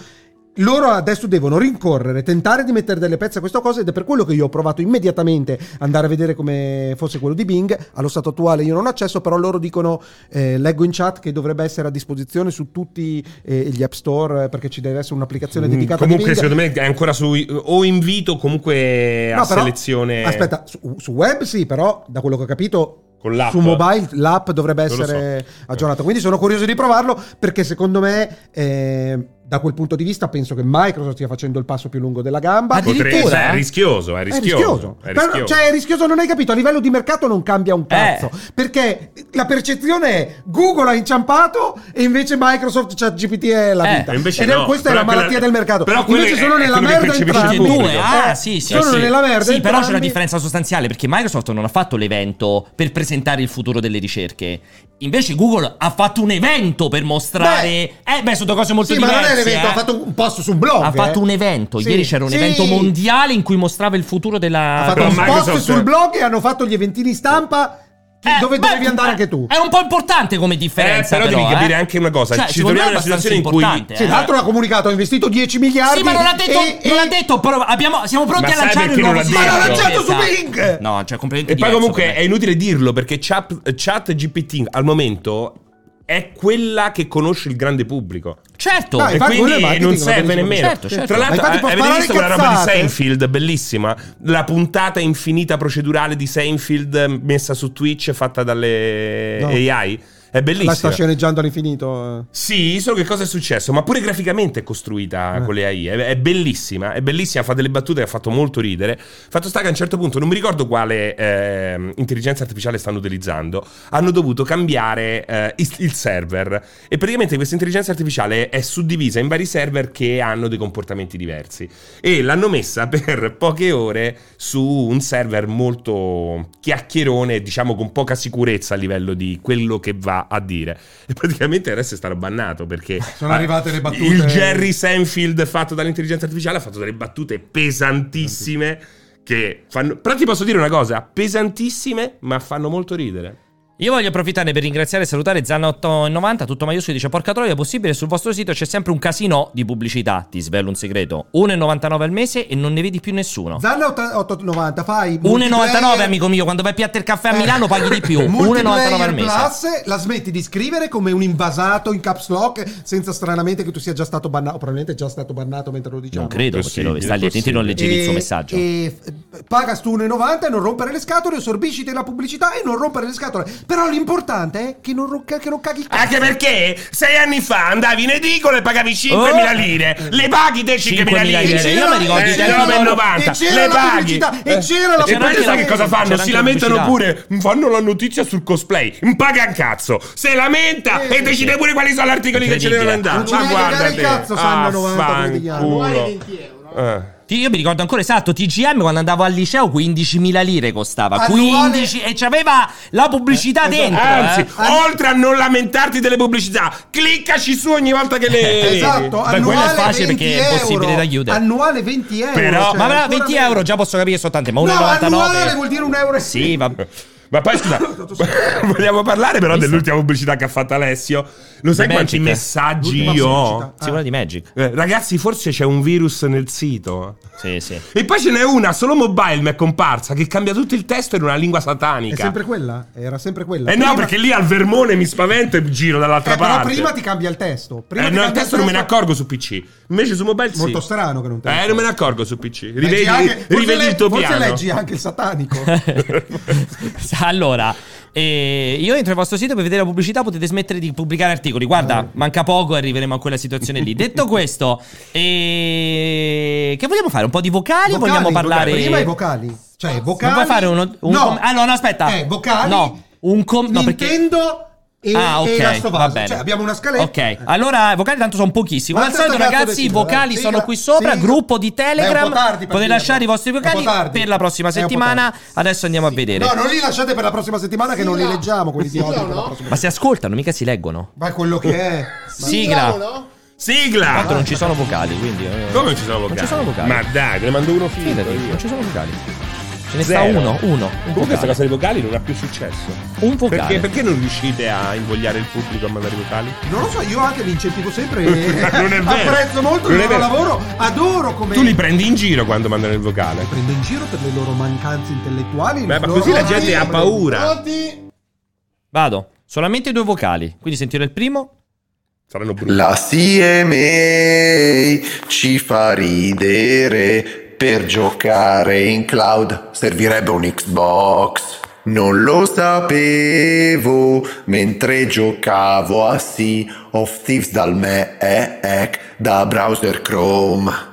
S3: Loro adesso devono rincorrere, tentare di mettere delle pezze a questa cosa ed è per quello che io ho provato immediatamente andare a vedere come fosse quello di Bing. Allo stato attuale io non ho accesso, però loro dicono, eh, leggo in chat che dovrebbe essere a disposizione su tutti eh, gli app store eh, perché ci deve essere un'applicazione
S2: Mm,
S3: dedicata a
S2: Comunque,
S3: Bing.
S2: secondo me è ancora su. O invito, comunque a
S3: No, però-
S2: selezione.
S3: Aspetta, su, su web sì, però da quello che ho capito
S2: Con l'app.
S3: su mobile l'app dovrebbe
S2: Non lo
S3: essere
S2: so.
S3: aggiornata. Quindi sono curioso di provarlo perché secondo me eh, da quel punto di vista penso che Microsoft stia facendo il passo più lungo della gamba.
S1: Addirittura?
S2: Potrebbe- cioè, è rischioso. È rischioso.
S3: eh? È rischioso. Però, cioè, è rischioso, non hai capito. A livello di mercato non cambia un cazzo.
S1: Eh.
S3: Perché la percezione è Google ha inciampato e invece Microsoft ChatGPT è la
S1: Eh,
S3: vita.
S2: e invece
S3: Ed
S2: no.
S3: è, questa è
S2: Però
S3: la
S2: quella-
S3: malattia del mercato.
S2: però quello
S3: invece
S2: è-
S3: sono
S2: è
S3: nella
S2: quello che
S3: merda
S2: percepisce il
S3: entrambi.
S2: pubblico.
S1: Due, ah,
S3: Eh,
S1: sì, sì.
S3: Sono
S1: sì.
S3: nella merda
S1: Sì, però c'è una
S3: entrambi.
S1: differenza sostanziale perché Microsoft non ha fatto l'evento per presentare il futuro delle ricerche. Invece Google ha fatto un evento per mostrare... eh, beh, sono due cose molto
S3: Sì, ma non
S1: diverse.
S3: è
S1: ragazzi,
S3: un evento,
S1: eh.
S3: ha fatto un post su un blog.
S1: Ha fatto
S3: eh.
S1: un evento.
S3: Sì,
S1: Ieri c'era un
S3: sì.
S1: evento mondiale in cui mostrava il futuro della.
S3: Ha fatto
S2: Però
S3: un post
S2: Microsoft-
S3: sul blog e hanno fatto gli eventini stampa che-
S1: Eh,
S3: dove
S1: beh, eh,
S3: dovevi andare anche tu.
S1: È un po' importante come differenza.
S2: Eh, però devi
S1: eh.
S2: capire anche una cosa,
S1: Cioè,
S2: ci
S1: secondo
S2: troviamo
S1: me è
S2: in una
S1: abbastanza
S2: situazione in cui-
S1: importante,
S3: Sì,
S1: eh.
S3: tra l'altro l'ha comunicato, ho investito 10 miliardi.
S1: Sì, ma non ha detto,
S3: e-
S1: non ha
S3: e-
S1: detto però abbiamo- siamo pronti
S2: Ma
S1: a
S2: sai
S1: lanciare il
S2: perché non
S1: nuovo
S2: l'ha
S1: sistema.
S2: detto? Ma l'ha
S3: eh. lanciato su Bing!
S1: No, cioè completamente
S2: E poi
S1: diverso
S2: comunque è
S1: per me.
S2: inutile dirlo perché chat, chat GPT al momento è quella che conosce il grande pubblico.
S1: Certo,
S2: E
S3: Dai, Ah, infatti, quello è
S2: quindi
S3: marketing,
S2: non
S3: lo
S2: serve
S3: capisco.
S2: nemmeno.
S1: Certo, certo.
S2: Tra
S1: Ma
S2: l'altro, eh,
S3: infatti può
S2: avete
S3: parlare
S2: visto quella roba di
S3: cazzate.
S2: Seinfeld, bellissima. La puntata infinita procedurale di Seinfeld messa su Twitch fatta dalle
S3: No.
S2: AI. È
S3: La sta
S2: bellissima.
S3: sceneggiando all'infinito. eh.
S2: Sì, solo che cosa è successo? Ma pure graficamente è costruita
S3: Eh.
S2: con le AI. È, è bellissima, è bellissima, fa delle battute che ha fatto molto ridere. Fatto sta che a un certo punto, non mi ricordo quale ehm, intelligenza artificiale stanno utilizzando, hanno dovuto cambiare eh, il, il server. E praticamente questa intelligenza artificiale è suddivisa in vari server che hanno dei comportamenti diversi. E l'hanno messa per poche ore su un server molto chiacchierone, diciamo con poca sicurezza a livello di quello che va a dire. E praticamente adesso è stato bannato perché
S3: Sono arrivate le battute.
S2: il Jerry Seinfeld fatto dall'intelligenza artificiale ha fatto delle battute pesantissime che fanno però ti posso dire una cosa, pesantissime, ma fanno molto ridere.
S1: Io voglio approfittarne per ringraziare e salutare Zanna890, tutto maiuscolo, dice porca troia, è possibile sul vostro sito c'è sempre un casino di pubblicità, ti svelo un segreto, 1,99 al mese e non ne vedi più nessuno.
S3: Zanna 890, fai.
S1: 1,99
S3: multiplayer-
S1: amico mio, quando vai a Piatter Caffè a
S3: Eh.
S1: Milano paghi di più, 1,99
S3: Multiplayer
S1: al mese.
S3: Plus, la smetti di scrivere come un invasato in caps lock senza stranamente che tu sia già stato bannato. o Probabilmente è già stato bannato mentre lo diciamo.
S1: Non credo perché
S2: Possibile,
S1: dove stai lì attenti non leggevi il suo
S3: E-
S1: messaggio.
S3: E f- paga stu 1,90 e non rompere le scatole, assorbisciti la pubblicità e non rompere le scatole. Però l'importante è che non, ro- che non caghi il
S1: Eh,
S3: cazzo.
S2: Anche perché sei anni fa andavi in edicola e pagavi 5.000
S1: Oh.
S2: lire, le paghi te 5.000
S1: 5.000
S2: lire,
S1: lire. Io mi ricordo
S2: eh,
S1: i tempi-
S2: 9,90,
S3: E c'era
S2: le
S3: la
S2: paghi.
S3: pubblicità, e c'era
S2: e
S3: la
S2: poi
S1: pubblicità.
S2: sai che cosa fanno?
S1: C'era
S2: Si
S1: anche
S2: lamentano
S1: la
S2: pure, fanno la notizia sul cosplay, non paga un cazzo, se lamenta
S3: Eh,
S2: e decide pure quali sono gli articoli che ce ne devono
S1: Incredibile. Ah,
S2: andare.
S3: Non
S2: Ah, Ma guarda
S3: ci devi cagare il
S2: te,
S3: cazzo, sanno 90 quotidiani.
S2: affanculo.
S6: Annuale 20 euro.
S2: Eh.
S1: Ti- Io mi ricordo ancora esatto, TGM quando andavo al liceo 15.000 lire costava,
S3: Annuale-
S1: 15 e c'aveva la pubblicità
S3: Eh,
S1: dentro.
S2: Anzi,
S1: eh.
S2: oltre a non lamentarti delle pubblicità, cliccaci su ogni volta che le vedi.
S3: Esatto,
S1: Beh, quello è
S3: annuale
S1: facile
S3: 20
S1: perché è impossibile
S3: euro.
S1: da chiudere.
S3: Annuale 20 euro.
S2: Però-
S3: cioè,
S1: Ma
S3: ancora
S1: però 20
S3: meno.
S1: euro già posso capire sono tante, ma 1,99
S3: No, annuale vuol dire un euro e
S1: Sì, vabbè.
S2: Ma poi scusa, vogliamo parlare però dell'ultima pubblicità che ha fatto Alessio? Lo sai
S1: Di
S2: quanti
S1: Magic.
S2: messaggi
S3: L'ultima
S2: io ho?
S3: pubblicità.
S1: Si parla di Magic.
S2: Eh, Ragazzi, forse c'è un virus nel sito.
S1: Sì, sì.
S2: E poi ce n'è una, solo mobile mi è comparsa, che cambia tutto il testo in una lingua
S3: È
S2: satanica.
S3: sempre quella? Era sempre quella.
S2: Eh no, perché lì al vermone mi spavento e giro dall'altra
S3: Eh, però
S2: parte.
S3: prima ti cambia il testo. Prima
S2: Eh,
S3: ti
S2: no, il
S3: cambia
S2: testo non me ne accorgo su PC. Invece su mobile sì.
S3: Molto strano che non te ne
S2: Eh, non me ne accorgo su PC.
S3: Leggi
S2: Rivedi,
S3: anche- forse
S2: rivedi il
S3: le-
S2: tuo
S3: forse
S2: piano.
S3: leggi anche il satanico.
S1: allora, eh, io entro nel vostro sito per vedere la pubblicità, potete smettere di pubblicare articoli.
S3: Eh.
S1: Guarda, manca poco e arriveremo a quella situazione lì. Detto questo, eh, che vogliamo fare? Un po' di vocali? o
S3: Vocali,
S1: vogliamo
S3: vocali.
S1: parlare...
S3: Prima i vocali. Cioè, vocali.
S1: Non puoi fare uno- un
S3: no.
S1: com- ah, no, no, aspetta.
S3: Eh, vocali.
S1: No, un com- no, perché-
S3: Nintendo e,
S1: Ah, ok.
S3: e Last of Us.
S1: va bene.
S3: Cioè, abbiamo una scaletta.
S1: Ok, allora i vocali tanto sono pochissimi.
S3: Ma
S1: Come al solito,
S3: tanto cazzo
S1: ragazzi, i
S3: decido, dai.
S1: vocali
S3: Sigla,
S1: sono qui sopra.
S3: sigla.
S1: Gruppo di
S3: Beh, è
S1: Telegram.
S3: un po' tardi per
S1: Potete
S3: dirlo.
S1: lasciare i vostri
S3: È un
S1: vocali
S3: po' tardi.
S1: per la prossima
S3: È un po'
S1: settimana.
S3: tardi.
S1: Adesso andiamo a vedere.
S3: No, non li lasciate per la prossima settimana che non li
S6: Sigla.
S3: leggiamo quelli di oggi.
S6: Sigla o
S3: per la
S6: no?
S3: prossima-
S1: Ma si ascoltano, mica si leggono.
S3: Ma quello che è.
S1: Sigla.
S6: no?
S1: Tra l'altro
S2: Sigla!
S1: non ci sono vocali, quindi. eh,
S2: Come non ci sono vocali?
S1: Non ci sono vocali.
S2: Ma dai, te ne mando uno finito.
S1: Fidati,
S2: io.
S1: non ci sono vocali. Ce ne
S2: Zero.
S1: sta uno, uno. Un
S2: Comunque questa
S1: vocale.
S2: cosa dei vocali non ha più successo.
S1: Un vocale.
S2: Perché, perché non riuscite a invogliare il pubblico a mandare i vocali?
S3: Non lo so, io anche li incentivo sempre.
S2: Non è vero.
S3: Apprezzo molto
S2: Non
S3: il
S2: è vero.
S3: loro lavoro. Adoro come.
S2: Tu li prendi in giro quando mandano il vocale.
S3: prendo in giro per le loro mancanze intellettuali.
S2: Beh,
S3: il
S2: ma
S3: loro-
S2: così la gente ha paura.
S6: Pronti?
S1: Vado. Solamente due vocali. Quindi sentire il primo.
S2: Saranno brutti.
S7: La CMA ci fa ridere per giocare in cloud servirebbe un Xbox. Non lo sapevo mentre giocavo a Sea of Thieves dal Mac da browser Chrome.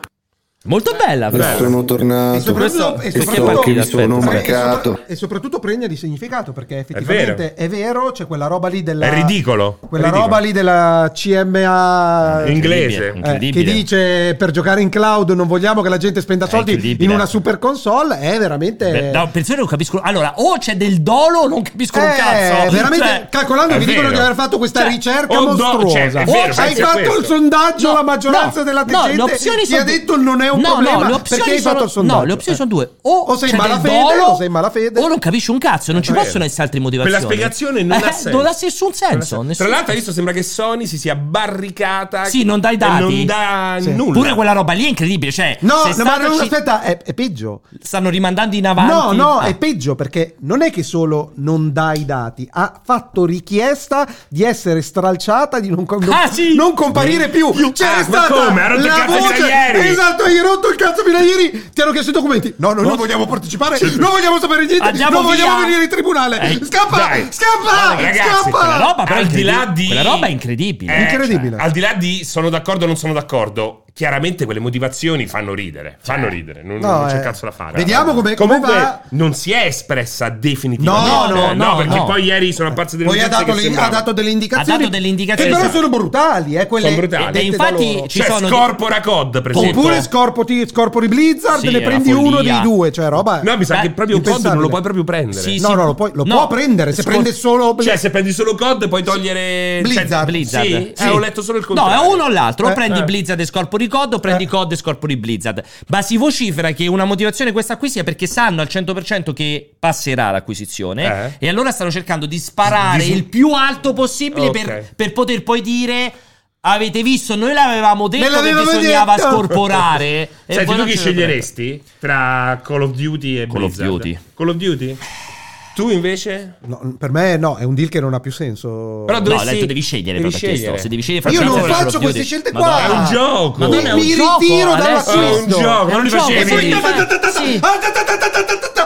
S1: Molto bella, però.
S6: Sono
S3: E
S6: tornato.
S3: soprattutto,
S1: Questo-
S3: e
S1: perché
S3: soprattutto-
S1: poi-
S6: perché vi sono
S1: aspetta,
S3: e
S6: mancato.
S3: sopra- e soprattutto pregna di significato perché effettivamente è vero, c'è quella roba lì della
S2: È ridicolo.
S3: quella
S2: È ridicolo.
S3: roba lì della CMA
S1: Incredibile,
S2: In- Inglese.
S3: eh, che
S1: incredibile.
S3: dice per giocare in cloud non vogliamo che la gente spenda soldi
S1: incredibile.
S3: in una super console è veramente
S1: Beh, da un pensiero non capisco. Allora, o c'è del dolo o non capisco un
S3: Eh,
S1: cazzo.
S3: veramente
S1: Cioè,
S3: calcolando
S2: è
S3: vi dicono
S2: vero.
S3: di aver fatto questa
S1: Cioè,
S3: ricerca
S2: o do- cioè, è
S3: mostruosa
S2: vero,
S3: Oh,
S2: pensa
S3: hai
S2: a
S3: fatto
S2: questo.
S3: il sondaggio
S1: No,
S3: la maggioranza
S1: no,
S3: della
S1: no, le
S3: gente
S1: opzioni
S3: ti
S1: sono
S3: ha
S1: due.
S3: detto non è un
S1: No, no,
S3: problema
S1: le opzioni
S3: perché hai
S1: sono-
S3: fatto il sondaggio
S1: no, le opzioni
S3: Eh.
S1: sono due. O
S3: sei
S1: c'è
S3: in
S1: del
S3: malafede
S1: dolo,
S3: o sei in Eh, malafede
S1: o non capisci un cazzo, non ci
S2: vero.
S1: possono essere altre
S2: Per
S1: motivazioni.
S2: la spiegazione non
S1: Eh,
S2: ha senso.
S1: Non ha nessun senso.
S2: Tra
S1: nessun
S2: l'altro,
S1: senso.
S2: adesso sembra che Sony si sia barricata.
S1: Sì, non dà i
S2: e
S1: dati.
S2: Non dà
S3: Sì.
S2: nulla.
S1: Pure quella roba lì è incredibile. Cioè,
S3: No,
S1: se
S3: no,
S1: stanno
S3: ma non-
S1: usci-
S3: aspetta, è, è peggio.
S1: stanno rimandando in avanti.
S3: No, no,
S1: Ah.
S3: è peggio perché non è che solo non dà i dati, ha fatto richiesta di essere stralciata, di non, com-
S1: Ah, sì?
S3: non comparire più. C'era
S2: ma
S3: stata
S2: come? Ha rotto il
S3: la
S2: cazzo fino a
S3: voce-
S2: ieri.
S3: Esatto, hai rotto il cazzo fino a ieri. Ti hanno chiesto i documenti. No, noi non vogliamo partecipare, non vogliamo sapere niente,
S1: Andiamo
S3: non vogliamo
S1: via.
S3: venire in tribunale.
S1: Eh,
S3: scappa,
S2: dai.
S3: scappa,
S2: Guarda, ragazzi,
S1: Quella
S3: scappa.
S1: roba, però,
S2: Al di là
S1: incredibile.
S2: di-
S1: Quella roba è incredibile.
S2: Eh,
S3: Incredibile.
S2: cioè, al di là di sono d'accordo o non sono d'accordo, chiaramente quelle motivazioni fanno ridere.
S1: Cioè.
S2: Fanno ridere, non,
S3: No,
S2: non c'è
S3: eh.
S2: cazzo da fare.
S3: Vediamo come- come
S2: Comunque,
S3: va.
S2: non si è espressa definitivamente.
S3: No, no,
S2: Eh,
S1: no,
S2: perché
S1: no.
S2: poi ieri sono apparse delle
S3: Poi ha
S2: notizie che
S3: dato, le- ha
S2: sembravano-
S3: dato delle indicazioni.
S1: Ha dato delle indicazioni.
S3: Che però
S1: Esatto.
S3: sono brutali, eh, quelle
S2: Sono brutali.
S3: dette
S1: E
S3: da
S1: infatti
S3: loro.
S1: ci
S2: Cioè,
S1: sono-
S2: Scorpora Cod, per esempio.
S3: Oppure scorpoti, scorpori Blizzard,
S1: Sì,
S3: ne
S1: è una
S3: prendi uno
S1: follia.
S3: dei due, cioè roba.
S2: No, mi sa
S1: Beh,
S2: che proprio Cod
S3: impensabile.
S2: non lo puoi proprio prendere.
S1: Sì,
S3: no,
S1: sì.
S3: no, lo, puoi- lo
S1: No.
S3: può prendere. Se
S1: Scor-
S3: prende solo.
S2: Cioè, se prendi solo COD puoi togliere
S3: Blizzard.
S2: Cioè,
S1: Blizzard.
S2: Sì, Eh, ho letto solo il contrario.
S1: No, è uno o l'altro. O
S3: Eh,
S1: prendi
S2: eh.
S1: Blizzard e Scorpo di COD o prendi
S3: Eh.
S1: COD e Scorpo di Blizzard. Ma si vocifera che una motivazione questa qui sia perché sanno al 100% che passerà l'acquisizione e allora stanno cercando di sparare
S2: Eh. Dis-
S1: il più alto possibile per-
S2: Ok.
S1: per poter poi dire... Avete visto, noi l'avevamo detto
S3: Me l'avevamo
S1: che bisognava
S3: detto."
S1: scorporare. e
S2: Senti,
S1: voi
S2: Cioè, tu
S1: non ce l'avete.
S2: chi sceglieresti tra Call of Duty e
S1: Call of
S2: Blizzard?
S1: Duty.
S2: Call of Duty? Tu invece?
S3: No, per me, no, è un deal che non ha più senso.
S2: Però
S1: No,
S2: dovresti-
S1: l'hai detto, devi scegliere.
S2: devi
S1: però, perché
S2: scegliere.
S1: sto- Se devi scegliere, fra
S3: Io non
S1: Blizzard e Call
S3: faccio
S1: of Duty.
S3: queste scelte qua.
S1: Madonna.
S2: È un gioco.
S3: Mi,
S1: Madonna, è un
S3: mi
S1: gioco, Alessio.
S3: ritiro
S2: È Oh, un
S3: dall'acquisto.
S2: gioco,
S1: È
S2: non
S1: un
S2: li
S1: gioco,
S2: facevi. Ah,
S1: devi fare- sì.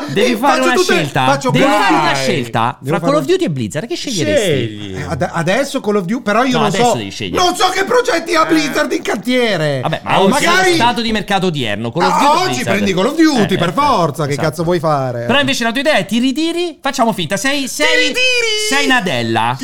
S1: Devi
S3: Devi
S1: fare una scelta.
S3: Eh, Faccio
S1: Devi
S3: quello-
S1: fare una
S2: Dai.
S1: scelta
S3: Devo
S1: fra
S3: fare-
S1: Call of Duty e Blizzard. Che sceglieresti?
S2: Scegli.
S3: Ad- adesso Call of Duty, però io
S1: No,
S3: non
S1: adesso
S3: so.
S1: devi scegliere.
S3: Non so che progetti ha Blizzard in cantiere.
S1: Vabbè, ma
S2: Ah,
S1: magari
S3: Eh, magari
S1: stato di mercato odierno. Call of
S3: Ah,
S1: Duty o
S3: oggi
S1: Blizzard?
S3: prendi Call of Duty
S1: Eh,
S3: per
S1: eh,
S3: forza. Che
S1: esatto.
S3: cazzo vuoi fare?
S1: Però invece la tua idea è ti ritiri, facciamo finta, sei, sei, sei Nadella.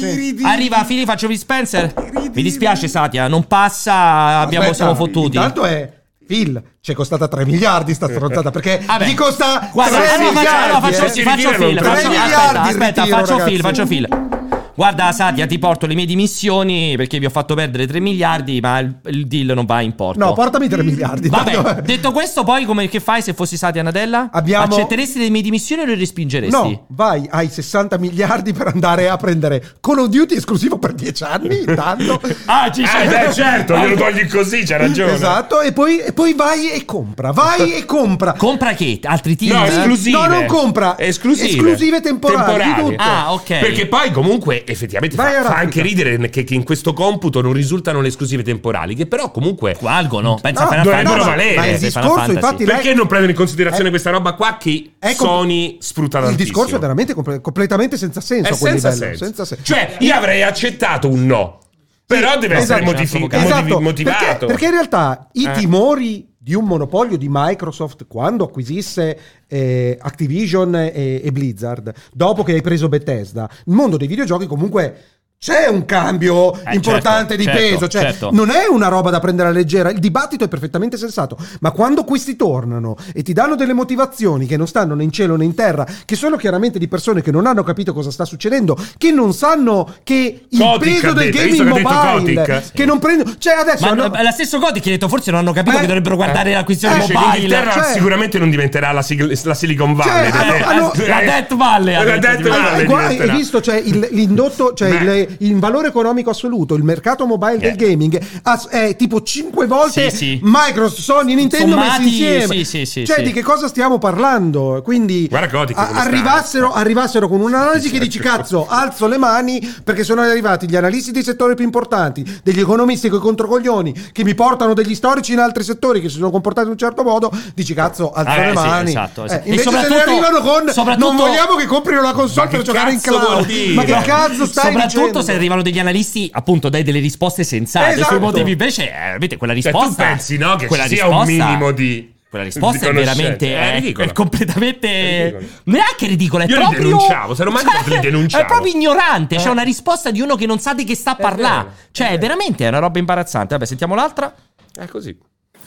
S1: Arriva Fili, faccio Phil Spencer. Mi dispiace Satya, non passa, abbiamo,
S3: Aspetta,
S1: siamo fottuti.
S3: Intanto è. Phil, ci è costata 3 miliardi sta stronzata perché
S1: Vabbè.
S3: gli costa
S1: Guarda,
S3: 3
S1: allora faccio,
S3: miliardi.
S1: allora faccio,
S3: eh.
S2: Si
S1: faccio
S2: ritirano
S1: Phil,
S2: tre
S1: faccio-
S3: miliardi
S1: aspetta,
S3: il
S1: aspetta,
S3: ritiro,
S1: faccio
S3: ragazzi.
S1: Phil, faccio Phil. Guarda Satya, ti porto le mie dimissioni perché vi ho fatto perdere 3 miliardi, ma il, il deal non va in porto.
S3: No, portami 3 miliardi.
S1: Vabbè,
S3: tanto-
S1: detto questo, poi come che fai se fossi Satya Nadella?
S3: Abbiamo-
S1: Accetteresti le mie dimissioni o le
S2: Eh,
S1: respingeresti?
S3: No, vai, hai 60 miliardi per andare a prendere Call of Duty esclusivo per 10 anni, intanto.
S1: Ah, ci
S2: Eh, beh, certo, glielo togli così, c'è ragione.
S3: Esatto, e poi, e poi vai e compra, vai e compra.
S1: Compra che? Altri team?
S2: No, esclusive.
S3: No, non compra.
S2: Esclusive.
S3: Esclusive temporali, di tutto.
S1: Ah, ok.
S2: Perché poi comunque effettivamente
S3: Vai
S2: fa,
S3: a
S2: fa
S3: raffica.
S2: anche ridere che, che in questo computo non risultano le esclusive temporali, che però comunque...
S1: Valgono. Pensa
S3: No,
S1: a Final
S2: dovrebbero
S1: Fantasy.
S2: valere.
S1: Pensa a
S2: Ma il
S1: Final
S3: discorso,
S1: Fantasy.
S3: infatti, Direi-
S2: Perché non prendono in considerazione
S3: Eh,
S2: questa roba qua che
S3: è com-
S2: Sony sfrutta
S3: Il
S2: tantissimo?
S3: discorso è veramente comple- completamente senza senso.
S2: È
S3: a quel
S2: senza
S3: livello,
S2: senso.
S3: senza senso.
S2: Cioè, io avrei accettato un no. Però deve essere
S3: Esatto.
S2: modifi-
S1: Esatto,
S2: motivi-
S3: Esatto,
S2: motivato.
S3: Perché, perché in realtà i
S2: Eh.
S3: timori di un monopolio di Microsoft quando acquisisse eh, Activision e, e Blizzard, dopo che hai preso Bethesda, il mondo dei videogiochi comunque c'è un cambio
S1: Eh, certo,
S3: importante di
S1: certo,
S3: peso, cioè
S1: certo.
S3: non è una roba da prendere alla leggera, il dibattito è perfettamente sensato, ma quando questi tornano e ti danno delle motivazioni che non stanno né in cielo né in terra, che sono chiaramente di persone che non hanno capito cosa sta succedendo, che non sanno che il
S2: Kotick ha
S3: peso del
S2: detto, hai
S3: gaming
S2: visto che ha detto
S3: mobile,
S2: Kotick?
S3: che non prendo, cioè adesso
S1: Ma
S3: hanno-
S1: no, è la stessa cosa che ho detto, forse non hanno capito
S3: Eh,
S1: che dovrebbero guardare l'acquisizione
S2: Dice che
S1: mobile.
S2: l'Inghilterra
S3: Cioè-
S2: sicuramente non diventerà la, sig- la Silicon Valley.
S3: Cioè,
S2: perché-
S1: hanno-
S3: hanno-
S1: la Death Valley ha
S2: La
S1: detto
S2: Death
S1: di-
S3: Allora,
S2: Valley
S3: guarda,
S2: diventerà.
S3: hai visto cioè, il- l'indotto, cioè
S2: Beh.
S3: il, in valore economico assoluto, il mercato mobile del gaming ha- è tipo 5 volte
S1: Eh. Sì, sì.
S3: Microsoft, Sony, Nintendo
S1: Sommati,
S3: messi insieme.
S1: sì, sì, sì,
S3: cioè
S1: sì.
S3: di che cosa stiamo parlando? Quindi
S2: Guarda Kotick come sta.
S3: arrivassero,
S1: eh.
S3: arrivassero con un'analisi che dici cazzo, alzo le mani perché sono arrivati gli analisti dei settori più importanti, degli economisti con i controcoglioni che mi portano degli storici in altri settori che si sono comportati in un certo modo, dici cazzo, alzo
S1: Ah, eh,
S3: le
S1: sì,
S3: mani.
S1: esatto, esatto.
S3: Eh,
S1: E
S3: invece se ne
S1: soprattutto-
S3: arrivano con
S1: soprattutto-
S3: non vogliamo che comprino la console
S2: Ma che
S3: per giocare in
S2: cazzo vuol
S3: cloud.
S2: dire?
S3: Ma che cazzo stai
S1: Soprattutto soprattutto se arrivano degli analisti, appunto, dai delle risposte sensate
S2: Esatto.
S1: sui motivi. Invece, eh, vedete, quella
S2: Cioè,
S1: risposta.
S2: tu pensi, no? Che
S1: quella
S2: ci sia
S1: risposta,
S2: un minimo di.
S1: Quella risposta è
S2: di conoscenza.
S1: veramente. eh,
S2: È
S1: È,
S2: ridicola.
S1: è completamente.
S2: È ridicola.
S1: neanche ridicola. È
S2: Io li
S1: proprio. Cioè,
S2: denunciavo, se non manco li denunciavo.
S1: È proprio ignorante. C'è
S2: Eh.
S1: una risposta di uno che non sa di che sta a
S2: È vero,
S1: parlare.
S2: è
S1: Cioè, è
S2: vero.
S1: veramente è una roba imbarazzante. Vabbè, sentiamo l'altra.
S2: È così.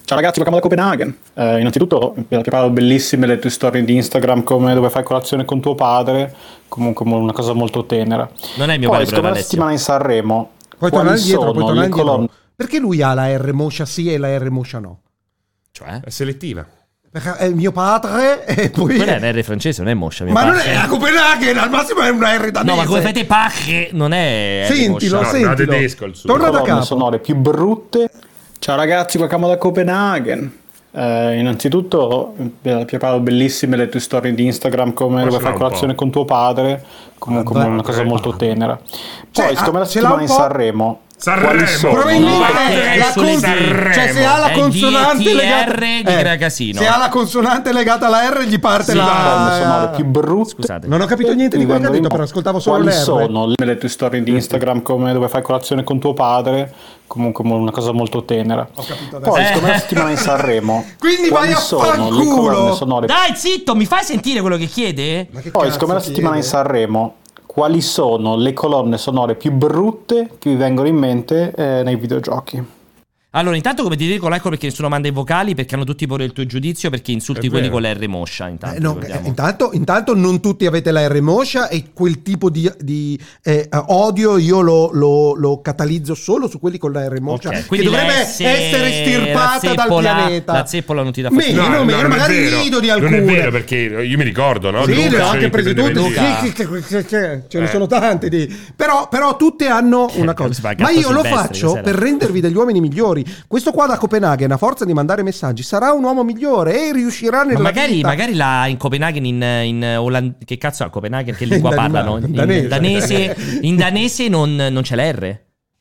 S6: Ciao ragazzi, welcome da Copenaghen. Eh, innanzitutto vi ho preparato bellissime le tue storie di Instagram come dove fai colazione con tuo padre, comunque mo- una cosa molto tenera.
S1: Non è mio padre, però,
S6: Poi, siccome la
S1: Alessio.
S6: settimana in Sanremo,
S3: Puoi
S6: quali
S3: tornare indietro, puoi
S6: sono
S3: tornare
S6: le colonne
S3: indietro. Perché lui ha la R moscia sì e la R moscia no?
S1: Cioè.
S2: È selettiva.
S3: Perché è mio padre e poi...
S1: Quella è un R francese, non è moscia. mi
S3: Ma
S1: pare.
S3: non è a Copenaghen, al massimo è una R da
S1: No, ma come fate pacche? Non è. è di
S3: Sentilo,
S1: moscia.
S2: no,
S3: sentilo.
S2: no, tedesco il suo.
S3: Torna da
S6: colonne
S3: capo.
S6: sonore più brutte. Ciao ragazzi, welcome da Copenaghen. Eh, innanzitutto vi ho preparato bellissime le tue storie di Instagram come dove
S2: ce l'ha
S6: fai
S2: un
S6: colazione
S2: po'.
S6: con tuo padre, comunque
S3: Vabbè,
S6: mo- una cosa
S2: vabbè.
S6: molto tenera. Poi,
S3: Cioè,
S6: siccome
S3: ah,
S6: la
S3: ce l'ha
S6: settimana
S3: un
S6: in
S3: po'?
S6: Sanremo,
S2: Sanremo.
S6: quali sono?
S3: Probabilmente
S1: No,
S3: è
S1: perché
S3: la
S1: sono
S3: cons-
S1: Sanremo.
S3: cioè se ha la
S1: È
S3: consonante
S1: DTR
S3: legata
S1: di
S3: Eh,
S1: Gracasino.
S3: Se ha la consonante legata alla R gli parte
S6: Sì, colonne sonore
S3: la
S6: più brutte.
S1: Scusate.
S3: Non ho capito niente di quello che ha detto, però ascoltavo solo
S6: Quali
S3: l'R.
S6: sono le- le tue storie di Instagram come dove fai colazione con tuo padre? Comunque mo- una cosa molto tenera.
S3: Ho capito adesso.
S6: Poi,
S1: Eh.
S6: siccome la settimana in Sanremo,
S3: Quindi
S6: quali
S3: vai a
S6: sono le
S3: fanculo!
S6: colonne sonore
S1: Dai, zitto, mi fai sentire quello che chiede?
S3: Ma che
S6: Poi,
S3: cazzo
S6: siccome la
S3: chiede?
S6: settimana in Sanremo, quali sono le colonne sonore più brutte che vi vengono in mente eh, nei videogiochi?
S1: Allora, intanto, come ti dico, ecco perché nessuno manda i vocali, perché hanno tutti paura del tuo giudizio, perché insulti
S2: È
S1: quelli
S2: vero.
S1: con la R moscia. Intanto,
S3: Eh, no,
S1: ricordiamo.
S3: eh, intanto, intanto non tutti avete la R moscia e quel tipo di, di, eh, odio io lo, lo- lo catalizzo solo su quelli con la R moscia
S1: Ok,
S3: che
S1: quindi la
S3: dovrebbe
S1: S-
S3: essere
S1: la
S3: stirpata dal
S1: zeppola-
S3: pianeta.
S1: la zeppola non ti dà fastidio.
S3: Meno,
S2: No, no,
S3: meno,
S2: non è
S3: magari
S2: vero.
S3: rido di
S2: Non è vero
S3: alcune.
S2: perché io mi ricordo, no?
S3: Sì,
S2: Luca,
S3: le ho
S2: se
S3: anche
S2: li
S3: prese
S2: prendeva
S3: tutte.
S2: in giro.
S1: Luca.
S3: Sì, che- che- che- che- ce ne
S2: Eh.
S3: sono tanti. Di... Però, però tutte hanno una
S1: Eh, si fa
S3: cosa.
S1: il
S3: Ma
S1: gatto
S3: io lo
S1: silvestre,
S3: faccio
S1: cos'era?
S3: per rendervi degli uomini migliori. Questo qua da Copenaghen, a forza di mandare messaggi, sarà un uomo migliore e riuscirà nella
S1: Ma magari,
S3: vita.
S1: magari là in Copenaghen, in, in Olland- Che cazzo è a Copenaghen? Che lingua
S3: In
S1: parlano? In
S3: Danimarca,
S1: in
S3: danese.
S1: danese, in danese non, non c'è la R.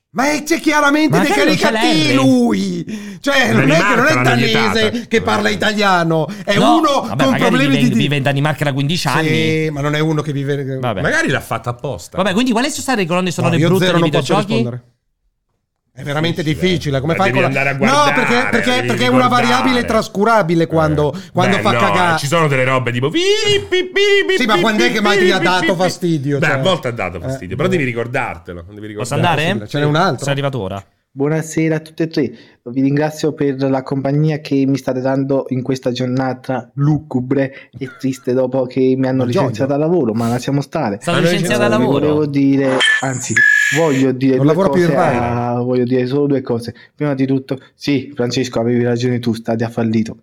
S3: Ma è- c'è chiaramente
S1: Ma
S3: De
S1: che non c'è
S3: Caricati
S1: l'R?
S3: lui. Cioè, non è che non è
S2: Danimarca l'hanno vietata.
S3: danese che parla italiano, è
S1: No,
S3: uno
S1: vabbè,
S3: con
S1: magari
S3: problemi
S1: vive,
S3: di
S1: vive in Danimarca da 15 anni.
S3: Sì, ma non è uno che vive
S1: Vabbè.
S2: Magari l'ha fatta apposta.
S1: Vabbè, quindi quali sono state le colonne
S3: No,
S1: sonore
S3: io
S1: brutte
S3: zero
S1: dei
S3: non posso
S1: videogiochi?
S3: rispondere. È veramente difficile, come
S2: Eh,
S3: fai
S2: devi
S3: con la...
S2: andare a
S3: No,
S2: guardare,
S3: perché, perché-
S2: devi
S3: perché è una
S2: guardare.
S3: variabile trascurabile quando,
S2: Eh.
S3: quando
S2: Beh,
S3: fa
S2: no,
S3: cagare.
S2: Ci sono delle robe tipo. "Pi, pi, pi, pi,
S3: Sì, ma
S2: pi,
S3: quando è
S2: pi,
S3: che mai
S2: pi,
S3: ti ha
S2: pi,
S3: dato
S2: pi, pi".
S3: fastidio,
S2: Beh,
S3: cioè?
S2: a volte ha dato fastidio,
S3: Eh,
S2: però
S3: no.
S2: devi ricordartelo. Devi
S1: Posso
S2: ricordartelo.
S1: andare?
S3: Ce n'è un altro.
S1: Sono arrivato ora.
S8: Buonasera a tutti e tre, vi ringrazio per la compagnia che mi state dando in questa giornata lugubre e triste dopo che mi hanno
S3: Ma Giorgio?
S8: licenziato da lavoro, ma lasciamo stare.
S1: Stato
S2: Ma noi ci
S1: licenziato
S8: Eh,
S1: dal
S8: vi
S1: lavoro.
S8: Volevo dire, anzi, voglio dire,
S3: Non
S8: due
S3: lavora più
S8: cose,
S3: in Rai.
S8: a- voglio dire solo due cose. Prima di tutto, sì, Francesco, avevi ragione tu, Stadia ha fallito.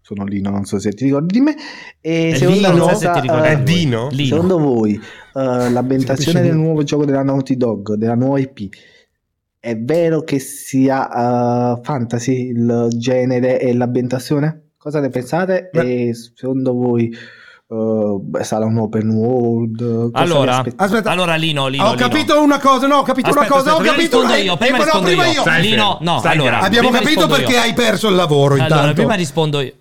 S8: Sono Lino, non so se ti ricordi di me. E
S1: È
S8: seconda
S1: Lino, non so
S8: cosa,
S1: se ti ricordi
S8: eh,
S2: È
S1: lui.
S2: Dino?
S1: Lino.
S8: Secondo voi eh,
S3: capisce
S8: l'ambientazione del
S3: niente.
S8: nuovo gioco della Naughty Dog, della nuova IP, è vero che sia eh, fantasy il genere e l'ambientazione? Cosa ne pensate?
S3: Beh.
S8: E secondo voi eh, beh, sarà un open world? Cosa vi
S1: Allora,
S8: aspettate?
S3: Aspetta.
S1: Allora, Lino, Lino.
S3: ho
S1: Lino.
S3: capito una cosa, no, ho capito
S1: Aspetta,
S3: una cosa,
S1: aspetta,
S3: ho capito.
S1: prima rispondo
S3: eh,
S1: io,
S3: eh,
S1: prima
S3: però
S1: rispondo
S3: prima
S1: io.
S3: io.
S2: Stai
S1: Lino,
S2: fermo,
S1: no,
S2: stai
S1: allora,
S2: calmo.
S3: Abbiamo
S1: prima
S3: capito
S1: rispondo
S3: perché
S1: io.
S3: hai perso il lavoro
S1: Allora,
S3: intanto.
S1: prima rispondo io.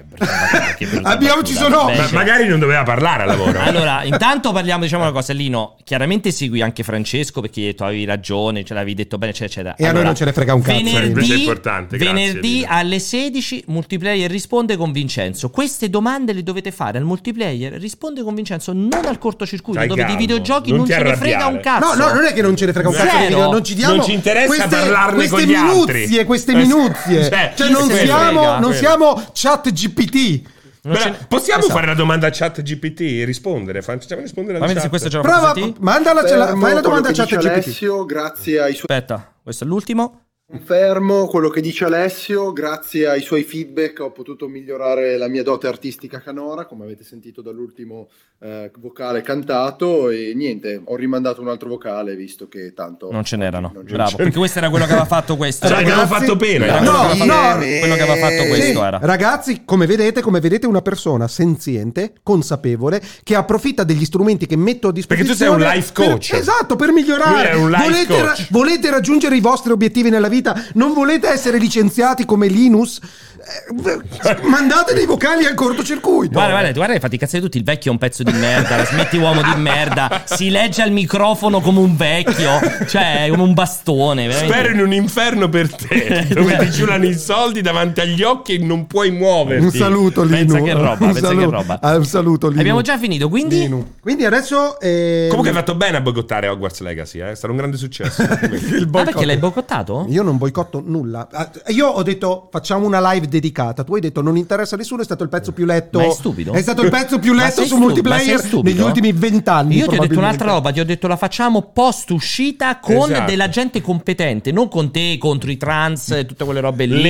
S1: Eh, brutta battuta, che brutta
S3: Abbiamo- ci
S1: battuta,
S3: sono-
S1: vabbè,
S2: Ma
S1: cioè.
S2: magari non doveva parlare al lavoro.
S1: Allora, intanto parliamo, diciamo una cosa, Lino. Chiaramente segui anche Francesco perché tu avevi ragione, ce l'avevi detto bene, eccetera, eccetera.
S3: E a noi non ce ne frega un cazzo, Lino.
S2: Questo è importante, grazie,
S1: venerdì
S2: Lino.
S1: alle 16, multiplayer risponde con Vincenzo. Queste domande le dovete fare al multiplayer, risponde con Vincenzo, non al cortocircuito,
S2: Stai
S1: dove di
S2: calmo,
S1: videogiochi
S2: non
S1: non,
S2: ti
S1: ce ne frega
S2: arrabbiare.
S1: un cazzo.
S3: No, no, non è che non ce ne frega un cazzo di
S1: Zero.
S3: video, non ci diamo
S2: Non ci interessa
S3: queste,
S2: parlarne
S3: queste
S2: con gli
S3: minuzie,
S2: altri.
S3: queste
S2: Eh,
S3: minuzie.
S2: cioè,
S3: Cioè,
S2: chi
S3: non,
S2: se ne
S1: frega,
S3: siamo, non
S1: quello.
S3: siamo chat GPT.
S1: Non
S2: Però
S1: ce-
S2: possiamo
S1: Esatto.
S2: fare la domanda a chat GPT e rispondere? Facciamo rispondere alla
S1: Fammi
S2: chat.
S1: vedere se questo ce la fa
S3: esatto. Prova,
S1: sentire.
S3: mandala, ce la-
S9: Confermo
S3: fai la
S9: quello
S3: domanda a
S9: che
S3: chat
S9: dice
S3: GPT.
S9: Alessio, grazie ai suoi
S1: Aspetta, questo è l'ultimo.
S9: confermo quello che dice Alessio, grazie ai suoi feedback ho potuto migliorare la mia dote artistica canora, come avete sentito dall'ultimo eh, vocale cantato e niente, ho rimandato un altro vocale visto che tanto
S1: Non ce n'erano.
S9: Non ce-
S1: Bravo, perché questo era quello che aveva fatto questo.
S2: Cioè, abbiamo
S3: Ragazzi-
S2: fatto
S1: Era
S2: pena.
S1: quello,
S3: No,
S1: che aveva fatto,
S7: no.
S1: quello che aveva fatto questo
S3: Sì,
S1: era.
S3: Ragazzi, come vedete, come vedete, una persona senziente, consapevole, che approfitta degli strumenti che metto a disposizione.
S2: Perché tu sei un life
S3: per-
S2: coach.
S3: esatto, per
S2: Lui
S3: migliorare.
S2: è un life
S3: volete,
S2: coach.
S3: volete raggiungere i vostri obiettivi nella vita? Non volete essere licenziati come Linus? Eh, Mandate dei vocali al cortocircuito.
S1: Guarda, guarda, guarda, che fate i cazzi di tutti. Il vecchio è un pezzo di merda. la smetti, uomo di merda. Si legge al microfono come un vecchio, cioè come un bastone. veramente.
S2: Spero in un inferno per te, dove ti giurano i soldi davanti agli occhi e non puoi muoverti.
S3: Un saluto Lino.
S1: Pensa che roba,
S3: un
S1: pensa
S3: saluto,
S1: che roba.
S3: Ah, Un saluto Lino.
S1: Abbiamo già finito, quindi.
S3: Lino. Quindi adesso eh,
S2: Comunque hai fatto bene a boicottare Hogwarts Legacy, eh? sarà un grande successo.
S3: il
S1: Ah,
S3: boicotto.
S1: perché l'hai boicottato?
S3: Io non boicotto nulla. Ah, Io ho detto facciamo una live dedicata. Tu hai detto non interessa a nessuno, è stato il pezzo più letto.
S1: Eh. Ma è stupido.
S3: È stato il pezzo più
S1: Ma
S3: letto
S1: sei
S3: su
S1: stu- ma sei
S3: multiplayer
S1: stupido? eh?
S3: negli ultimi vent'anni.
S1: Io ti ho detto un'altra
S3: probabilmente.
S1: roba, ti ho detto la facciamo post uscita con
S2: Esatto.
S1: della gente competente, non con te contro i trans e tutte quelle robe lì.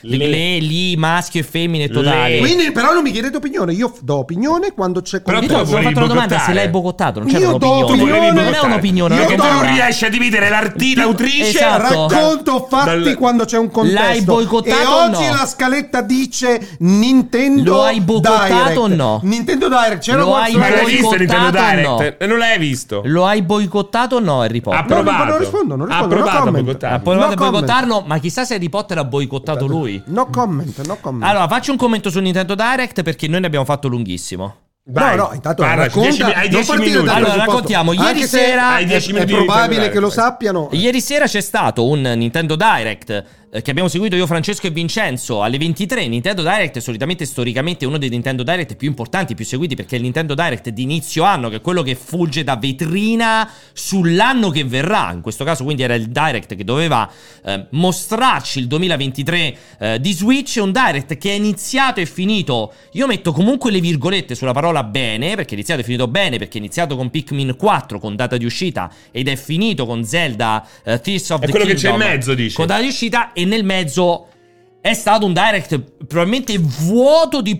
S2: Le, le.
S1: le, lì, maschio e femmine totali.
S2: Le.
S3: Quindi, però, non mi chiedete opinione. Io f- do opinione quando c'è
S2: Però
S1: Io ti
S3: qualcosa-
S1: ho
S2: tu volevi
S1: fatto una domanda
S2: boicottare.
S1: se l'hai boicottato, non
S3: Io
S1: c'era
S3: do
S1: un'opinione.
S3: opinione.
S1: Non è un'opinione,
S3: Io
S1: non è che
S2: perché
S3: do-
S1: tu
S2: non
S1: non-
S2: riesci a dividere l'arti- l'autrice
S1: Esatto.
S3: Racconto fatti
S2: Dal-
S3: quando c'è un contesto.
S1: L'hai boicottato
S3: E
S1: o
S3: oggi
S1: no?
S3: la scaletta dice Nintendo
S1: Lo hai boicottato
S3: Direct.
S1: o no?
S3: Nintendo Direct. C'era
S1: Lo hai
S2: Ma l'hai
S1: boicottato
S2: visto Nintendo
S1: o
S2: Direct?
S1: no?
S2: E non l'hai visto?
S1: Lo hai boicottato o no Harry Potter?
S2: Ha provato.
S3: non rispondo, non rispondo,
S2: Ha
S3: no
S2: provato a
S3: comment.
S1: Ha
S2: boicottarlo.
S1: provato a
S3: no comment.
S1: boicottarlo, ma chissà se Harry Potter ha boicottato lui.
S3: No comment, no comment.
S1: Allora, faccio un commento su Nintendo Direct perché noi ne abbiamo fatto lunghissimo.
S2: Vai,
S3: no, no, intanto
S2: parlaci,
S3: racconta,
S2: dieci mi- hai
S3: non
S2: 10
S3: partire
S2: minuti.
S3: dal
S1: Allora,
S3: presupposto.
S1: raccontiamo, ieri
S3: Anche se
S1: sera-
S3: è-
S2: Hai dieci
S3: è
S2: minuti di
S3: probabile
S2: Nintendo
S3: che lo
S2: Direct.
S3: sappiano.
S1: Ieri sera c'è stato un Nintendo Direct eh, che abbiamo seguito io, Francesco e Vincenzo alle 23. Nintendo Direct è solitamente storicamente uno dei Nintendo Direct più importanti, più seguiti perché è il Nintendo Direct di inizio anno, che è quello che fulge da vetrina sull'anno che verrà. In questo caso quindi era il Direct che doveva eh, mostrarci il 2023 eh, di Switch, un Direct che è iniziato e finito. Io metto comunque le virgolette sulla parola bene, perché è iniziato e finito bene, perché è iniziato con Pikmin 4 con data di uscita ed è finito con Zelda eh, Tears of
S2: È
S1: the
S2: quello che c'è in
S1: Kingdom
S2: mezzo, dici.
S1: con data di uscita e nel mezzo è stato un direct probabilmente vuoto di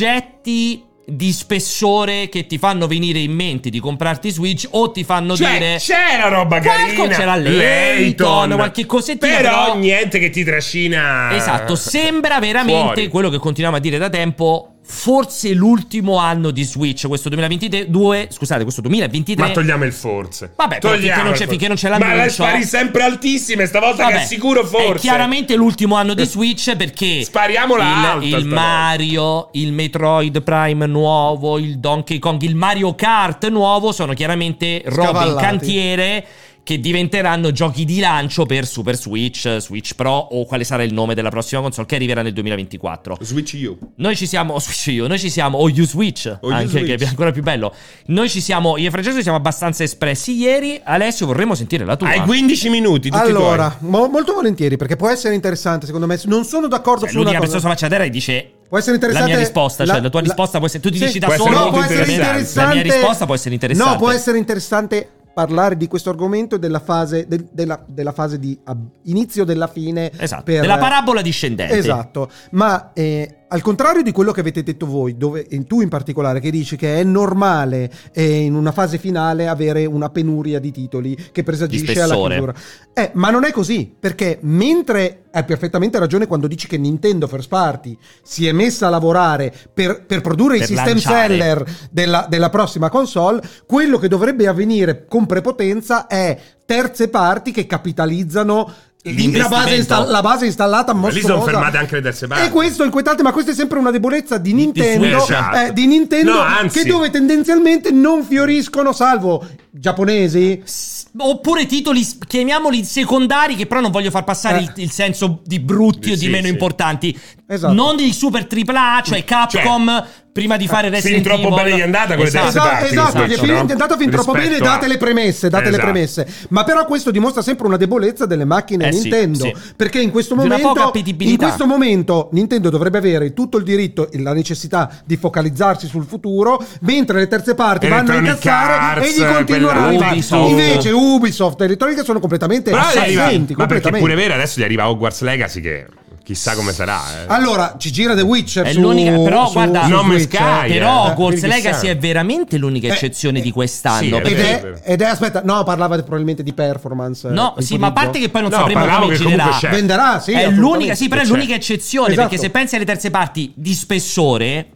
S1: progetti di spessore che ti fanno venire in mente di comprarti Switch o ti fanno
S2: Cioè,
S1: dire
S2: c'era roba
S1: Qualco-
S2: carina.
S1: c'era Layton, qualche cosettina,
S2: Però,
S1: però-
S2: niente che ti trascina.
S1: Esatto, sembra veramente
S2: Eh, fuori.
S1: quello che continuiamo a dire da tempo, forse l'ultimo anno di Switch, questo 2022, scusate, questo 2023.
S2: Ma togliamo il forze.
S1: Vabbè, però finché non c'è- finché non c'è
S2: la Ma la
S1: l'annuncio-
S2: spari sempre altissima e stavolta
S1: Vabbè,
S2: che assicuro forse.
S1: È chiaramente l'ultimo anno di Switch perché
S2: Spariamola
S1: il,
S2: alta
S1: il
S2: stavolta.
S1: Mario, il Metroid Prime nuovo, il Donkey Kong, il Mario Kart nuovo sono chiaramente robe in
S3: Scavallati.
S1: cantiere che diventeranno giochi di lancio per Super Switch, Switch Pro o quale sarà il nome della prossima console che arriverà nel 2024.
S2: Switch you.
S1: Noi ci siamo, o Switch io, noi ci siamo, o U-Switch,
S2: O
S1: anche
S2: U-Switch.
S1: che è ancora più bello. Noi ci siamo, io e Francesco siamo abbastanza espressi ieri, Alessio vorremmo sentire la tua.
S2: Hai 15 minuti. Tutti
S3: Allora, mo- molto volentieri, perché può essere interessante, secondo me. Non sono d'accordo
S1: Cioè,
S3: su una
S1: l'unica
S3: cosa.
S1: persona sulla faccia terra e dice
S3: Può essere interessante
S1: la mia risposta, cioè la tua risposta può essere- tu ti dici da solo,
S3: no, può
S2: molto
S3: essere
S2: interessante.
S3: interessante.
S1: La mia risposta può essere interessante.
S3: No, può essere interessante parlare di questo argomento e della fase del- della, della fase di ab- inizio della fine
S1: Esatto,
S3: per-
S1: della parabola discendente.
S3: Esatto, ma eh, al contrario di quello che avete detto voi, dove, e tu in particolare, che dici che è normale eh, in una fase finale avere una penuria di titoli che
S1: Di
S3: presagisce alla
S1: spessore.
S3: chiusura. Eh, ma non è così, perché mentre hai perfettamente ragione quando dici che Nintendo First Party si è messa a lavorare per, per produrre
S1: Per
S3: i system
S1: lanciare.
S3: seller della, della prossima console, quello che dovrebbe avvenire con prepotenza è terze parti che capitalizzano
S1: L'investimento.
S3: la base, insta- la base installata
S2: Ma lì sono
S3: mostruosa.
S2: fermate anche le terze parti.
S3: E questo e quell'altro, ma questa è sempre una debolezza di Nintendo,
S1: Switch,
S2: esatto.
S3: eh, di Nintendo
S2: No, anzi.
S3: che dove tendenzialmente non fioriscono, salvo giapponesi,
S1: S- Oppure titoli, s- chiamiamoli secondari, che però non voglio far passare
S3: Eh.
S1: il, il senso di brutti
S2: Sì,
S1: o di meno
S2: sì.
S1: importanti.
S3: Esatto.
S1: Non dei super AAA, cioè Capcom, prima di fare Resident
S2: fin troppo
S1: Evil.
S2: bene gli è andata con le
S1: Esatto.
S2: terze
S3: Esatto,
S2: parti,
S3: esatto,
S2: quindi,
S3: gli è fin-
S2: no?
S3: gli è andato fin troppo
S2: Rispetto
S3: bene,
S2: a-
S3: date le premesse, date le
S2: Esatto.
S3: premesse. Ma però questo dimostra sempre una debolezza delle macchine
S1: Eh sì,
S3: Nintendo,
S1: sì.
S3: perché in questo
S1: Di una poca
S3: momento
S1: appetibilità.
S3: in questo momento Nintendo dovrebbe avere tutto il diritto e la necessità di focalizzarsi sul futuro, mentre le terze parti vanno a
S2: Electronic
S3: incazzare
S2: Arts,
S3: e gli continueranno
S2: quella-
S3: a arrivare.
S1: Ubisoft.
S3: Invece Ubisoft e Electronic Arts sono completamente
S2: Però gli arriva- ma perché
S3: assenti, eh, completamente.
S2: pure vero adesso gli arriva Hogwarts Legacy che chissà come sarà. eh.
S3: Allora, ci gira The Witcher
S1: È
S3: su-
S1: l'unica, però
S3: su-
S1: guarda,
S3: su
S2: No Man's
S3: Switch, eh.
S2: Sky,
S1: però
S2: Eh,
S1: Hogwarts
S2: quindi chissà.
S1: Legacy è veramente l'unica
S3: Eh,
S1: eccezione
S3: eh,
S1: di quest'anno.
S2: sì,
S1: perché-
S3: Ed
S2: vero,
S3: è,
S2: vero.
S3: ed è- aspetta, no, parlava probabilmente di performance. eh,
S1: No, sì, ma a parte
S3: ipotizzo.
S1: che poi non
S2: No,
S1: sapremo
S2: parlavo
S1: come
S2: che
S1: girerà.
S2: comunque c'è.
S3: Venderà, Ah, sì.
S1: Cioè, è
S3: assolutamente.
S1: l'unica, sì, però è
S2: Cioè.
S1: l'unica eccezione.
S3: Esatto.
S1: Perché se pensi alle terze parti di spessore,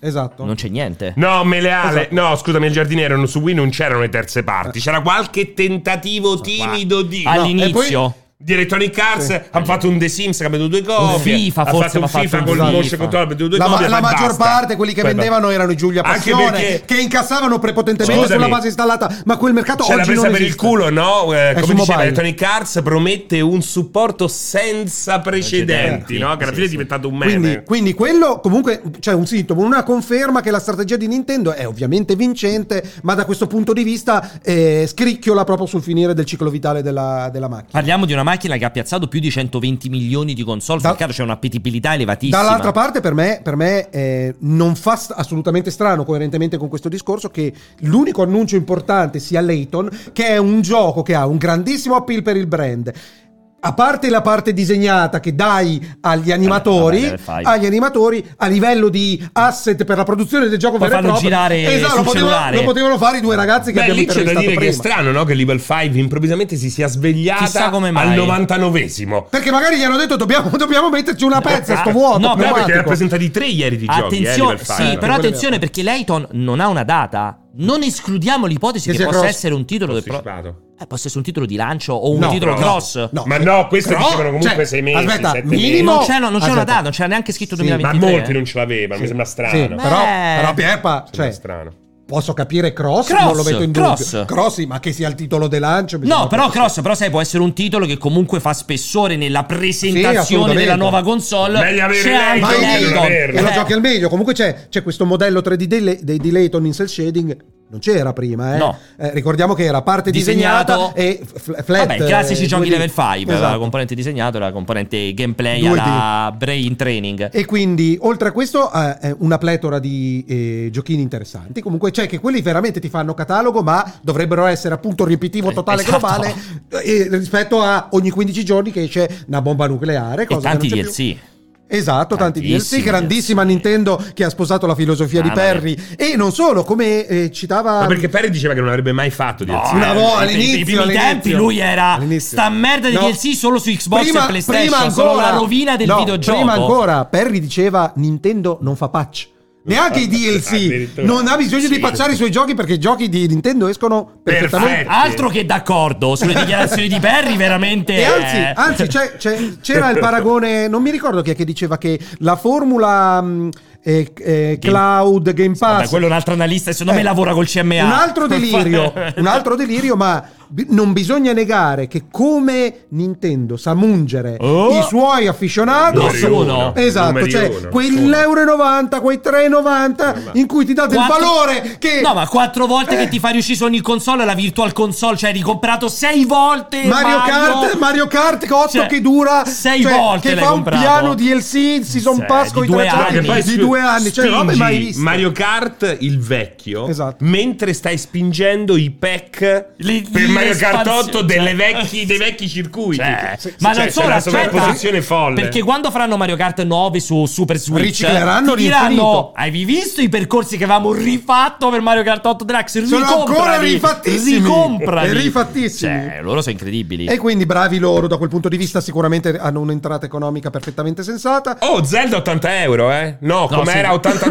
S3: Esatto.
S1: non c'è niente.
S2: No, meleale.
S3: Esatto.
S2: No, scusami, il giardiniero Eh. non- su Wii non c'erano le terze parti. C'era qualche tentativo timido di.
S1: All'inizio.
S3: e poi-
S2: di Electronic Arts hanno fatto un The Sims che ha venduto due copie
S1: FIFA,
S2: hanno
S1: forse,
S2: fatto
S1: ma
S2: un
S1: ha fatto
S2: FIFA
S1: un
S2: con il
S1: FIFA.
S2: motion control ha venduto due
S3: La, ma-
S2: copie ma
S3: la maggior
S2: basta.
S3: parte quelli che
S2: Poi
S3: vendevano
S2: basta.
S3: erano i Giulia
S2: Anche
S3: Passione
S2: perché-
S3: che incassavano prepotentemente
S2: Scusami.
S3: sulla base installata ma quel mercato
S2: C'è la
S3: oggi
S2: presa
S3: non
S2: per il
S3: esiste.
S2: culo, no? Eh,
S3: È
S2: come
S3: su
S2: diceva
S3: mobile.
S2: Electronic Arts promette un supporto senza precedenti,
S1: Precedenti,
S2: no? Che alla
S1: sì,
S2: fine è
S1: sì.
S2: diventato un meme.
S3: Quindi, quindi quello comunque c'è un sintomo, una conferma che la strategia di Nintendo è ovviamente vincente, ma da questo punto di vista eh, scricchiola proprio sul finire del ciclo vitale della, della macchina.
S1: Parliamo di una macchina che ha piazzato più di 120 milioni di console.
S3: Da-
S1: Sul mercato c'è un'appetibilità elevatissima.
S3: Dall'altra parte, per me, per me eh, non fa st- assolutamente strano, coerentemente con questo discorso, che l'unico annuncio importante sia Layton, che è un gioco che ha un grandissimo appeal per il brand. A parte la parte disegnata che dai agli animatori,
S1: Eh, vabbè, fai.
S3: agli animatori a livello di asset per la produzione del gioco
S1: Poi
S3: vero e
S1: fanno
S3: proprio-
S1: girare
S3: esatto,
S1: sul
S3: lo, potevano-
S1: cellulare.
S3: lo potevano fare i due ragazzi che
S2: Beh,
S3: abbiamo
S2: lì c'è da
S3: intervistato
S2: dire che è
S3: prima.
S2: strano, no? Che Level 5 improvvisamente si sia svegliata
S1: Chissà come mai.
S2: al 99esimo.
S3: Perché magari gli hanno detto dobbiamo, dobbiamo metterci una pezza, sto vuoto.
S1: No, però
S2: No, perché ne
S3: pneumatico.
S2: rappresenta di tre ieri di giochi, eh,
S1: Attenzione,
S2: Level
S1: sì,
S2: 5.
S1: però
S3: Quello è
S1: attenzione perché Layton non ha una data. Non escludiamo l'ipotesi
S3: Che
S1: che,
S3: sia
S1: possa
S3: cross.
S1: essere un titolo del pro-
S2: Posticipato.
S1: eh, possa essere un titolo di lancio o un
S3: No,
S1: titolo
S2: però no.
S1: cross.
S3: No.
S2: Ma no, queste
S3: Però,
S2: dicevano comunque
S3: cioè,
S2: sei mesi,
S3: aspetta,
S2: sette
S3: minimo-
S1: Non c'è, no, non c'è una
S3: Aspetta.
S1: data, non c'era neanche scritto eh.
S3: Sì,
S2: mesi. Ma
S1: 2023.
S2: molti non ce l'avevano, mi sembra strano.
S3: Sì,
S2: Mi
S3: però,
S1: Beh.
S3: però Pierpa,
S2: Eh, sembra
S3: cioè,
S2: strano.
S3: posso capire Cross,
S1: Cross,
S3: non lo metto in dubbio.
S1: Cross.
S3: Cross. sì, ma che sia il titolo del lancio. bisogna
S1: No, però
S3: capire.
S1: Cross, però sai, può essere un titolo che comunque fa spessore nella presentazione
S3: assolutamente.
S1: della nuova console.
S2: Meglio avere
S1: c'è
S2: Layton
S1: anche
S3: che non
S1: Layton.
S2: averlo.
S3: E lo
S1: Eh,
S3: giochi al meglio. Comunque c'è, c'è questo modello 3D dei, dei, di Layton in cell shading. Non c'era prima, eh?
S1: No.
S3: Eh, ricordiamo che era parte
S1: Disegnato.
S3: disegnata e f- flat.
S1: Vabbè, i classici
S3: eh,
S1: giochi
S3: 2D.
S1: level eh, 5, la
S3: Esatto.
S1: componente disegnato, la componente gameplay
S3: 2D.
S1: alla brain training.
S3: E quindi, oltre a questo, eh, è una pletora di eh, giochini interessanti. Comunque c'è che quelli veramente ti fanno catalogo, ma dovrebbero essere appunto riempitivo
S1: Eh,
S3: totale
S1: esatto.
S3: globale eh, rispetto a ogni 15 giorni che esce una bomba nucleare.
S1: E
S3: Cosa
S1: tanti
S3: che non c'è più.
S1: DLC.
S3: Esatto, tanti
S1: Tantissimi
S3: DLC, grandissima
S1: DLC.
S3: Nintendo che ha sposato la filosofia di
S1: Mamma
S3: Perry e non solo, come eh, citava
S2: Ma perché Perry diceva che non avrebbe mai fatto di
S1: Ah,
S2: azione.
S3: una volta
S1: I- i-
S3: all'inizio,
S1: eh, I primi
S3: all'inizio.
S1: tempi lui era
S3: All'inizio.
S1: sta merda di
S3: No.
S1: DLC solo su Xbox
S3: Prima-
S1: e PlayStation.
S3: prima
S1: sono
S3: ancora-
S1: la rovina del
S3: no,
S1: videogioco.
S3: Prima ancora, Perry diceva Nintendo non fa patch. Neanche i DLC,
S2: Addirittura.
S3: non ha bisogno
S2: Sì.
S3: di patchare i suoi giochi perché i giochi di Nintendo escono perfettamente.
S2: Perfetto.
S1: Altro che d'accordo sulle dichiarazioni Ah, di Perry, veramente.
S3: E
S1: eh,
S3: anzi, anzi, cioè, c'è- c'è- c'era il paragone, non mi ricordo chi è che diceva che la formula mh, eh, eh, cloud Game Pass
S1: Vabbè, quello è un altro analista, secondo me
S3: Eh,
S1: lavora col CMA.
S3: Un altro delirio, un altro delirio, ma bi- non bisogna negare che come Nintendo sa mungere
S1: Oh.
S3: i suoi afficionados
S1: Numeri uno.
S3: Esatto,
S2: Numeri
S3: cioè
S2: uno. Eh,
S3: quell'euro e 90, quei 3,90 in cui ti date
S1: Quattro-
S3: il valore che
S1: No, ma quattro volte
S3: Eh.
S1: che ti fa riuscire su ogni console la virtual console, cioè hai ricomprato sei volte
S3: Mario Kart, Mario Kart 8
S1: Cioè,
S3: che dura
S1: sei
S3: cioè,
S1: volte
S3: che
S1: l'hai
S3: fa un
S1: comprato.
S3: piano DLC, season
S1: Sì,
S3: pass
S1: di
S3: con i
S1: due
S3: tracciati
S1: anni.
S3: di due anni, cioè robe mai
S2: Spingi
S3: viste.
S2: Mario Kart il vecchio
S3: Esatto.
S2: mentre stai spingendo i pack
S1: Le-
S2: per
S1: le
S2: Mario Kart
S1: espansioni,
S2: 8
S1: cioè.
S2: delle vecchi- dei vecchi circuiti
S1: Cioè,
S2: Sì,
S1: ma
S2: eh, cioè,
S1: non
S2: c'è
S1: solo
S2: una
S1: aspetta,
S2: sovrapposizione folle
S1: perché quando faranno Mario Kart 9 su Super Switch
S3: Ricicleranno
S1: ti diranno
S3: l'infinito.
S1: hai visto i percorsi che avevamo rifatto per Mario Kart 8 Deluxe
S3: Sono
S1: Ricomprali,
S3: ancora rifattissimi.
S1: ricomprali."
S3: E rifattissimi.
S1: cioè loro sono incredibili
S3: E quindi bravi loro da quel punto di vista, sicuramente hanno un'entrata economica perfettamente sensata.
S2: oh Zelda 80 euro eh no,
S1: No,
S2: com'era
S1: sì.
S2: 80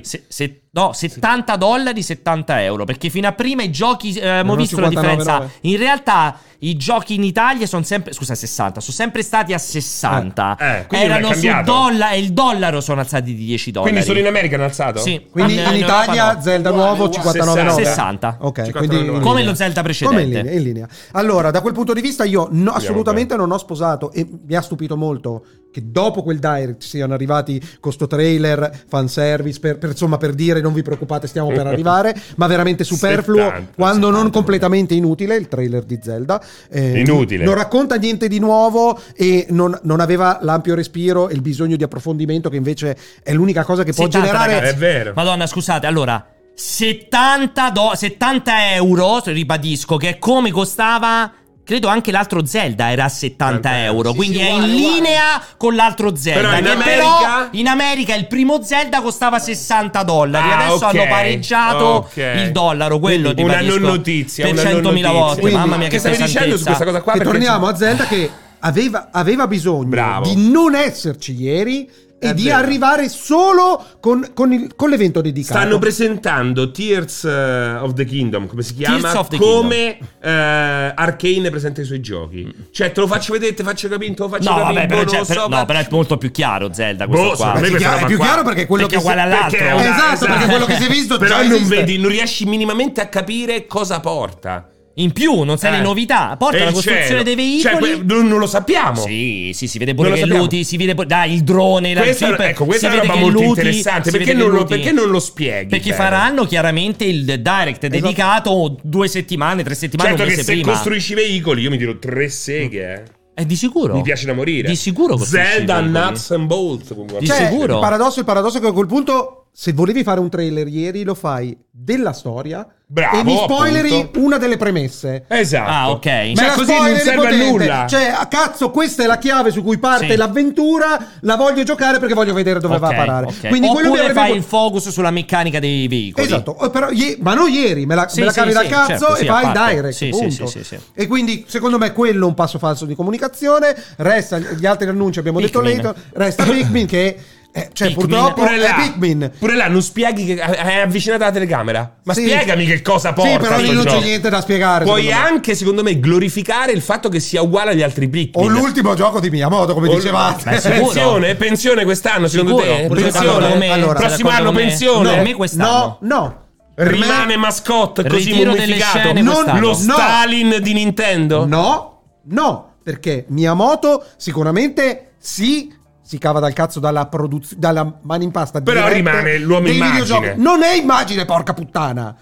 S1: Se- se- no, 70 dollari, 70 euro. Perché fino a prima i giochi. eh, abbiamo
S3: Erano
S1: visto la
S3: 59,9.
S1: differenza. In realtà i giochi in Italia sono sempre. Scusa, 60. Sono sempre stati a 60.
S2: Eh, eh, quindi non è
S1: Erano su
S2: cambiato.
S1: dollaro. E il dollaro sono alzati di 10 dollari.
S2: quindi solo in America hanno alzato?
S1: Sì.
S3: Quindi
S1: Ah,
S3: in
S1: no,
S3: Italia
S1: Europa no.
S3: Zelda nuovo 59,9
S1: 60.
S3: Ok,
S2: 59,9.
S3: quindi in linea.
S1: Come lo Zelda precedente.
S3: Come in linea, in linea. Allora, da quel punto di vista io no- assolutamente non ho sposato e mi ha stupito molto che dopo quel direct siano arrivati questo trailer, fanservice, per, per, insomma per dire non vi preoccupate stiamo per arrivare, ma veramente superfluo,
S2: 70,
S3: quando
S2: 70,
S3: non completamente inutile il trailer di Zelda. Eh,
S2: Inutile.
S3: Non racconta niente di nuovo e non, non aveva l'ampio respiro e il bisogno di approfondimento che invece è l'unica cosa che può
S1: 70,
S3: generare...
S1: ragazzi.
S2: Eh, È vero.
S1: Madonna, scusate, allora. 70, do- 70 euro, ribadisco, che è come costava. Credo anche l'altro Zelda era a 70 euro,
S2: Sì,
S1: quindi
S2: sì,
S1: è
S2: uguale,
S1: in
S2: uguale.
S1: linea con l'altro Zelda.
S2: Però in
S1: che
S2: America-
S1: in America il primo Zelda costava 60 dollari,
S2: Ah,
S1: adesso
S2: ok,
S1: hanno pareggiato
S2: ok.
S1: il dollaro, quello
S2: Quindi
S1: di
S2: una non notizia,
S1: per
S2: una non
S1: 100.000
S2: notizia.
S1: volte.
S3: Quindi,
S1: Mamma mia, che,
S2: che stavi dicendo
S1: pesantezza.
S2: su questa cosa qua?
S3: Che
S2: Perché-
S3: torniamo a Zelda che aveva, aveva bisogno
S2: Bravo.
S3: di non esserci ieri
S2: È
S3: e di
S2: vero.
S3: arrivare solo con, con il- con l'evento dedicato.
S2: Stanno presentando Tears eh, of the Kingdom, come si chiama?
S1: Tears of the
S2: come eh, Arcane presenta i suoi giochi. Cioè, te lo faccio vedere, te faccio capire, te lo faccio
S1: No,
S2: capire.
S1: vabbè,
S2: boh,
S1: però,
S2: non
S1: cioè,
S2: lo
S1: però-
S2: so,
S1: no,
S2: ma-
S1: però è molto più chiaro Zelda
S2: Boh,
S1: questo
S2: secondo
S1: qua.
S2: me
S3: Perché
S2: questa
S3: è
S2: roba
S3: più
S2: qua-
S3: chiaro perché quello
S1: Perché
S3: che
S1: è uguale all'altro.
S2: perché è una-
S3: Esatto, perché quello che si è visto
S2: Però
S3: già
S2: non
S3: esiste.
S2: vedi, non riesci minimamente a capire cosa porta.
S1: In più, non sai
S2: Eh.
S1: le novità. Porta
S2: E
S1: la
S2: il
S1: costruzione
S2: cielo.
S1: dei
S2: Cioè,
S1: veicoli.
S2: que- non, non lo sappiamo.
S1: Sì, sì, si vede pure
S2: Non lo
S1: che
S2: sappiamo.
S1: luti, si vede pure, dai, il drone, la
S2: Questa,
S1: jeep,
S2: ecco,
S1: si
S2: questa è una
S1: vede
S2: roba
S1: che
S2: molto
S1: luti,
S2: interessante.
S1: si
S2: Perché
S1: vede che
S2: non, lo,
S1: luti.
S2: perché non lo spieghi? cioè?
S1: Perché
S2: bene?
S1: faranno chiaramente il direct dedicato due settimane, tre settimane,
S2: Certo
S1: un
S2: che
S1: mese
S2: se
S1: prima.
S2: costruisci veicoli, io mi tiro tre seghe. eh.
S1: È di sicuro.
S2: Mi piace da morire.
S1: Di sicuro costruisci
S2: Zelda
S1: i veicoli.
S2: Nuts and Bolts. guarda.
S1: Di
S3: Cioè,
S1: sicuro.
S3: Il paradosso, il paradosso è che a quel punto, se volevi fare un trailer ieri, lo fai della storia
S2: Bravo,
S3: e mi spoileri
S2: appunto.
S3: una delle premesse.
S2: Esatto.
S1: Ah, ok.
S3: Me
S2: Cioè,
S3: la
S2: così non
S3: spoileri
S2: serve a
S3: potente.
S2: nulla.
S3: Cioè, a cazzo, questa è la chiave su cui parte
S1: Sì.
S3: l'avventura. La voglio giocare perché voglio vedere dove va
S1: Ok,
S3: a parare.
S1: ok.
S3: Quindi quello mi
S1: Oppure
S3: avrebbe
S1: fai
S3: po-
S1: il focus sulla meccanica dei veicoli.
S3: Esatto, eh, però ie- ma non ieri, me la,
S1: Sì,
S3: me la
S1: sì,
S3: cavi
S1: sì,
S3: da cazzo
S1: certo, sì,
S3: e
S1: a
S3: fai il
S1: parte.
S3: direct.
S1: Sì, sì,
S3: punto.
S1: sì, sì, sì.
S3: E quindi secondo me quello è un passo falso di comunicazione. Resta gli altri annunci, abbiamo
S1: Pikmin.
S3: detto later. Resta Pikmin che eh, cioè,
S1: Pikmin.
S3: purtroppo
S2: Pure
S3: è
S2: là,
S3: Pikmin.
S2: pure là non spieghi che eh, è avvicinata alla telecamera. Ma
S3: Sì.
S2: spiegami che cosa
S3: Sì,
S2: porta.
S3: però lì
S2: sto
S3: non c'è
S2: gioco.
S3: niente da spiegare,
S2: Puoi
S3: secondo me.
S2: anche, secondo me, glorificare il fatto che sia uguale agli altri Pikmin.
S3: O l'ultimo gioco di Miyamoto, come
S2: O-
S1: Ma
S2: Eh,
S1: è
S3: dicevate.
S1: sicuro?
S2: Pensione, pensione quest'anno, secondo
S1: Sicuro?
S2: te?
S1: Pure
S2: Pensione.
S1: secondo me- eh.
S3: Allora,
S2: prossimo
S1: secondo
S2: anno
S1: me-
S2: pensione.
S1: No, me quest'anno.
S3: No, no. Per me-
S2: Rimane mascotte così
S1: Ritiro delle
S2: mummificato.
S1: scene
S2: Non
S1: quest'anno.
S2: lo
S1: No.
S2: Stalin di Nintendo.
S3: No, no, perché Miyamoto sicuramente sì, si cava dal cazzo dalla, produz- dalla mano in pasta.
S2: Però
S3: diretta
S2: rimane l'uomo
S3: dei
S2: immagine.
S3: videogiochi. Non è immagine, porca puttana.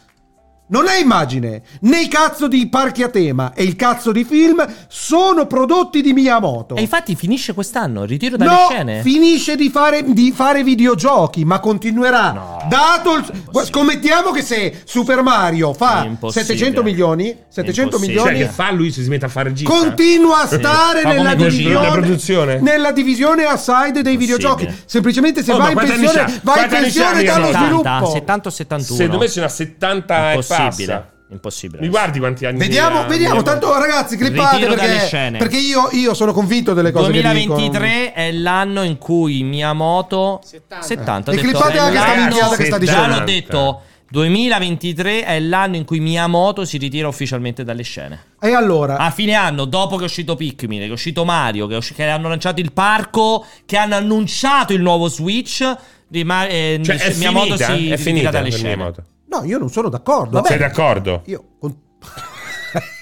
S3: Non è immagine. Né i cazzo di parchi a tema e il cazzo di film sono prodotti di Miyamoto.
S1: E infatti finisce quest'anno, il ritiro dalle
S3: No,
S1: scene.
S3: finisce di fare, di fare videogiochi, ma continuerà.
S1: No.
S3: Dato il- scommettiamo che se Super Mario
S1: È
S3: fa
S1: impossibile.
S3: 700 milioni, 700
S1: Impossibile.
S2: Cioè,
S3: milioni
S2: che fa lui se si mette a fare gita?
S3: continua a stare
S1: Fa come
S3: nella
S1: Gojira.
S2: La
S3: divisione
S2: produzione?
S3: nella divisione a side dei videogiochi semplicemente se
S2: Oh,
S3: vai in
S2: ma quanti anni
S3: pensione
S2: c'ha?
S3: vai in
S2: Quanti anni
S3: pensione
S2: c'ha
S3: dallo
S2: Miyamoto?
S3: sviluppo
S1: 70, 70 o 71.
S2: Secondo me sono a 70 e passa.
S1: Impossibile. Impossibile.
S2: Mi guardi quanti anni
S3: vediamo
S2: ha-
S3: vediamo
S2: abbiamo.
S3: tanto ragazzi grippate
S1: Ritiro dalle
S3: perché,
S1: scene.
S3: perché io, io sono convinto delle cose che dicono.
S1: 2023 è l'anno in cui Miyamoto 70, ho
S3: E
S1: detto,
S3: clippate
S1: è
S3: anche sta
S1: l'anno-
S3: minchiata che sta dicendo.
S1: già l'ho detto 2023 è l'anno in cui Miyamoto si ritira ufficialmente dalle scene
S3: e allora
S1: a fine anno dopo che è uscito Pikmin che è uscito Mario che, è usci- che hanno lanciato il parco che hanno annunciato il nuovo Switch di Ma- eh,
S2: Cioè, è
S1: Miyamoto
S2: finita,
S1: si
S2: è
S1: ritira
S2: finita
S1: dalle
S2: per
S1: scene
S2: Miyamoto.
S3: no io non sono d'accordo
S2: Sei d'accordo?
S3: io con-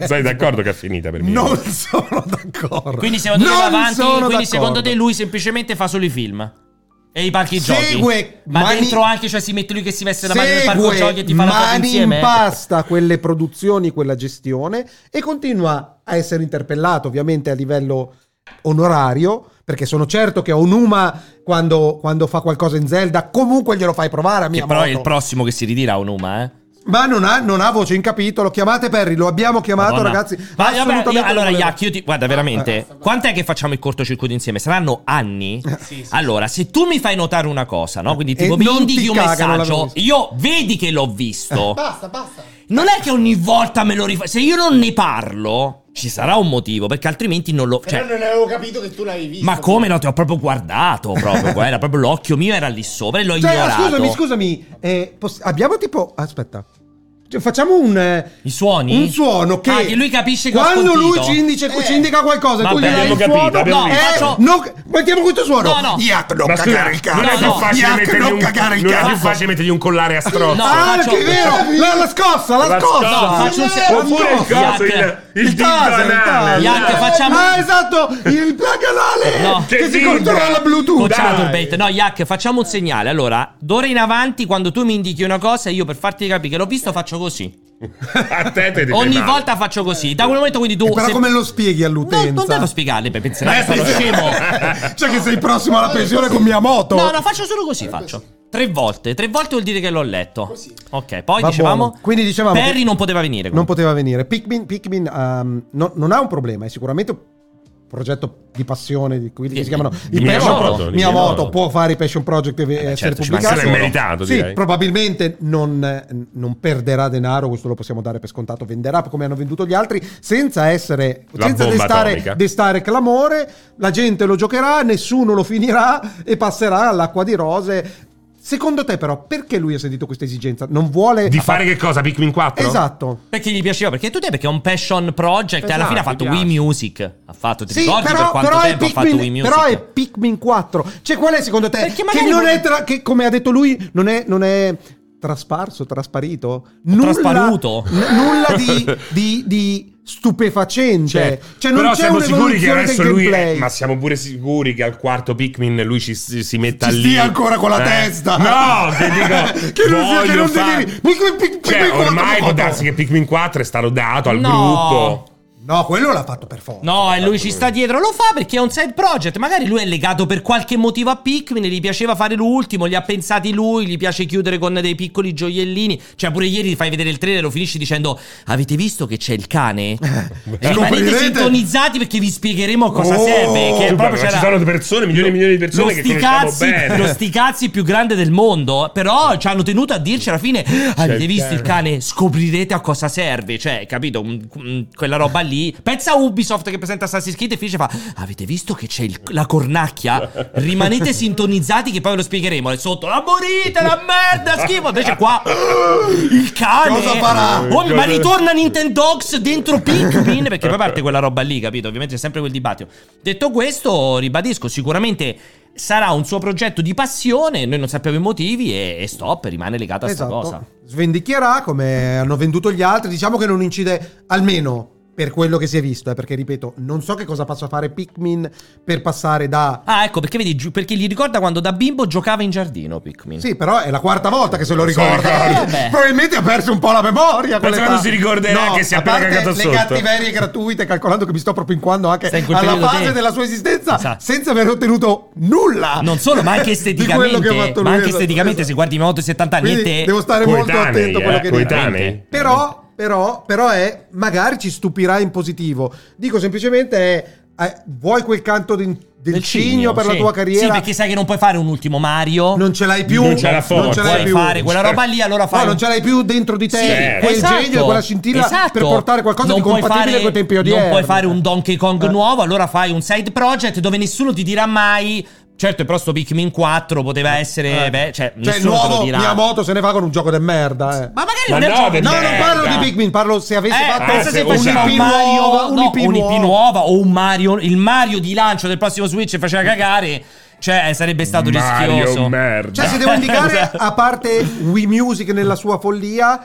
S2: Sei d'accordo che è finita per me?
S3: non sono d'accordo
S1: quindi secondo te
S3: Non
S1: va avanti
S3: sono
S1: quindi
S3: d'accordo.
S1: secondo te lui semplicemente fa solo i film e i parchi giochi
S3: Segue
S1: ma
S3: mani-
S1: dentro anche cioè si mette lui che si veste la maglia del parco
S3: segue
S1: giochi e ti fa la foto
S3: mani
S1: insieme
S3: in pasta quelle produzioni, quella gestione e continua a essere interpellato ovviamente a livello onorario perché sono certo che Onuma quando, quando fa qualcosa in Zelda comunque glielo fai provare a
S1: Che
S3: mia
S1: però è il prossimo che si ritira Onuma, eh.
S3: ma non ha, non ha voce in capitolo chiamate Perry lo abbiamo chiamato
S1: Madonna.
S3: ragazzi
S1: Ma vabbè,
S3: assolutamente
S1: io-
S3: lo
S1: allora,
S3: volevo. Eh,
S1: Iac, io ti. Guarda, veramente. Quant'è che facciamo il cortocircuito insieme? Saranno anni? allora, se tu mi fai notare una cosa, no? Quindi,
S3: E
S1: tipo, mi
S3: non ti
S1: indichi un
S3: cagano, l'avevo
S1: messaggio,
S3: visto.
S1: io vedi che l'ho visto.
S9: Basta, basta.
S1: Non è che ogni volta me lo rifai. Se io non ne parlo, ci sarà un motivo, perché altrimenti non lo. Cioè,
S9: Però non avevo capito che tu l'avevi visto.
S1: ma come no? Ti ho proprio guardato. Proprio, qua, era proprio l'occhio mio era lì sopra e l'ho
S3: Cioè,
S1: ignorato.
S3: scusami scusami eh, poss- abbiamo tipo aspetta Cioè, facciamo un eh,
S1: I suoni?
S3: Un suono che,
S1: Ah, che lui capisce che ho
S3: quando lui
S1: ascoltito.
S3: ci indica,
S9: Eh.
S3: ci indica qualcosa,
S1: Vabbè,
S3: tu gli dai
S2: abbiamo
S3: il
S2: capito,
S3: suono,
S2: abbiamo
S3: eh,
S1: capito.
S3: no, mettiamo questo suono.
S1: No, no.
S3: Iac, non
S2: Ma scusa,
S3: cagare il cazzo.
S2: non è più
S1: No, no.
S2: facile
S3: Iac,
S2: mettergli
S3: non
S2: un,
S3: cagare il
S2: non è
S3: cazzo.
S2: più facile mettergli un collare a strozzo.
S1: No,
S3: ah,
S1: faccio-
S3: che è vero! La, la scossa, la,
S2: La
S3: scossa!
S2: scossa.
S1: No, faccio un se-
S3: La
S2: Oppure il
S3: scossa.
S2: coso, il, il dito
S3: taser, il
S2: anale.
S3: taser.
S1: Iac, facciamo-
S3: Ah, esatto! Il plug anale!
S1: No.
S3: Che,
S2: Che
S3: si
S2: vibra.
S3: controlla Bluetooth!
S1: Bocciato
S2: dai.
S1: il bait. No, Iac, facciamo un segnale. Allora, d'ora in avanti, quando tu mi indichi una cosa, io per farti capire che l'ho visto, faccio così.
S2: A te te ti fai
S1: Ogni
S2: male.
S1: volta faccio così. Da quel momento, quindi tu.
S3: Eh, Però
S1: se-
S3: come lo spieghi
S1: No,
S3: all'utenza?
S1: non devo spiegarle, beh, penserai
S2: Eh,
S1: che sono
S2: sì, sì.
S1: scemo.
S3: cioè che sei prossimo alla pensione con Miyamoto?
S1: No, no, faccio solo così, faccio. Tre volte, tre volte vuol dire che l'ho letto. Ok, poi
S3: Va
S1: dicevamo.
S3: buono. Quindi dicevamo
S1: Perry
S3: che-
S1: non poteva venire.
S3: Non
S1: comunque.
S3: poteva venire. Pikmin, Pikmin, ehm, no- non ha un problema, è sicuramente un progetto di passione di quelli che si chiamano
S2: di
S3: i Passion
S2: Miyamoto,
S3: Pro-
S2: di
S3: Miyamoto
S2: Miyamoto.
S3: può fare i Passion Project e
S2: beh,
S3: essere
S2: certo, ci
S3: pubblicato.
S2: mancherebbe meritato,
S3: Sì,
S2: direi.
S3: probabilmente non, eh, non perderà denaro, questo lo possiamo dare per scontato, venderà come hanno venduto gli altri senza essere
S2: La
S3: senza
S2: bomba
S3: destare,
S2: atomica.
S3: destare clamore, la gente lo giocherà, nessuno lo finirà e passerà all'acqua di rose. Secondo te però perché lui ha sentito questa esigenza? Non vuole
S2: Di fare che cosa? Pikmin 4?
S3: Esatto.
S1: Perché gli piaceva? Perché tu te perché è un passion project e alla
S2: Esatto,
S1: fine ha fatto
S2: mi piace.
S1: Wii Music. Ha fatto, ti
S3: Sì,
S1: ricordi per
S3: però,
S1: quanto
S3: però è
S1: tempo ha fatto Wii
S3: Pikmin,
S1: Music?
S3: però è Pikmin 4. Cioè, qual è secondo te?
S1: Perché
S3: Che
S1: magari
S3: non
S1: vuole-
S3: è, tra- che, come ha detto lui, non è, non è trasparso, trasparito.
S1: trasparuto.
S3: n- nulla di, di- di stupefacente.
S2: Cioè,
S3: Cioè, non
S2: però
S3: c'è
S2: siamo sicuri che
S3: un'evoluzione del
S2: adesso lui. è-
S3: gameplay.
S2: ma siamo pure sicuri che al quarto Pikmin lui ci, si si metta
S3: Ci
S2: lì. Eh?
S3: stia ancora con la testa.
S2: No, che dico.
S3: Che non sia- che
S2: voglio
S3: non
S2: fare-
S3: devi- Pikmin- Pikmin-
S2: Cioè,
S3: Pikmin 4,
S2: ormai può
S3: Pikmin
S2: darsi che Pikmin 4 è stato dato al
S1: No.
S2: gruppo.
S3: No, quello l'ha fatto per forza.
S1: No, e lui ci sta dietro. Lo fa perché è un side project. Magari lui è legato per qualche motivo a Pikmin. Gli piaceva fare l'ultimo. Li ha pensati lui. Gli piace chiudere con dei piccoli gioiellini. Cioè, pure ieri fai vedere il trailer e lo finisci dicendo: Avete visto che c'è il cane? Rimanete
S3: scoprirete.
S1: sintonizzati perché vi spiegheremo a cosa
S3: Oh,
S1: serve. Che
S2: Super,
S1: proprio
S2: ma
S1: c'era.
S2: ci sono persone, milioni e milioni di persone che conosciamo
S1: sticazzi,
S2: bene.
S1: lo sticazzi più grande del mondo. Però ci hanno tenuto a dirci alla fine: Avete
S2: il
S1: visto il cane? Scoprirete a cosa serve. Cioè, capito? Un- un- quella roba lì. Pensa a Ubisoft che presenta Assassin's Creed e finisce e fa: Avete visto che c'è il- la cornacchia? Rimanete sintonizzati, che poi ve lo spiegheremo. E sotto la morite, la merda, schifo. Invece qua il cane.
S3: Cosa farà?
S1: Oh, ma ritorna Nintendox dentro Pikmin perché poi parte quella roba lì, capito? Ovviamente è sempre quel dibattito. Detto questo, ribadisco, sicuramente sarà un suo progetto di passione, noi non sappiamo i motivi e, e stop, rimane legata a sta cosa.
S3: Svendicchierà Esatto. come hanno venduto gli altri. Diciamo che non incide almeno per quello che si è visto. eh, perché ripeto, non so che cosa possa fare Pikmin per passare da.
S1: Ah, ecco, perché vedi, giu- perché gli ricorda quando da bimbo giocava in giardino Pikmin.
S3: Sì, però è la quarta volta che se lo ricorda.
S2: Eh,
S1: vabbè.
S3: Probabilmente ha perso un po' la memoria.
S2: Penso
S3: quell'età.
S2: che non si ricorderà
S3: No,
S2: che si è
S3: a
S2: appena
S3: parte
S2: cagato
S3: le
S2: sotto.
S3: cattiverie gratuite, calcolando che mi sto propinquando anche
S1: Sei in quel
S3: alla
S1: periodo
S3: fase
S1: te.
S3: della sua esistenza,
S1: Esatto.
S3: senza aver ottenuto nulla.
S1: Non solo, ma anche
S3: di
S1: esteticamente,
S3: quello che ha fatto
S1: ma
S3: lui,
S1: anche
S3: esatto,
S1: esteticamente,
S3: esatto.
S1: se guardi i 70 anni e
S3: Quindi
S1: te
S3: devo stare molto
S2: Coetanei,
S3: attento a quello
S2: eh,
S3: che dico.
S2: coetanei.
S3: Però, però, però è, magari ci stupirà in positivo. Dico semplicemente è, eh, vuoi quel canto di- del, cigno, per la
S1: sì.
S3: tua carriera?
S1: Sì, perché sai che non puoi fare un ultimo Mario.
S3: non ce l'hai più,
S2: Non ce la Eh. fai,
S3: ce
S2: puoi
S3: l'hai più.
S1: Oh. fare quella roba lì, allora fai
S3: No,
S1: un-
S3: non ce l'hai più dentro di te
S2: Sì,
S3: quel
S1: esatto.
S3: genio, quella scintilla
S1: Esatto.
S3: per portare qualcosa
S1: Non
S3: di
S1: puoi
S3: compatibile
S1: fare-
S3: con i tempi odierni.
S1: Non puoi fare un Donkey Kong
S3: Eh.
S1: nuovo, allora fai un side project dove nessuno ti dirà mai. Certo, però sto Pikmin 4 poteva essere.
S3: Eh.
S1: Beh, cioè,
S3: Cioè,
S1: nessuno te lo
S3: nuovo
S1: dirà.
S3: Miyamoto se ne va con un gioco del merda, eh.
S1: Ma magari
S2: Ma
S1: non è
S2: no,
S1: un gioco-
S2: per
S3: No,
S2: merda.
S3: non parlo di Pikmin, parlo se avesse
S1: Eh,
S3: fatto
S1: pensa se
S2: un
S1: faceva
S2: IP
S1: un Mario, no,
S3: un'IP
S1: un'IP nuova o un Mario, il Mario di lancio del prossimo Switch faceva cagare, cioè sarebbe stato
S2: Mario
S1: rischioso.
S2: merda.
S3: Cioè, se devo indicare,
S1: Esatto.
S3: a parte Wii Music nella sua follia,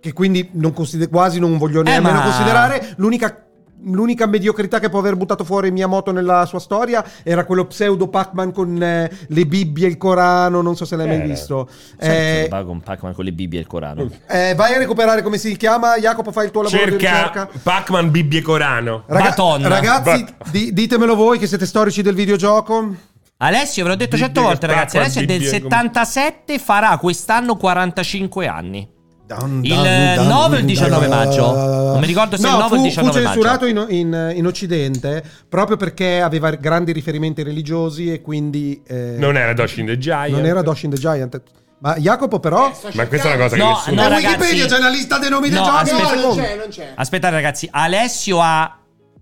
S3: che quindi non consider- quasi non voglio nemmeno
S1: ma-
S3: considerare, l'unica. L'unica mediocrità che può aver buttato fuori Miyamoto nella sua storia era quello pseudo Pac-Man con eh, le Bibbie e il Corano. Non so se l'hai mai
S2: Era.
S3: visto.
S1: Sai che
S3: Eh,
S1: va con Pac-Man con le Bibbie e il Corano.
S3: eh, vai a recuperare come si chiama. Jacopo, fai il tuo lavoro di
S2: Cerca
S3: ricerca.
S2: Pac-Man Bibbie Corano.
S3: Raga-
S1: Madonna.
S3: Ragazzi,
S2: Va-
S3: di- ditemelo voi che siete storici del videogioco.
S1: Alessio, ve l'ho detto cento
S2: Bibbia
S1: volte,
S2: che
S1: ragazzi.
S2: spacca,
S1: Alessio è del
S2: Bibbia come-
S1: 77, farà quest'anno 45 anni.
S3: Dun,
S1: Il
S3: dun, dun,
S1: 9 o il 19
S3: dun,
S1: maggio? Non mi ricordo se il 9 o il
S3: fu-
S1: 19
S3: Fu
S1: maggio.
S3: censurato in, in- in Occidente proprio perché aveva grandi riferimenti religiosi e quindi... eh,
S2: Non era Dosh in the Giant.
S3: non era Dosh in the Giant. Ma Jacopo però...
S2: Ma questa è una cosa che
S1: No,
S2: nessuno.
S1: no,
S3: Da
S1: ragazzi.
S3: Wikipedia c'è una lista dei nomi dei
S1: No,
S3: giochi.
S1: aspetta.
S3: un secondo.
S1: Aspettate, ragazzi, Alessio ha.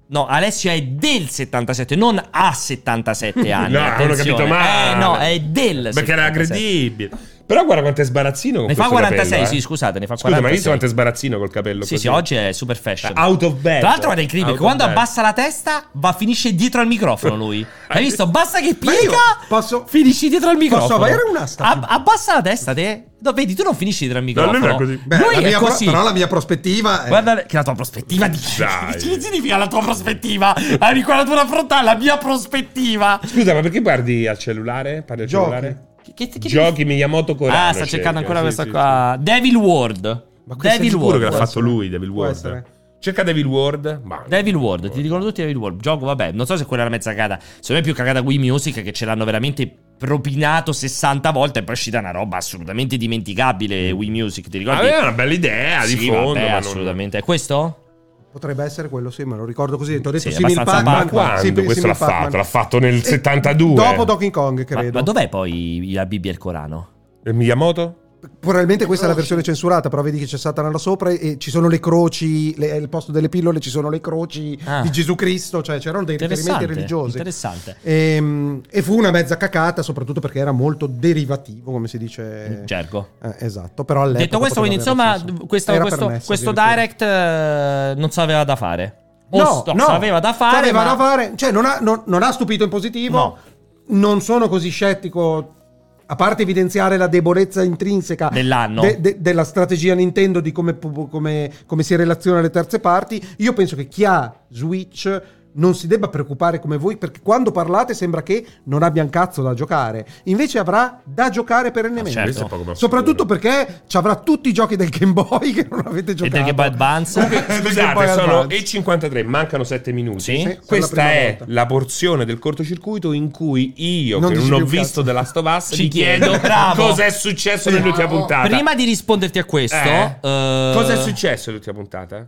S1: No, Alessio è del 77, non a 77 anni.
S2: No, non ho
S1: attenzione.
S2: capito male.
S1: Eh, no, è del.
S2: Perché era
S1: 77.
S2: credibile. Però guarda quanto è sbarazzino con
S1: Ne fa
S2: questo
S1: 46,
S2: capello, eh.
S1: sì, scusate, ne fa
S2: Scusa, ma hai
S1: 46.
S2: visto quanto è sbarazzino col capello
S1: Sì,
S2: così?
S1: sì, oggi è super fashion.
S2: Out of bed.
S1: Tra l'altro, guarda, è incredibile.
S2: Out of
S1: Quando
S2: bed.
S1: abbassa la testa, va finisce dietro al microfono lui. Hai visto? Basta che
S3: Ma io
S1: piega,
S3: posso-
S1: finisci dietro al microfono.
S3: avere un'asta?
S1: Ab- abbassa la testa, te. No, vedi, tu non finisci dietro al microfono.
S2: lui non è così.
S3: Beh,
S1: Lui
S3: la
S1: è
S3: mia pro-
S1: così.
S3: però la mia prospettiva... È...
S1: Guarda che la tua prospettiva di
S2: Dai.
S1: Che significa la tua prospettiva? La riquadratura frontale, la mia prospettiva.
S2: Scusa, ma perché guardi al cellulare? Parli al
S3: Giochi.
S2: cellulare?
S1: Che- che- che-
S2: Giochi Miyamoto Corano.
S1: Ah, sta
S2: cerca.
S1: cercando ancora
S2: Sì,
S1: questa
S2: sì,
S1: qua. Devil World.
S2: Ma questo è
S1: Devil
S2: sicuro che l'ha
S1: World.
S2: fatto lui, Devil
S3: Può
S2: World.
S3: essere.
S2: Cerca Devil World. Ma...
S1: Devil World, ti dicono tutti Devil World. Gioco, vabbè, non so se quella era mezza cagata. Secondo me è più cagata Wii Music che ce l'hanno veramente propinato 60 volte e poi è uscita una roba assolutamente dimenticabile Wii Music, ti ricordi?
S2: Aveva Ah, una bella idea Mm. di
S1: Sì,
S2: fondo.
S1: vabbè,
S2: ma non-
S1: assolutamente. È questo?
S3: Potrebbe essere quello, sì, me lo ricordo così. Ho detto
S1: Sì,
S3: simil
S1: abbastanza
S2: Ma
S3: Pac-Man.
S1: Pac-Man.
S2: quando
S3: Sì,
S2: questo
S3: simil
S2: l'ha
S3: Pac-Man.
S2: fatto? L'ha fatto nel
S3: Eh,
S2: 72.
S3: Dopo Donkey Kong,
S1: Ma,
S3: credo.
S1: ma dov'è poi la Bibbia e il Corano?
S2: Eh, Miyamoto?
S3: Probabilmente questa è la versione censurata, però vedi che c'è Satana là sopra e ci sono le croci, le- al posto delle pillole ci sono le croci
S1: Ah.
S3: di Gesù Cristo, cioè c'erano dei riferimenti
S1: Interessante,
S3: religiosi.
S1: interessante.
S3: Ehm, E, fu una mezza cacata, soprattutto perché era molto derivativo, come si dice.
S1: In gergo.
S3: Eh, esatto, però all'epoca
S1: Certo. Detto questo, quindi
S3: poteva
S1: insomma,
S3: avere senso.
S1: questo,
S3: Era
S1: questo,
S3: permesso,
S1: questo
S3: addirittura.
S1: direct eh, non sapeva da fare. O
S3: No,
S1: sto-
S3: no,
S1: sapeva da fare.
S3: Sapeva
S1: ma-
S3: da fare, cioè non ha, non- non ha stupito in positivo.
S1: No.
S3: Non sono così scettico. A parte evidenziare la debolezza intrinseca
S1: Dell'anno.
S3: de- de- della strategia Nintendo di come, pu- come- come si relaziona alle terze parti, io penso che chi ha Switch non si debba preoccupare come voi, perché quando parlate sembra che non abbia un cazzo da giocare. Invece avrà da giocare perennemente.
S1: Ah, certo.
S2: Questo è poco ma
S3: Soprattutto
S2: sicuro.
S3: perché ci avrà tutti i giochi del Game Boy che non avete
S1: E
S3: giocato.
S1: del Game Boy Advance.
S3: Perché poi
S2: Scusate,
S3: al
S2: sono
S3: balzo.
S2: e 53, mancano 7 minuti.
S1: Sì. Sì, sono
S3: la
S2: Questa
S3: prima
S2: è
S3: volta.
S2: la porzione del cortocircuito in cui io,
S3: Non
S2: che
S3: dici
S2: non ho
S3: più cazzo.
S2: visto The Last of Us,
S1: Ci
S2: ci
S1: chiedo,
S2: chiedo
S1: bravo.
S2: cosa è successo nell'ultima puntata.
S1: Prima di risponderti a questo,
S2: Eh,
S1: eh,
S2: cosa è successo nell'ultima puntata?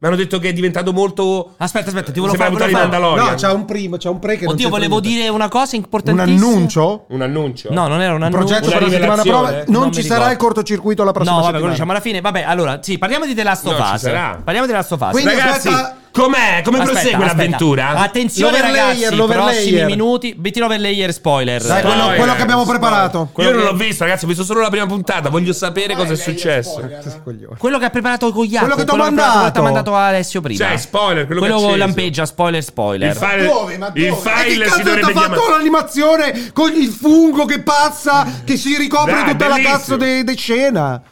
S2: Mi hanno detto che è diventato molto.
S1: Aspetta, aspetta, ti volevo
S2: Sembra
S1: fare
S2: puntata di
S1: volevo fare-
S2: Mandalorian.
S3: No, c'ha un primo, c'ha un pre che non
S1: Oddio,
S3: c'entra
S1: volevo
S3: niente.
S1: dire una cosa
S3: un
S1: importantissima.
S3: annuncio?
S2: Un annuncio? eh.
S1: No, non era un
S3: Un
S1: annuncio.
S3: progetto per la
S2: Una
S3: settimana
S2: rivelazione?
S3: prova? Non,
S1: Non
S3: ci
S1: mi
S3: sarà
S1: ricordo.
S3: il cortocircuito la prossima
S1: No, vabbè, quello
S3: settimana.
S1: diciamo alla fine. Vabbè, allora, sì, parliamo di The Last
S2: No,
S1: of
S2: ci
S1: Us.
S2: sarà.
S1: Parliamo di The Last of Us.
S3: Quindi
S2: Ragazzi,
S3: aspetta-
S2: com'è? Come
S1: Aspetta,
S2: prosegue
S1: aspetta.
S2: l'avventura?
S1: Attenzione,
S3: L'overlayer,
S1: ragazzi.
S3: l'overlayer.
S1: Prossimi minuti. Metti l'overlayer spoiler.
S3: Dai, quello-
S2: Spoiler,
S3: quello che abbiamo
S2: spoiler.
S3: preparato.
S2: Io
S3: Quello
S2: non
S3: che-
S2: l'ho visto, ragazzi, ho visto solo la prima puntata. Voglio sapere cosa è successo.
S3: Sì, coglione.
S1: Quello che ha preparato con Jacopo
S3: Quello che t'ho mandato.
S1: ha mandato a Alessio prima
S2: Cioè, spoiler, quello,
S1: Quello
S2: che
S1: con
S2: acceso.
S1: lampeggia Spoiler spoiler
S2: Il file, il
S3: E
S2: file
S3: che
S2: si
S3: cazzo ti
S2: dovrebbe
S3: ha fatto
S2: chiamare.
S3: l'animazione con il fungo che passa, che si ricopre
S2: Dai,
S3: tutta la
S2: bellissimo.
S3: cazzo de, de scena?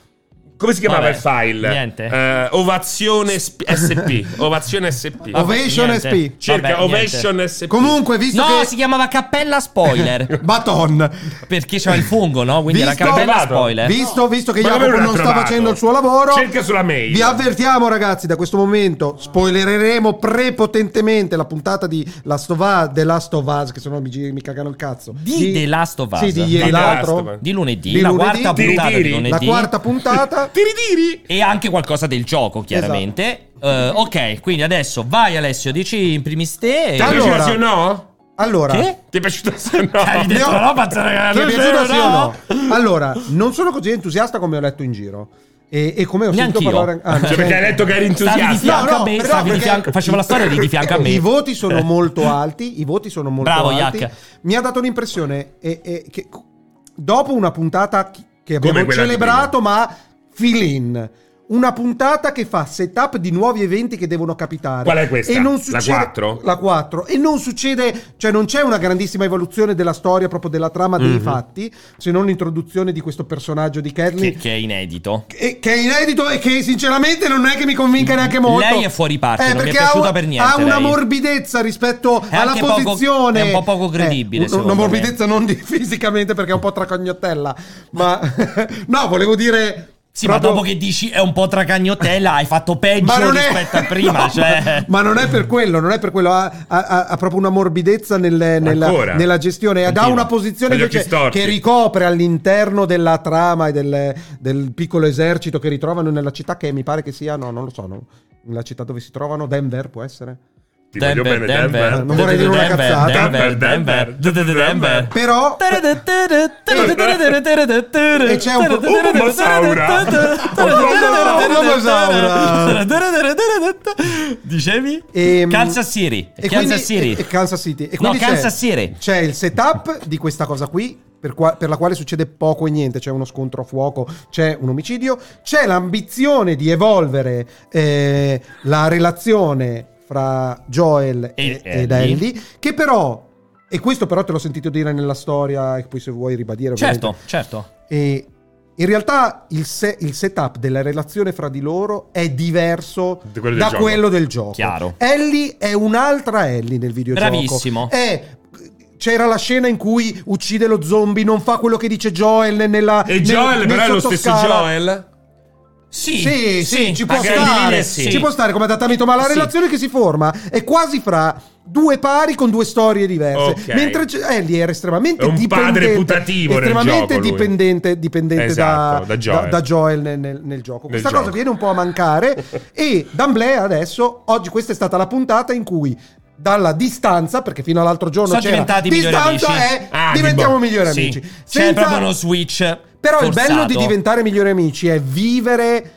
S2: Come si chiamava
S1: Vabbè,
S2: il file?
S1: niente.
S2: Eh, ovazione sp- SP. Ovazione SP.
S1: Vabbè,
S3: Ovation
S1: niente.
S3: SP.
S2: Cerca
S1: Vabbè,
S2: Ovation
S1: niente.
S2: SP.
S3: Comunque, visto
S1: No
S3: che...
S1: si chiamava Cappella spoiler
S3: Baton.
S1: Perché c'era il fungo no? Quindi
S3: Visto-
S1: era Cappella
S2: Trovato.
S1: spoiler
S3: Visto, visto che
S2: Ma come
S3: Jacopo
S2: l'ha
S3: non sta
S2: trovato?
S3: facendo il suo lavoro,
S2: Cerca sulla mail.
S3: vi avvertiamo, ragazzi, da questo momento spoilereremo prepotentemente la puntata di Last of Us, The Last of Us, che sono mi, gi- mi cagano il cazzo.
S1: Di The Last of Us.
S3: Sì, di
S1: Di
S3: ieri
S2: The
S3: l'altro.
S2: Last of Us.
S1: Di lunedì
S3: Di
S1: La
S3: lunedì.
S1: quarta
S2: Ti
S1: puntata
S2: ritiri?
S1: di lunedì
S3: La quarta Esatto. puntata.
S2: Ti ritiri?
S1: E anche qualcosa del gioco chiaramente Eh, Ok quindi adesso vai Alessio Dici in primis te e-
S2: Ti è
S3: Allora-
S2: piaciuta sì o no?
S3: Allora,
S1: Che?
S2: Ti è piaciuta sì o no? Cioè,
S1: Hai detto
S3: No.
S1: la roba, zara-
S3: Ti è piaciuta sì o
S1: no?
S3: no? Allora, non sono così entusiasta come ho letto in giro. E, e come ho
S1: Neanch'io.
S3: sentito parlare... ah,
S2: Cioè, perché hai detto che eri
S1: Stavi di
S2: entusiasta.
S1: fianco
S3: No,
S1: a
S3: no,
S1: me
S3: però
S1: stavi di
S3: perché-
S1: fianco- Facevo la storia di di fianco a me Eh.
S3: I voti sono molto alti, i voti sono molto
S1: Bravo,
S3: alti.
S1: Iac.
S3: Mi ha dato l'impressione eh, eh, che co- dopo una puntata chi- che
S2: Come
S3: abbiamo
S2: quella di
S3: celebrato, ma fill in. Una puntata che fa setup di nuovi eventi che devono capitare.
S2: Qual è questa?
S3: E non
S2: La
S3: succede,
S2: 4?
S3: La 4. E non succede, cioè non c'è una grandissima evoluzione della storia, proprio della trama dei
S2: Mhm.
S3: fatti, se non l'introduzione di questo personaggio di
S1: che,
S3: Kathleen.
S1: che è inedito
S3: E- eh, che è inedito e che sinceramente non è che mi convinca neanche molto.
S1: Mm.
S3: Eh,
S1: Lei è fuori parte, non mi è
S3: perché
S1: piaciuta
S3: ha,
S1: per niente,
S3: Ha una
S1: lei.
S3: morbidezza rispetto
S1: È
S3: alla
S1: anche poco-
S3: posizione.
S1: è un po' poco credibile,
S3: un- una
S1: secondo me.
S3: morbidezza non di- fisicamente perché è un po' tracagnottella, ma no, volevo dire.
S1: Sì,
S3: proprio-
S1: ma dopo che dici è un po' tracagnottella, hai fatto
S3: Ma
S1: peggio
S3: non è-
S1: rispetto a prima.
S3: no,
S1: cioè...
S3: ma non è per quello, non è per quello. Ha, ha- ha- ha proprio una morbidezza nel- nella,
S2: Ancora?
S3: nella gestione. Ha da
S1: Continua.
S3: una posizione
S2: Con gli occhi
S3: invece
S2: storti.
S3: che ricopre all'interno della trama e del, del piccolo esercito che ritrovano nella città, che mi pare che sia, no, non lo so. no, La città dove si trovano, Denver può essere?
S2: Ti voglio bene, Denver.
S3: Non vorrei dire una cazzata.
S1: Denver, Denver, Denver, Denver.
S3: Però E c'è un po'
S2: Omosaura.
S3: Omosaura.
S1: Dicevi?
S3: Ehm,
S1: Kansas City.
S3: E
S1: Kansas
S3: quindi-
S1: City.
S3: E, e Kansas City. E
S1: No,
S3: quindi c'è-
S1: Kansas City.
S3: C'è il setup di questa cosa qui. Per, qua- per la quale succede poco e niente, c'è uno scontro a fuoco, c'è un omicidio, c'è l'ambizione di evolvere eh, la relazione fra Joel
S1: E
S3: e, ed
S1: Ellie.
S3: Ellie, che però, e questo però te l'ho sentito dire nella storia, e poi se vuoi ribadire ovviamente,
S1: Certo, certo.
S3: E in realtà il, se- il setup della relazione fra di loro è diverso
S2: Da quello del
S3: da
S2: gioco.
S3: quello del gioco.
S1: Chiaro.
S3: Ellie è un'altra Ellie nel videogioco.
S1: Bravissimo.
S3: È- c'era la scena in cui uccide lo zombie, non fa quello che dice Joel nella
S2: E
S3: nel-
S2: Joel,
S3: nel
S2: però è lo stesso
S3: sottoscala.
S2: Joel?
S1: Sì,
S3: Sì, sì, ci può
S1: a grandi linee
S3: stare.
S1: sì.
S3: Ci può stare come adattamento, ma la
S1: Sì.
S3: relazione che si forma è quasi fra due pari con due storie diverse.
S2: Ok.
S3: Mentre c- Ellie era estremamente
S2: È un
S3: dipendente,
S2: padre putativo nel
S3: estremamente
S2: gioco, lui.
S3: dipendente, dipendente
S2: Esatto,
S3: da,
S2: da Joel.
S3: da- da Joel nel, nel- nel gioco.
S2: Nel
S3: Questa cosa
S2: gioco.
S3: viene un po' a mancare e D'Amblea adesso oggi questa è stata la puntata in cui dalla distanza, perché fino all'altro giorno
S1: Sono
S3: c'era
S1: diventati migliori
S3: distanza
S1: amici. boh.
S3: è
S2: Ah,
S3: diventiamo
S2: tipo-
S3: migliori
S1: Sì.
S3: amici.
S1: C'è
S3: Senza-
S1: proprio uno switch.
S3: però il
S1: forzato.
S3: bello di diventare migliori amici è vivere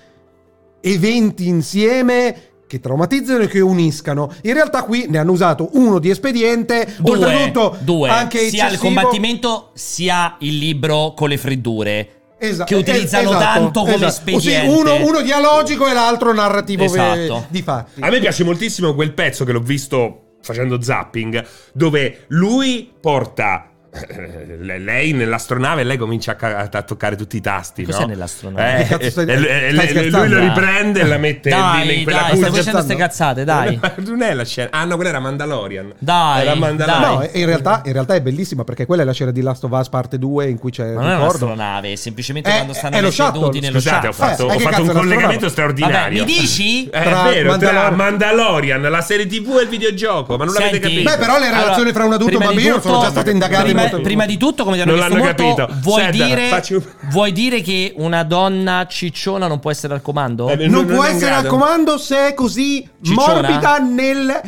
S3: eventi insieme che traumatizzano e che uniscano. In realtà qui ne hanno usato uno di espediente,
S1: Due,
S3: oltretutto
S1: due.
S3: anche
S1: sia il
S3: eccessivo.
S1: combattimento sia il libro con le freddure.
S3: Esatto,
S1: che utilizzano
S3: esatto,
S1: tanto come
S3: esatto.
S1: espediente.
S3: Sì, uno, uno dialogico e l'altro narrativo ve-
S1: Esatto.
S3: di fatti.
S2: A me piace moltissimo quel pezzo che l'ho visto facendo zapping, dove lui porta eh, lei nell'astronave e lei comincia a, ca- a toccare tutti i tasti.
S1: Cos'è
S2: no?
S1: nell'astronave?
S2: Eh,
S3: Che cazzo stai-
S2: e- e-
S3: stai
S2: e- lui
S3: scherzando?
S2: lo riprende e la mette
S1: Dai,
S2: lì in quella
S1: dai,
S2: cuccia.
S1: stai facendo ste cazzate, dai.
S2: Non è la scena. Ah, no, quella era Mandalorian.
S1: Dai,
S2: era
S1: Ah, dai.
S2: Mandalorian.
S3: No, in realtà, in realtà è bellissima perché quella è la scena di Last of Us parte 2 in cui c'è
S1: Ma non è
S3: Eh, ricordo.
S1: un'astronave, è semplicemente
S3: Eh,
S1: quando stanno
S3: è lo
S1: seduti
S3: shuttle.
S1: nello
S2: Scusate, ho
S1: shuttle.
S2: fatto,
S3: Eh,
S2: ho
S3: che
S2: fatto
S3: cazzo
S2: un
S3: è
S2: collegamento
S3: l'astronave?
S1: Vabbè,
S2: straordinario.
S1: mi dici?
S2: Eh,
S3: Tra
S2: è vero,
S3: Mandalorian-
S2: tra Mandalorian, la serie TV e il videogioco, ma non
S1: Senti,
S2: l'avete capito.
S3: Beh, però le relazioni fra un adulto e un
S1: prima di
S3: bambino
S1: tutto-
S3: sono già state indagate
S1: prima,
S3: molto-
S1: prima di tutto, come ti hanno
S2: Non
S1: chiesto
S2: l'hanno
S1: molto,
S2: capito.
S1: vuoi,
S2: Senta,
S1: dire,
S2: facci un-
S1: vuoi dire che una donna cicciona non può essere al comando?
S2: Eh,
S3: non, può
S2: è in
S3: essere al
S2: grado.
S3: comando se è così
S1: Cicciona?
S3: morbida nel,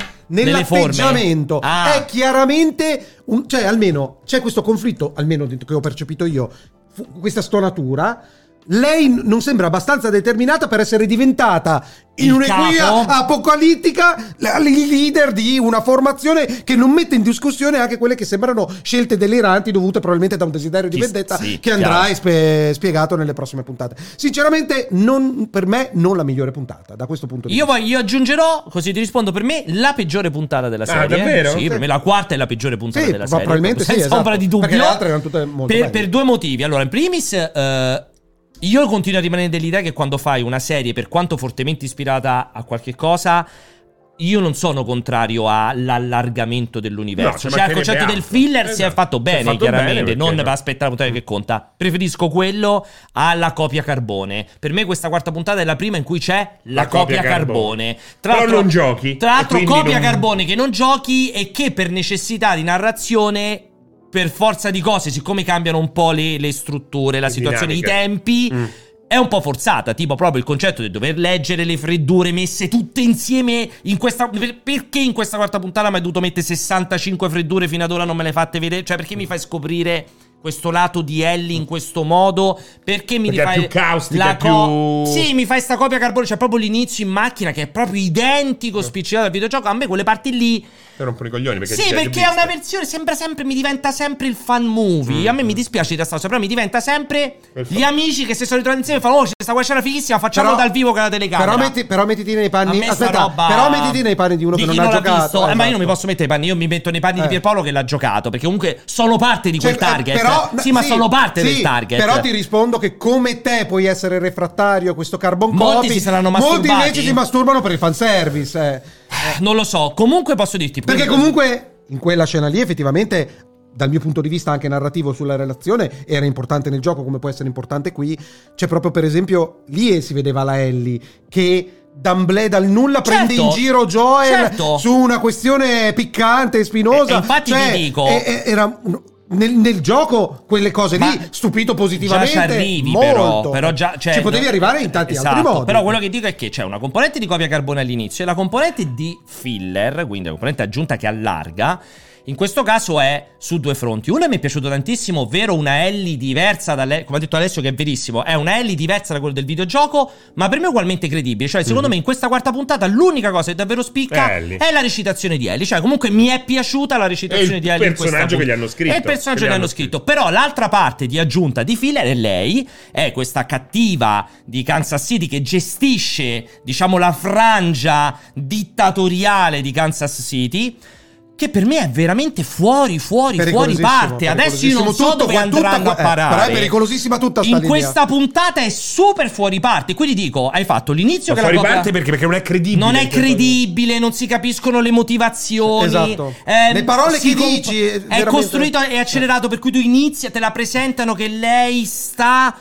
S3: nell'atteggiamento.
S1: Nelle forme? Ah.
S3: È chiaramente, un- cioè almeno c'è questo conflitto, almeno dentro che ho percepito io, fu- questa stonatura. Lei n- non sembra abbastanza determinata per essere diventata in
S1: Il
S3: un'equia
S1: capo?
S3: apocalittica la- il leader di una formazione che non mette in discussione anche quelle che sembrano scelte deliranti dovute probabilmente da un desiderio di
S1: Chi-
S3: vendetta
S1: sì,
S3: che andrà
S1: chiaro.
S3: e spe- spiegato nelle prossime puntate. Sinceramente, non- per me, non la migliore puntata da questo punto di
S1: Io,
S3: vista.
S1: voglio- io aggiungerò, così ti rispondo, per me la peggiore puntata della serie.
S2: Ah,
S1: eh.
S2: davvero?
S1: Sì, per me la quarta è la peggiore puntata
S3: Sì,
S1: della
S3: ma
S1: serie.
S3: probabilmente sì,
S1: senza
S3: esatto.
S1: ombra di dubbio.
S3: Perché le altre erano tutte molto
S1: per,
S3: belle.
S1: per due motivi. Allora, in primis... eh, io continuo a rimanere dell'idea che quando fai una serie, per quanto fortemente ispirata a qualche cosa, io non sono contrario all'allargamento
S2: No,
S1: dell'universo.
S2: ci
S1: cioè, il
S2: mancherebbe
S1: concetto del
S2: altro.
S1: filler si è
S2: Esatto.
S1: fatto
S2: Si è
S1: bene,
S2: fatto
S1: chiaramente.
S2: bene, perché- Mm.
S1: non per aspettare la puntata che conta. Preferisco quello alla copia carbone. Per me, questa quarta puntata è la prima in cui c'è la,
S2: La
S1: copia,
S2: copia
S1: carbone.
S2: carbone.
S1: Tra
S2: Però
S1: l'altro-
S2: non giochi,
S1: Tra
S2: e
S1: l'altro,
S2: quindi
S1: copia
S2: non-
S1: carbone che non giochi e che per necessità di narrazione. Per forza di cose, siccome cambiano un po' le, le strutture, la
S2: Le
S1: situazione, i
S2: dinamiche.
S1: tempi,
S2: Mm.
S1: è un po' forzata, tipo proprio il concetto di dover leggere le freddure messe tutte insieme in questa... per- Perché in questa quarta puntata mi hai dovuto mettere 65 freddure fino ad ora non me le fate vedere? Cioè perché mi fai scoprire questo lato di Ellie in questo modo? Perché mi
S2: Perché è
S1: fai...
S2: più caustica, è più-
S1: Sì, mi fai sta copia carbone, cioè proprio l'inizio in macchina che è proprio identico, spiccicato al videogioco. A me quelle parti lì
S2: Te rompono i coglioni perché
S1: sì,
S2: dice,
S1: perché
S2: "Li
S1: è
S2: ho
S1: una
S2: viste".
S1: versione, sembra sempre, mi diventa sempre il fan movie. A me
S3: Mm.
S1: mi dispiace di questa cosa, però mi diventa sempre
S2: Quel fan-
S1: gli amici che si sono ritrovati insieme e fanno, oh, c'è questa guacciara fighissima,
S3: Però-
S1: facciamo dal vivo con la telecamera.
S3: Però, metti- però mettiti nei
S1: A
S3: panni.
S1: me sta
S3: Aspetta,
S1: roba-
S3: però mettiti nei panni di uno
S1: chi
S3: che non,
S1: non
S3: ha
S1: l'ha
S3: giocato. esatto.
S1: visto. Eh, ma io non mi posso mettere nei panni, io mi metto nei panni
S3: Eh.
S1: di Pierpaolo che l'ha giocato, perché comunque sono parte di
S3: Cioè,
S1: quel target.
S3: eh, però-
S1: sì, ma
S3: sì,
S1: sono parte
S3: sì,
S1: del target.
S3: Però ti rispondo che come te puoi essere refrattario a questo carbon
S1: Molti
S3: copy,
S1: si saranno
S3: molti
S1: masturbati.
S3: invece si masturbano per il fanservice. Eh.
S1: Non lo so, comunque posso dirti...
S3: Perché comunque in quella scena lì effettivamente dal mio punto di vista anche narrativo sulla relazione era importante nel gioco come può essere importante qui c'è proprio per esempio lì e si vedeva la Ellie che D'Amblè dal nulla
S1: Certo.
S3: prende in giro Joel
S1: Certo.
S3: su una questione piccante e spinosa
S1: E- e infatti
S3: Cioè,
S1: vi dico-
S3: e- e- era un- nel, nel gioco quelle cose
S1: Ma
S3: lì stupito
S1: Già
S3: positivamente
S1: ci arrivi
S3: molto.
S1: però, però già, cioè,
S3: ci potevi
S1: no-
S3: arrivare in tanti altri
S1: Esatto,
S3: modi
S1: Però quello che dico è che c'è una componente di copia carbone all'inizio e la componente di filler, quindi la componente aggiunta che allarga. In questo caso è su due fronti. Uno mi è piaciuto tantissimo, ovvero una Ellie diversa dalle, come ha detto Alessio che è verissimo, è una Ellie diversa da quella del videogioco, ma per me ugualmente credibile. Cioè, secondo
S3: Mm-hmm.
S1: me in questa quarta puntata l'unica cosa che davvero spicca
S2: È Ellie.
S1: è la recitazione di Ellie. Cioè, comunque mi è piaciuta la recitazione
S2: E il
S1: di Ellie in questa
S2: personaggio che
S1: puntata.
S2: gli hanno scritto.
S1: E il personaggio
S2: Che
S1: che
S2: gli
S1: gli hanno
S2: hanno
S1: scritto. Però l'altra parte di aggiunta di filler è lei, è questa cattiva di Kansas City che gestisce, diciamo, la frangia dittatoriale di Kansas City. Che per me è veramente fuori, fuori, fuori
S3: Pericolosissimo,
S1: parte. Adesso io non so
S3: pericolosissimo.
S1: dove
S3: Tutto qua-
S1: andranno
S3: tutta
S1: a
S3: qua- eh,
S1: parare.
S3: però è pericolosissima tutta sta
S1: In
S3: linea.
S1: questa puntata è super fuori parte. Quindi dico, hai fatto l'inizio
S2: Ma
S1: che la
S2: fuori
S1: copia-
S2: parte perché, perché non è credibile.
S1: non è credibile, non si capiscono le motivazioni.
S3: Esatto.
S1: Eh,
S3: Le parole
S1: si
S3: che dici, eh,
S1: È
S3: veramente-
S1: costruito e accelerato, per cui tu inizi, te la presentano che lei sta.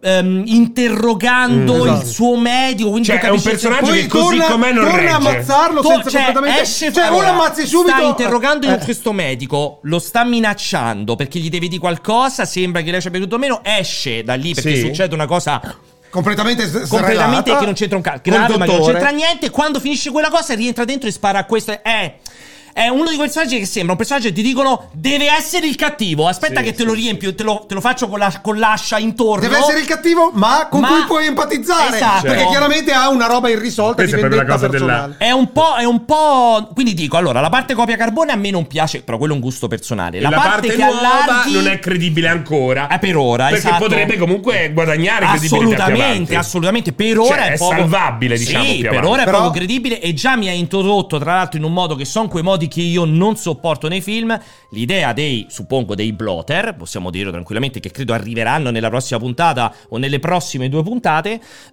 S1: ehm, interrogando
S3: Mm, esatto.
S1: il suo medio. Quindi
S2: Cioè,
S1: tu
S2: è un
S1: capisci-
S2: personaggio
S1: Poi-
S2: che così com'è non
S3: torna
S2: regge.
S3: a ammazzarlo
S1: to-
S3: senza
S1: cioè,
S3: completamente
S1: esce
S3: cioè
S1: allora,
S3: ora ammazzi subito
S1: sta interrogando
S3: Eh,
S1: questo medico lo sta minacciando perché gli deve dire qualcosa sembra che lei ci abbia creduto meno esce da lì perché
S2: Sì.
S1: succede una cosa
S3: completamente s-
S1: completamente
S3: sregolata.
S1: che non c'entra un cazzo
S3: Col
S1: grave ma che non
S3: dottore.
S1: c'entra niente quando finisce quella cosa rientra dentro e spara a questo è è uno di quei personaggi che sembra un personaggio che ti dicono deve essere il cattivo aspetta
S2: Sì,
S1: che te
S2: sì,
S1: lo
S2: sì.
S1: riempio te, lo, te lo faccio con, la, con l'ascia intorno
S3: Deve essere il cattivo, ma con
S1: Ma-
S3: cui puoi empatizzare.
S1: Esatto.
S3: Perché chiaramente ha una roba irrisolta di
S2: Questa è proprio
S3: vendetta
S2: la cosa della-
S3: personale.
S1: È un po', è un po'. Quindi dico, allora, la parte copia carbone a me non piace, però quello è un gusto personale.
S2: E
S1: La, parte, che
S2: nuova
S1: allarghi
S2: non è credibile ancora.
S1: è per ora,
S2: perché
S1: esatto.
S2: potrebbe comunque guadagnare credibilità più avanti.
S1: Assolutamente, assolutamente. Per ora
S2: Cioè,
S1: è
S2: è
S1: poco
S2: salvabile, diciamo,
S1: Sì,
S2: più
S1: per
S2: avanti.
S1: ora è
S3: Però-
S1: poco credibile. E già mi ha introdotto, tra l'altro, in un modo che sono quei modi che io non sopporto nei film. L'idea dei, suppongo, dei blotter, possiamo dirlo tranquillamente, che credo arriveranno nella prossima puntata o nelle prossime due puntate.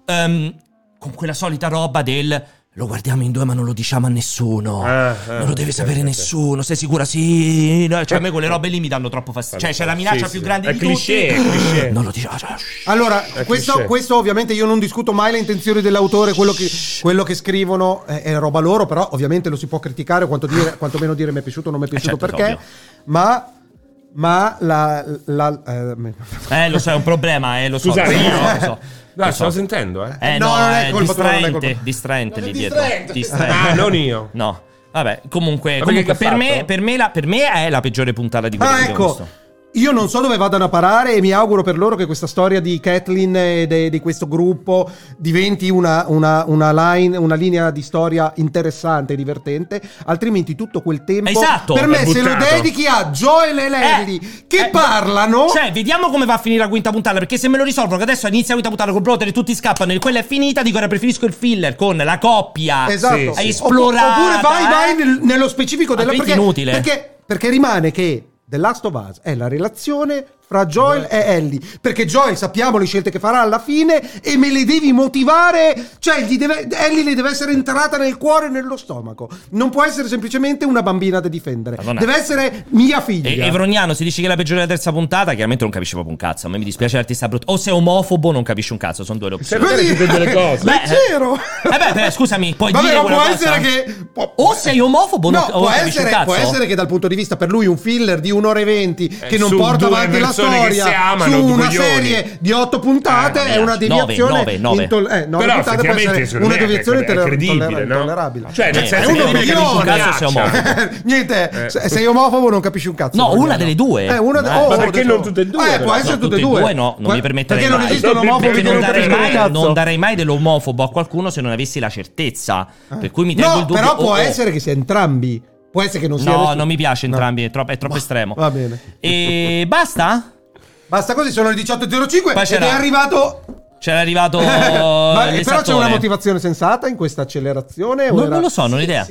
S1: ehm, con quella solita roba del. Lo guardiamo in due, ma non lo diciamo a nessuno.
S2: Ah, ah,
S1: non lo deve
S2: ok,
S1: sapere
S2: ok.
S1: nessuno. Sei sicura? Sì. no, Cioè, a me quelle robe lì mi danno troppo fastidio. Cioè, c'è la minaccia
S2: Sì,
S1: più
S2: sì.
S1: grande
S2: È
S1: di
S2: cliché,
S1: tutti.
S2: è cliché.
S1: Non lo diciamo. cioè, shh.
S3: Allora,
S2: È
S3: questo,
S2: cliché.
S3: questo ovviamente io non discuto mai le intenzioni dell'autore, quello che, quello che scrivono è, è roba loro, però ovviamente lo si può criticare, quanto, dire, quanto meno dire mi è piaciuto o non mi è piaciuto
S1: certo,
S3: perché,
S1: ovvio.
S3: ma, ma la... la- eh,
S1: Eh, lo so, è un problema, eh, lo so.
S2: Scusate,
S1: lo so,
S2: io-
S1: lo so,
S2: No,
S1: lo
S2: stavo
S1: so.
S2: sentendo, eh.
S1: Eh, no,
S3: No, non è
S1: eh,
S3: colpa tua, non è
S1: distraente, distraente
S3: colpa-
S9: Non
S1: lì
S9: è
S1: dietro.
S9: distraente.
S2: Ah,
S1: Distraente.
S2: non io.
S1: No. Vabbè, comunque,
S2: Ma perché
S1: comunque
S2: che ha
S1: per, me,
S2: fatto?
S1: per, me la- per me è la peggiore puntata di quella
S3: ah
S1: che abbiamo
S3: ecco,
S1: visto.
S3: io non so dove vadano a parare e mi auguro per loro che questa storia di Kathleen e de- di questo gruppo diventi una, una- una line, una linea di storia interessante e divertente, altrimenti tutto quel tempo...
S1: Esatto,
S3: per me
S2: è
S3: se lo
S2: buttato.
S3: dedichi a Joel e Larry
S1: Eh,
S3: che
S1: eh,
S3: parlano...
S1: Cioè, vediamo come va a finire la quinta puntata. Perché se me lo risolvono, che adesso inizia la quinta puntata col brother e tutti scappano e quella è finita, dico ora preferisco il filler con la coppia. Eh,
S3: esatto.
S1: Hai
S3: Oppu-
S1: esplorato.
S3: Oppure vai, vai nel- nello specifico della
S1: Altrimenti
S3: perché,
S1: inutile.
S3: Perché, perché rimane che The Last of Us è la relazione fra Joel e Ellie. Perché Joel sappiamo le scelte che farà alla fine e me le devi motivare. Cioè, gli deve- Ellie le deve essere entrata nel cuore e nello stomaco. Non può essere semplicemente una bambina da difendere.
S1: Madonna.
S3: Deve essere mia figlia.
S1: E, e Vrognano si dice che è la peggiore della terza puntata. Chiaramente non capisce proprio un cazzo. A me mi dispiace l'artista brutto. O sei omofobo, non capisce un cazzo. Sono due le opzioni.
S2: Sì. Guardate tutte delle cose.
S3: Beh,
S1: Leggero. Eh beh, beh, scusami, puoi
S3: Vabbè,
S1: dire
S3: ma
S1: quella
S3: può
S1: cosa?
S3: essere che può-
S1: O sei omofobo,
S3: no,
S1: non- o
S3: può,
S1: non capisci
S3: essere,
S1: un
S3: può
S1: cazzo.
S3: essere che dal punto di vista per lui un filler di un'ora e venti che
S2: Eh,
S3: non
S2: su
S3: porta
S2: due
S3: avanti la
S2: persone che si
S3: storia
S2: amano,
S3: su
S2: due
S3: una
S2: coglioni.
S3: serie di otto puntate
S1: Eh,
S3: è una
S1: nove,
S3: deviazione
S1: nove, nove.
S3: intol- eh, nove
S2: Però
S3: puntate può
S2: effettivamente
S3: essere
S2: secondo
S3: una
S2: me è
S3: deviazione
S2: cre- è
S3: inter-
S2: credibile,
S3: toller-
S2: no?
S3: intollerabile
S2: Cioè, nel
S1: Eh,
S2: senso
S3: è
S2: che
S3: un
S2: non capisci un
S3: opinione.
S2: cazzo, sei omofobo.
S3: niente
S2: Eh.
S3: se- sei omofobo non capisci un cazzo
S1: No, una
S3: Fabiano.
S1: delle due.
S3: Eh, una de-
S1: Ma
S3: oh,
S2: perché
S3: adesso-
S2: non tutte e due,
S3: eh, può
S2: però?
S3: essere
S1: No,
S3: tutte e due
S1: no, non
S3: Può-
S1: mi permetterei
S3: perché non
S1: mai.
S3: esistono
S2: Perché
S3: omofobi
S1: Perché
S3: che
S1: non
S3: non
S1: darei,
S3: capiscono un
S1: mai,
S3: cazzo
S1: non darei mai dell'omofobo a qualcuno se non avessi la certezza. Per cui mi tengo
S3: Ah. no
S1: il dubbio.
S3: però
S1: Oh,
S3: può
S1: oh.
S3: essere che sia entrambi può essere che non sia
S1: No,
S3: nessuno.
S1: non mi piace
S3: No.
S1: entrambi, è troppo, è troppo
S3: Ma-
S1: estremo.
S3: va bene.
S1: E basta?
S3: Basta così, sono le
S1: Poi
S3: 18.05 ed
S1: c'era-
S3: è arrivato...
S1: C'era arrivato. Oh,
S3: Ma- eh, però c'è
S1: l'esattore.
S3: una motivazione sensata in questa accelerazione? o
S1: Non,
S3: era-
S1: non lo so, non ho idea.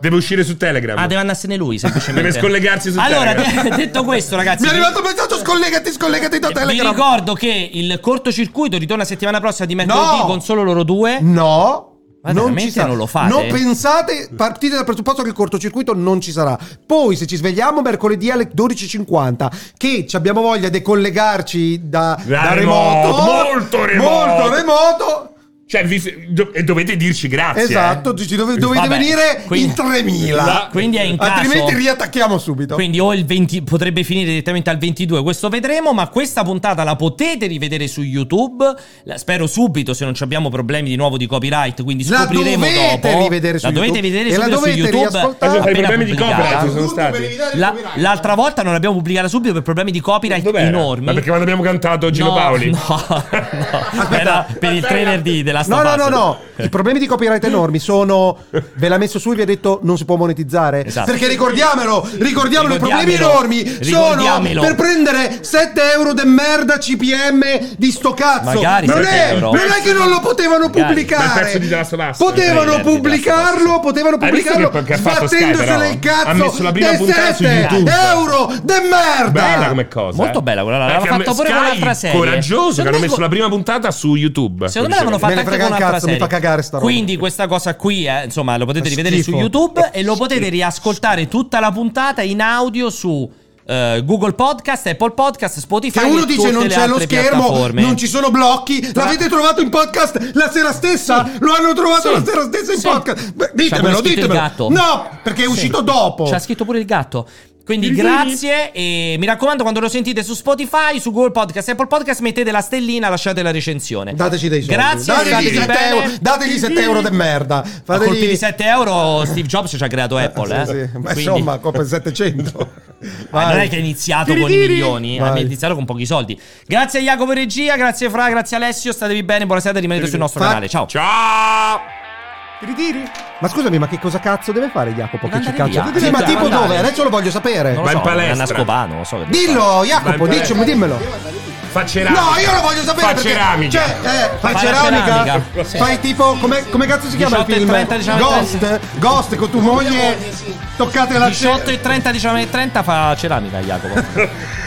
S2: Deve uscire su Telegram.
S1: Ah, deve andarsene lui, semplicemente.
S2: Deve scollegarsi su
S1: Allora,
S2: Telegram.
S1: de- detto questo, ragazzi.
S3: Mi è
S1: vi-
S3: arrivato un messaggio, scollegati, scollegati da
S1: Vi
S3: Telegram.
S1: ricordo che il cortocircuito ritorna settimana prossima di mercoledì
S3: No!
S1: con solo loro due.
S3: No.
S1: Ma
S3: non
S1: veramente
S3: ci sarà.
S1: non lo fate?
S3: Non pensate, partite dal presupposto che il cortocircuito non ci sarà. Poi, se ci svegliamo mercoledì alle 12.50, che ci abbiamo voglia di collegarci da,
S2: Da
S3: da remoto,
S2: remoto, molto remoto.
S3: molto remoto,
S2: Cioè, vi- do- e dovete dirci grazie. eh.
S3: esatto, ci dove- dovete
S1: Vabbè,
S3: venire
S1: quindi-
S3: in 3000.
S1: Quindi è in caso.
S3: Altrimenti riattacchiamo subito.
S1: Quindi o il 20 potrebbe finire direttamente al 22, questo vedremo, ma questa puntata la potete rivedere su YouTube, la spero subito se non ci abbiamo problemi di nuovo di copyright, quindi
S3: La
S1: scopriremo
S3: dovete
S1: dopo.
S3: rivedere su
S1: la dovete
S3: YouTube.
S1: vedere
S3: E la
S1: subito
S3: dovete
S1: su YouTube.
S2: Eh,
S3: riascoltare.
S2: per i
S1: appena
S2: problemi di
S1: pubblicata.
S2: copyright ci sono stati.
S1: La- l'altra volta non l'abbiamo pubblicata subito per problemi di copyright
S2: Dov'era?
S1: enormi.
S2: Ma perché quando abbiamo cantato Gino
S1: no,
S2: Paoli?
S1: No, no. Era per il trailer di The Last
S3: No,
S1: of
S3: no,
S1: Us.
S3: no, no. I problemi di copyright enormi sono. Ve l'ha messo su e vi ha detto non si può monetizzare.
S1: Esatto.
S3: Perché ricordiamolo, ricordiamolo, i problemi
S1: Ricordiamelo.
S3: enormi sono
S1: Ricordiamelo.
S3: per prendere 7 euro de merda CPM di sto cazzo.
S1: Magari
S3: non,
S1: 7
S3: è,
S1: euro.
S3: non è che non lo potevano
S1: Magari.
S2: Bel pezzo
S3: pubblicare.
S2: di The Last of Us.
S1: Il
S3: Potevano
S1: trailer di The Last of
S3: pubblicarlo,
S1: Us.
S3: potevano
S2: Hai visto
S3: pubblicarlo
S2: che- che ha fatto Sky,
S3: sbattendosene
S2: però?
S3: il cazzo.
S2: Ha messo la prima
S3: dei
S2: puntata su
S3: 7
S2: YouTube.
S3: euro de merda.
S2: Bella come cosa.
S1: Molto
S2: eh.
S1: bella quella là,
S2: Eh,
S1: l'aveva
S2: che ha
S1: fatta
S2: me-
S1: pure con
S2: Sky,
S1: un'altra serie.
S2: Coraggioso che
S1: Secondo
S2: hanno
S1: me-
S2: messo la prima puntata su YouTube.
S1: Secondo me l'avevano
S3: Me
S1: fatta
S3: ne
S1: anche
S3: frega
S1: con
S3: un
S1: un'altra
S3: cazzo, mi
S1: serie.
S3: fa cagare sta roba.
S1: Quindi questa cosa qui, eh, insomma, lo potete
S3: Fa
S1: rivedere su
S3: schifo.
S1: YouTube e lo potete riascoltare tutta la puntata in audio su eh, Google Podcast, Apple Podcast, Spotify
S3: Che uno
S1: e
S3: dice
S1: tutte
S3: non
S1: le
S3: c'è lo
S1: altre
S3: schermo,
S1: piattaforme.
S3: non ci sono blocchi.
S1: Tra-
S3: L'avete trovato in podcast la sera stessa? Lo hanno trovato
S1: Sì.
S3: la sera stessa in
S1: Sì.
S3: podcast. Beh,
S1: C'ha pure
S3: ditemelo,
S1: scritto il
S3: ditemelo.
S1: gatto.
S3: No, perché è uscito
S1: Sì.
S3: dopo.
S1: C'ha scritto pure il gatto. Quindi grazie e mi raccomando quando lo sentite su Spotify, su Google Podcast, Apple Podcast mettete la stellina, lasciate la recensione.
S3: Dateci dei soldi.
S1: Grazie,
S3: dategli
S1: stategli
S3: 7
S1: bene.
S3: euro, dategli 7 euro di merda.
S1: A colpi
S3: Fategli
S1: di 7 euro Steve Jobs ci ha creato Apple,
S3: Eh, sì,
S1: eh.
S3: sì. Ma
S1: Quindi-
S3: insomma, coppa 700.
S1: Ma non
S3: Vai.
S1: è che ha iniziato con i milioni, eh, ha
S3: Vai.
S1: iniziato con pochi soldi. Grazie a Jacopo in Regia, grazie Fra, grazie Alessio, statevi bene, buona serata, rimanete sul nostro
S3: Fa-
S1: canale. Ciao.
S2: Ciao!
S3: Ma scusami, ma che cosa cazzo deve fare Jacopo?
S1: Deve
S3: Che ci
S1: andare
S3: cazzo?
S1: via.
S3: Sì, ma
S1: Deve
S3: tipo
S1: andare.
S3: dove? Adesso lo voglio sapere.
S1: Non
S2: Vai
S1: lo
S2: in
S1: so,
S2: palestra.
S1: Anna Scopano, non so che
S3: Dillo,
S2: Vai
S3: Jacopo,
S2: in palestra.
S3: diccimi, dimmelo.
S2: Fa ceramica.
S3: No, io lo voglio sapere.
S2: Fa
S3: perché-
S2: ceramica.
S3: Cioè, eh, fai
S1: la
S3: ceramica.
S1: ceramica. Sì.
S3: Fai tipo, come, come cazzo si chiama il
S1: 18 e
S3: film?
S1: 30, 19 e
S3: Ghost, Ghost con tu moglie. Toccate la ce-
S1: 18 e 30, 19 e 30 fa ceramica Jacopo.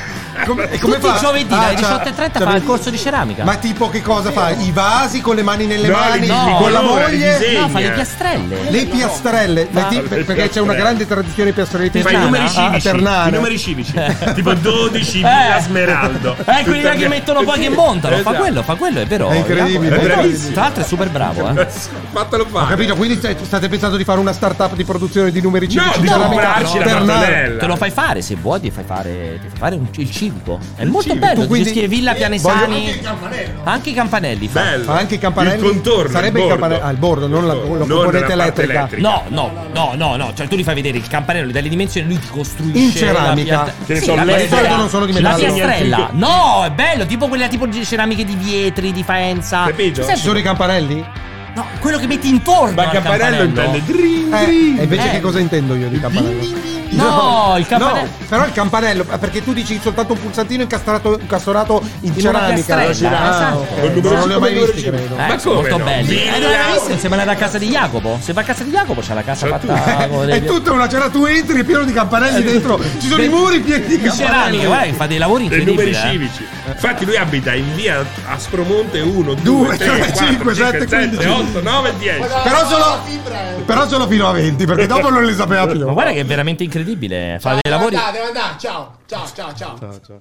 S3: Come, e come
S1: Tutti i
S3: fa?
S1: giovedì
S3: Ah,
S1: dalle
S3: cioè-
S1: 18.30
S3: cioè,
S1: fa il corso di ceramica.
S3: Ma tipo che cosa fai? I vasi con le mani nelle
S2: No,
S3: mani,
S2: li-
S1: li
S3: con la
S2: colora, li
S3: moglie.
S2: disegni.
S1: no, fa le piastrelle.
S3: Le
S1: Ah,
S3: piastrelle, ma ti-
S2: le
S3: perché c'è
S2: piastrelle.
S3: una grande tradizione di piastrelle
S2: Fa
S3: di
S2: i
S1: Ternana?
S2: numeri
S3: Ah,
S2: civici.
S3: Ternana.
S2: I numeri civici. tipo 12
S1: Eh.
S2: villa smeraldo.
S1: Eh, quelli là che mettono poi che montano. Fa
S2: Esatto.
S1: quello, fa quello, è vero.
S3: È incredibile,
S1: Jacopo.
S2: è bravissimo.
S1: Tra l'altro è super bravo, eh.
S2: Fatelo fare.
S3: Ho capito, quindi stai- state pensando di fare una startup di produzione di numeri civici
S2: di
S3: ceramica
S2: comprarci la
S3: Ternana.
S2: mattonella.
S1: Te lo fai fare se vuoi, ti fai fare, ti fai fare un- il civico. È molto
S2: civico,
S1: bello.
S3: quindi-
S1: Quindi,
S2: eh,
S1: Villa Pianesani. Anche i campanelli. fa.
S2: Bello.
S3: Ma anche i campanelli-
S2: Il contorno.
S3: sarebbe il campanello- ah, il bordo, non la- la
S2: della
S3: componente
S2: parte
S3: elettrica.
S1: No, no, no, no, no. Cioè, tu li fai vedere il campanello dalle dimensioni, lui ti costruisce.
S3: In ceramica.
S1: la piat-
S2: Che ne
S1: Sì,
S2: so,
S1: la
S2: le-
S1: piastrella.
S2: di solito
S3: non sono di
S1: La
S3: metallo.
S1: piastrella. No, è bello. Tipo quella tipo di ceramiche di vietri, di faenza.
S2: Capito?
S1: Sai
S3: Ci sono i campanelli?
S1: No, quello che metti intorno.
S2: Ma
S1: al
S2: campanello intende drin,
S3: Eh,
S2: drin.
S3: e invece
S1: Eh.
S3: che cosa intendo io di campanello?
S1: No, il campanello.
S3: No, però il campanello, perché tu dici soltanto un pulsantino incastrato, incastonato in,
S1: una
S3: ceramica.
S1: piastrella,
S3: Ah,
S1: esatto.
S3: ok.
S1: Col
S2: numero
S3: Non li ho
S2: cinque,
S3: mai
S2: numero
S3: visti,
S2: cinque.
S3: credo.
S1: Eh,
S2: Ma come
S1: molto
S2: no?
S1: belli.
S2: Villa-
S1: Eh, non l'hai visto? Sembra andare a casa di Jacopo. Se va a casa di Jacopo, c'è la casa fatta con le
S3: È tutta una cera, tu entri è pieno di campanelli dentro, ci sono i muri pieni di
S1: di ceramiche. Guarda,
S3: campanelli.
S1: che fa dei lavori
S2: Dei
S1: incredibili.
S2: numeri
S1: eh.
S2: civici. Infatti lui abita in via Aspromonte 1, 2, 3,
S3: Due, tre,
S2: 4, 5,
S3: cinque, sette,
S2: 7,
S3: quindici.
S2: 8, 9, 10.
S3: Però solo, però solo fino a 20, perché dopo non li sapeva più.
S1: Ma guarda che è veramente incredibile. Fa dei lavori.
S10: Devo andare, ciao, ciao, ciao, ciao.
S3: Ciao, ciao.